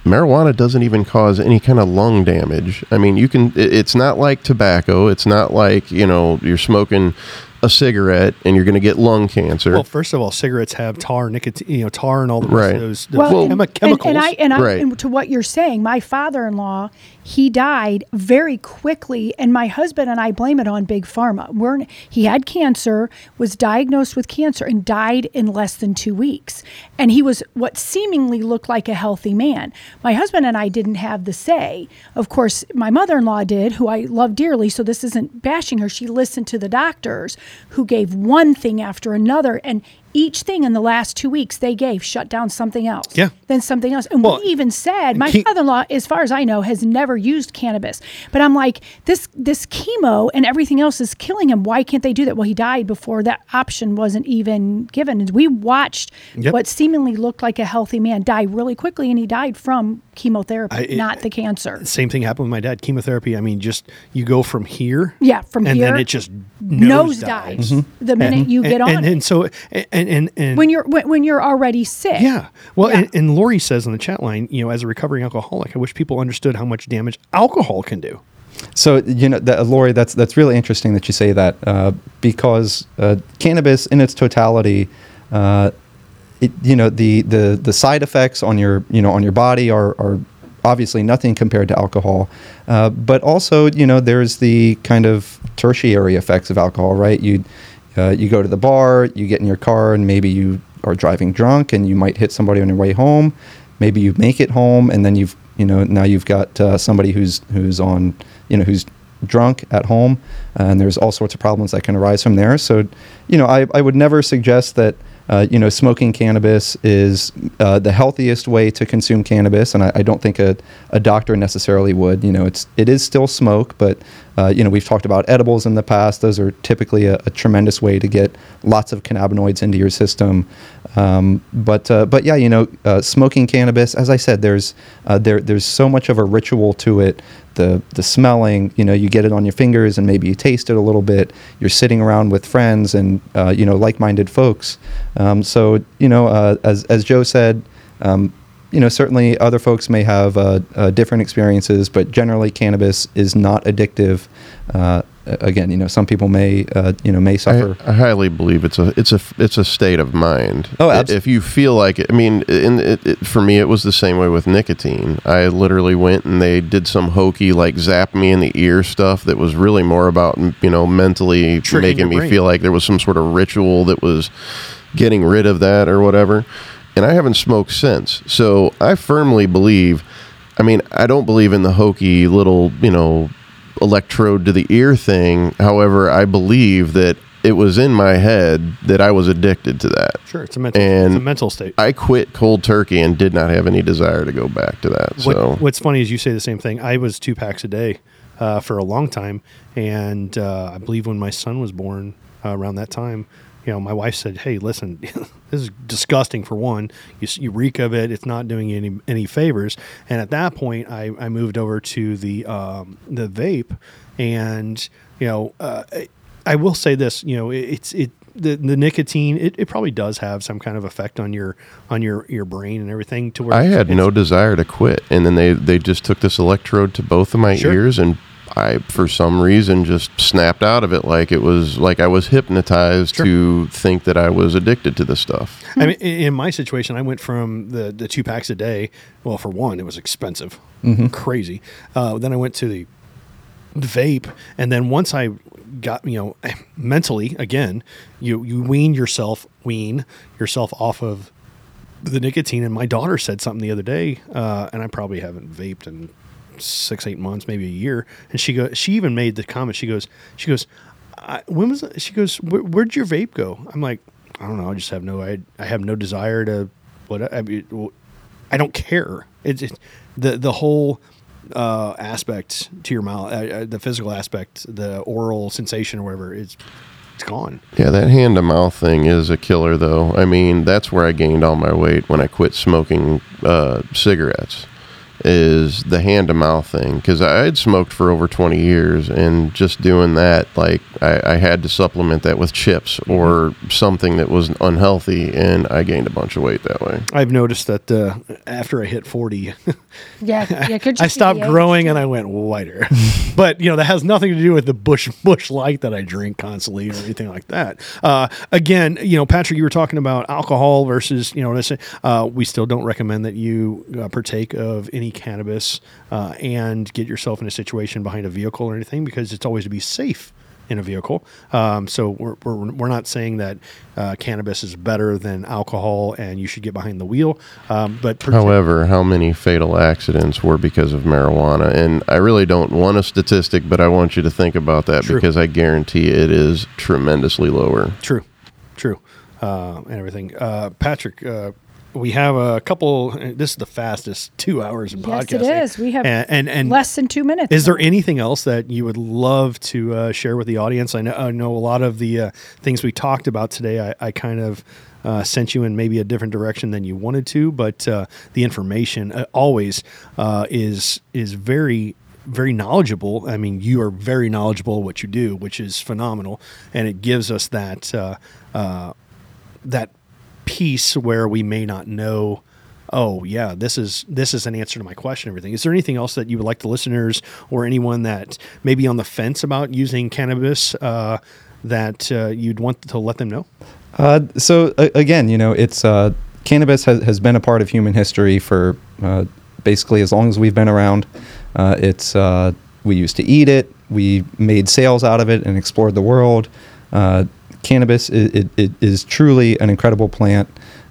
Speaker 7: marijuana doesn't even cause any kind of lung damage. I mean, you can it- it's not like tobacco, it's not like, you know, you're smoking a cigarette and you're going to get lung cancer.
Speaker 1: Well, first of all, cigarettes have tar, nicotine, you know, tar and all the rest
Speaker 7: Right.
Speaker 1: of those, those
Speaker 2: Well,
Speaker 1: chemi-
Speaker 2: and, and-
Speaker 1: chemicals.
Speaker 2: and I and I
Speaker 7: Right.
Speaker 2: and to what you're saying, my father-in-law, he died very quickly, and my husband and I blame it on big pharma. We're n- he had cancer, was diagnosed with cancer, and died in less than two weeks, and he was what seemingly looked like a healthy man. My husband and I didn't have the say. Of course, my mother-in-law did, who I love dearly. So this isn't bashing her. She listened to the doctors, who gave one thing after another, and each thing in the last two weeks they gave shut down something else
Speaker 1: Yeah.
Speaker 2: then something else. And we even said my
Speaker 1: ke-
Speaker 2: father-in-law, as far as I know, has never used cannabis. But I'm like, this this chemo and everything else is killing him. Why can't they do that? Well, he died before that option wasn't even given. And we watched
Speaker 1: Yep.
Speaker 2: what seemingly looked like a healthy man die really quickly, and he died from chemotherapy,
Speaker 1: I- it-
Speaker 2: not the cancer.
Speaker 1: Same thing happened with my dad. Chemotherapy. I mean, just you go from here,
Speaker 2: Yeah, from
Speaker 1: and
Speaker 2: here,
Speaker 1: then it just
Speaker 2: nose
Speaker 1: nose,
Speaker 2: dives
Speaker 7: Mm-hmm.
Speaker 2: the minute you get
Speaker 1: and,
Speaker 2: on
Speaker 1: And,
Speaker 2: it.
Speaker 1: and so, and and and
Speaker 2: When you're when, when you're already sick.
Speaker 1: yeah. Well, And, and Lori says in the chat line, you know, as a recovering alcoholic, I wish people understood how much damage alcohol can do.
Speaker 13: So you know, that, Lori, that's that's really interesting that you say that uh, because uh, cannabis in its totality, uh, it, you know, the, the the side effects on your you know on your body are are obviously nothing compared to alcohol, uh, but also you know there's the kind of tertiary effects of alcohol, right? You uh, you go to the bar, you get in your car, and maybe you are driving drunk, and you might hit somebody on your way home maybe you make it home and then you've you know now you've got uh, somebody who's who's on you know who's drunk at home uh, and there's all sorts of problems that can arise from there so you know i, I would never suggest that uh, you know smoking cannabis is uh, the healthiest way to consume cannabis and i, I don't think a, a doctor necessarily would you know it's it is still smoke but uh, you know we've talked about edibles in the past those are typically a, a tremendous way to get lots of cannabinoids into your system um, but uh, but yeah, you know, uh, smoking cannabis. As I said, there's uh, there there's so much of a ritual to it. The the smelling, you know, you get it on your fingers, and maybe you taste it a little bit. You're sitting around with friends and uh, you know like-minded folks. Um, so you know, uh, as as Joe said. Um, you know, certainly other folks may have uh, uh, different experiences, but generally, cannabis is not addictive. Uh, a- again, you know, some people may, uh, you know, may suffer.
Speaker 7: I highly believe it's a it's a it's a state of mind.
Speaker 13: Oh,
Speaker 7: I-
Speaker 13: abso-
Speaker 7: If you feel like it, I mean, in it, it, for me, it was the same way with nicotine. I literally went and they did some hokey like zap me in the ear stuff that was really more about you know mentally
Speaker 1: Tricking your
Speaker 7: making me
Speaker 1: brain.
Speaker 7: feel like there was some sort of ritual that was getting rid of that or whatever. And I haven't smoked since, so I firmly believe. I mean, I don't believe in the hokey little, you know, electrode to the ear thing. However, I believe that it was in my head that I was addicted to that.
Speaker 1: Sure, it's a mental,
Speaker 7: And
Speaker 1: it's a mental state.
Speaker 7: I quit cold turkey and did not have any desire to go back to that.
Speaker 1: What,
Speaker 7: so
Speaker 1: what's funny is you say the same thing. I was two packs a day uh, for a long time, and uh, I believe when my son was born uh, around that time, you know, my wife said, "Hey, listen, this is disgusting. For one, you, s- you reek of it. It's not doing you any any favors." And at that point, I, I moved over to the um, the vape, and you know, uh, I- I will say this, you know, it, it's it the, the nicotine it, it probably does have some kind of effect on your on your your brain and everything to where
Speaker 7: I had
Speaker 1: it's-
Speaker 7: no desire to quit, and then they they just took this electrode to both of my
Speaker 1: Sure.
Speaker 7: ears, and I for some reason just snapped out of it like it was like I was hypnotized
Speaker 1: Sure.
Speaker 7: to think that I was addicted to this stuff.
Speaker 1: I mean, in in my situation, I went from the, the two packs a day. Well, for one, it was expensive,
Speaker 7: Mhm.
Speaker 1: crazy. Uh, then I went to the vape, and then once I got you know mentally again, you you wean yourself wean yourself off of the nicotine. And my daughter said something the other day, uh, and I probably haven't vaped in six eight months, maybe a year. And she go she even made the comment. She goes she goes. I, when was it? she goes? Where, where'd your vape go? I'm like, I don't know. I just have no. I, I have no desire to. What I mean, w- I don't care. It's it, the the whole uh, aspect to your mouth, uh, uh, the physical aspect, the oral sensation or whatever. It's it's gone.
Speaker 7: Yeah, that hand to mouth thing is a killer, though. I mean, that's where I gained all my weight when I quit smoking uh, cigarettes. Is the hand to mouth thing because I had smoked for over 20 years and just doing that, like I, I had to supplement that with chips or something that was unhealthy, and I gained a bunch of weight that way.
Speaker 1: I've noticed that uh, after I hit forty,
Speaker 2: Yeah, yeah. Could
Speaker 1: I stopped growing and I went whiter. but you know that has nothing to do with the bush bush light that I drink constantly or anything like that. Uh, again, you know, Patrick, you were talking about alcohol versus you know. This, uh, we still don't recommend that you uh, partake of any cannabis uh, and get yourself in a situation behind a vehicle or anything because it's always to be safe. In a vehicle, um, so we're, we're, we're not saying that uh, cannabis is better than alcohol, and you should get behind the wheel. Um, but protect-
Speaker 7: However, how many fatal accidents were because of marijuana? And I really don't want a statistic, but I want you to think about that
Speaker 1: True.
Speaker 7: because I guarantee it is tremendously lower.
Speaker 1: True, true, uh, and everything. Uh, Patrick, uh, we have a couple. This is the fastest two hours of
Speaker 2: Yes,
Speaker 1: podcasting.
Speaker 2: it is. We have
Speaker 1: and and, and
Speaker 2: less than two minutes.
Speaker 1: Is there anything else that you would love to uh, share with the audience? I know, I know a lot of the uh, things we talked about today. I, I kind of uh, sent you in maybe a different direction than you wanted to, but uh, the information uh, always uh, is is very very knowledgeable. I mean, you are very knowledgeable at what you do, which is phenomenal, and it gives us that uh, uh, that piece where we may not know oh yeah this is this is an answer to my question and everything is there anything else that you would like the listeners or anyone that may be on the fence about using cannabis uh, that uh, you'd want to let them know
Speaker 13: Uh, so a again, you know, it's uh, cannabis has, has been a part of human history for uh, basically as long as we've been around. Uh, it's uh, we used to eat it. We made sales out of it and explored the world. Uh, cannabis is, it, it is truly an incredible plant.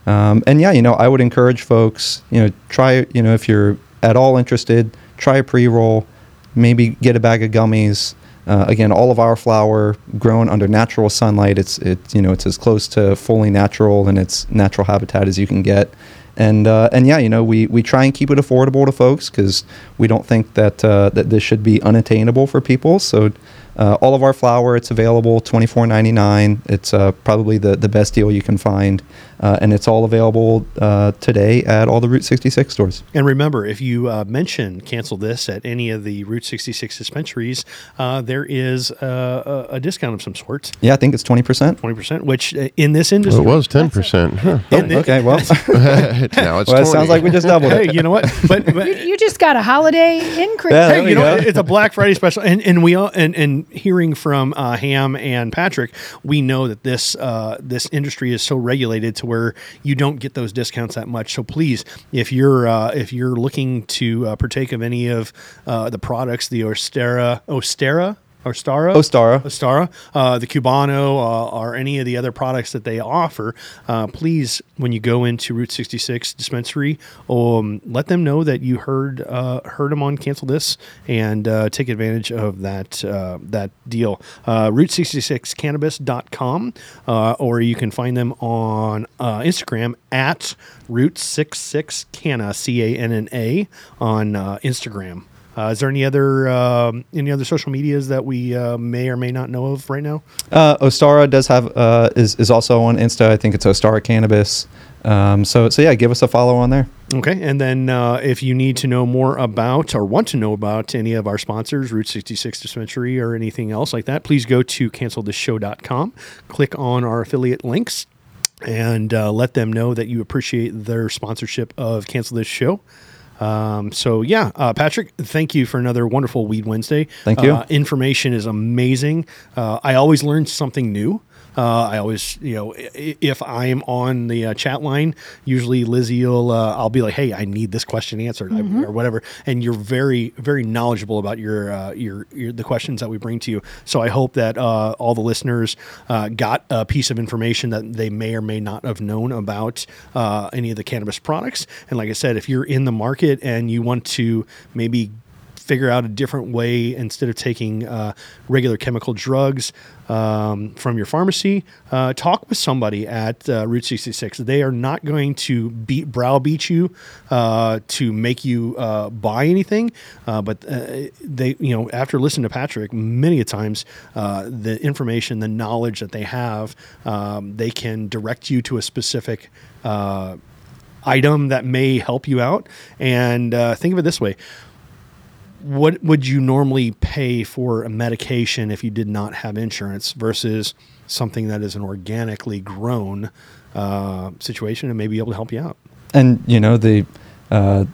Speaker 13: Um, and yeah, you know, I would encourage folks, you know, try, you know, if you're at all interested, try a pre-roll maybe get a bag of gummies. Uh, again, all of our flour grown under natural sunlight. It's it you know it's as close to fully natural and its natural habitat as you can get. And uh, and yeah, you know we we try and keep it affordable to folks because we don't think that uh, that this should be unattainable for people. So. Uh, all of our flour, it's available twenty four ninety nine. It's uh, probably the, the best deal you can find, uh, and it's all available uh, today at all the Route sixty six stores.
Speaker 1: and remember if you uh, mention cancel this at any of the route 66 dispensaries uh, there is uh, a, a discount of some sort
Speaker 13: Yeah, I think it's twenty percent.
Speaker 1: 20% which uh, in this
Speaker 7: Well,
Speaker 1: industry
Speaker 7: it was 10%. Huh.
Speaker 1: In the-
Speaker 13: Oh, okay, well,
Speaker 7: now it's
Speaker 13: Well, it
Speaker 7: 20.
Speaker 13: sounds like we just doubled
Speaker 1: hey
Speaker 13: it.
Speaker 1: you know what but, but
Speaker 2: You, you just got a holiday increase.
Speaker 1: Hey, you know, what? it's a Black Friday special, and and we all, and and hearing from uh, Ham and Patrick, we know that this uh, this industry is so regulated to where you don't get those discounts that much. So please, if you're uh, if you're looking to uh, partake of any of uh, the products, the Ostera Ostera Ostara,
Speaker 13: Ostara,
Speaker 1: Ostara, uh, the Cubano, uh, or any of the other products that they offer, uh, please, when you go into Route 66 dispensary, um, let them know that you heard uh, heard them on Cancel This and uh, take advantage of that uh, that deal. Uh, Route66cannabis.com, uh, or you can find them on uh, Instagram at Route66canna, C A N N A, on uh, Instagram. Uh, is there any other um, any other social medias that we uh, may or may not know of right now?
Speaker 13: Uh, Ostara does have uh, is is also on Insta. I think it's Ostara Cannabis. Um, so so yeah, give us a follow on there.
Speaker 1: Okay, and then uh, if you need to know more about or want to know about any of our sponsors, Route 66 Dispensary or anything else like that, please go to canceltheshow.com, click on our affiliate links, and uh, let them know that you appreciate their sponsorship of Cancel This Show. Um, so yeah, uh, Patrick, thank you for another wonderful Weed Wednesday.
Speaker 13: Thank you.
Speaker 1: Uh, information is amazing. Uh, I always learn something new. Uh, I always, you know, i- i- if I am on the uh, chat line, usually Lizzie will, uh, I'll be like, "Hey, I need this question answered," I-
Speaker 14: Mhm.
Speaker 1: or whatever. And you're very, very knowledgeable about your, uh, your, your the questions that we bring to you. So I hope that uh, all the listeners uh, got a piece of information that they may or may not have known about uh, any of the cannabis products. And like I said, if you're in the market and you want to maybe figure out a different way instead of taking uh, regular chemical drugs um, from your pharmacy. Uh, talk with somebody at uh, Route 66. They are not going to beat browbeat you uh, to make you uh, buy anything, uh, but uh, they, you know, after listening to Patrick many a times, uh, the information, the knowledge that they have, um, they can direct you to a specific. Uh, item that may help you out and uh, think of it this way what would you normally pay for a medication if you did not have insurance versus something that is an organically grown uh, situation and may be able to help you out?
Speaker 13: and you know the uh,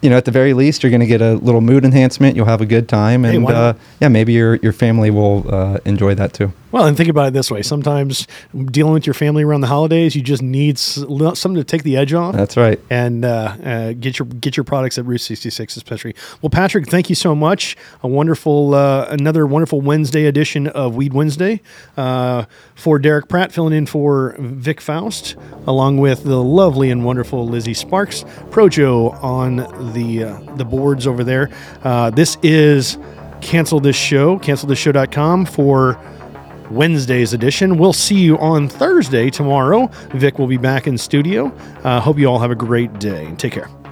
Speaker 13: you know at the very least you're going to get a little mood enhancement you'll have a good time
Speaker 1: Hey,
Speaker 13: and
Speaker 1: why not?
Speaker 13: uh, yeah maybe your your family will uh, enjoy that too
Speaker 1: Well, and think about it this way: sometimes dealing with your family around the holidays, you just need s- li- something to take the edge off.
Speaker 13: That's right.
Speaker 1: And uh, uh, get your get your products at Route 66 Dispensary. Well, Patrick, thank you so much. A wonderful, uh, another wonderful Wednesday edition of Weed Wednesday uh, for Derek Pratt, filling in for Vic Faust, along with the lovely and wonderful Lizzie Sparks, Projo on the uh, the boards over there. Uh, this is cancel this show. Cancelthisshow.com for. Wednesday's edition. We'll see you on Thursday tomorrow. Vic will be back in studio. Uh, hope you all have a great day. Take care.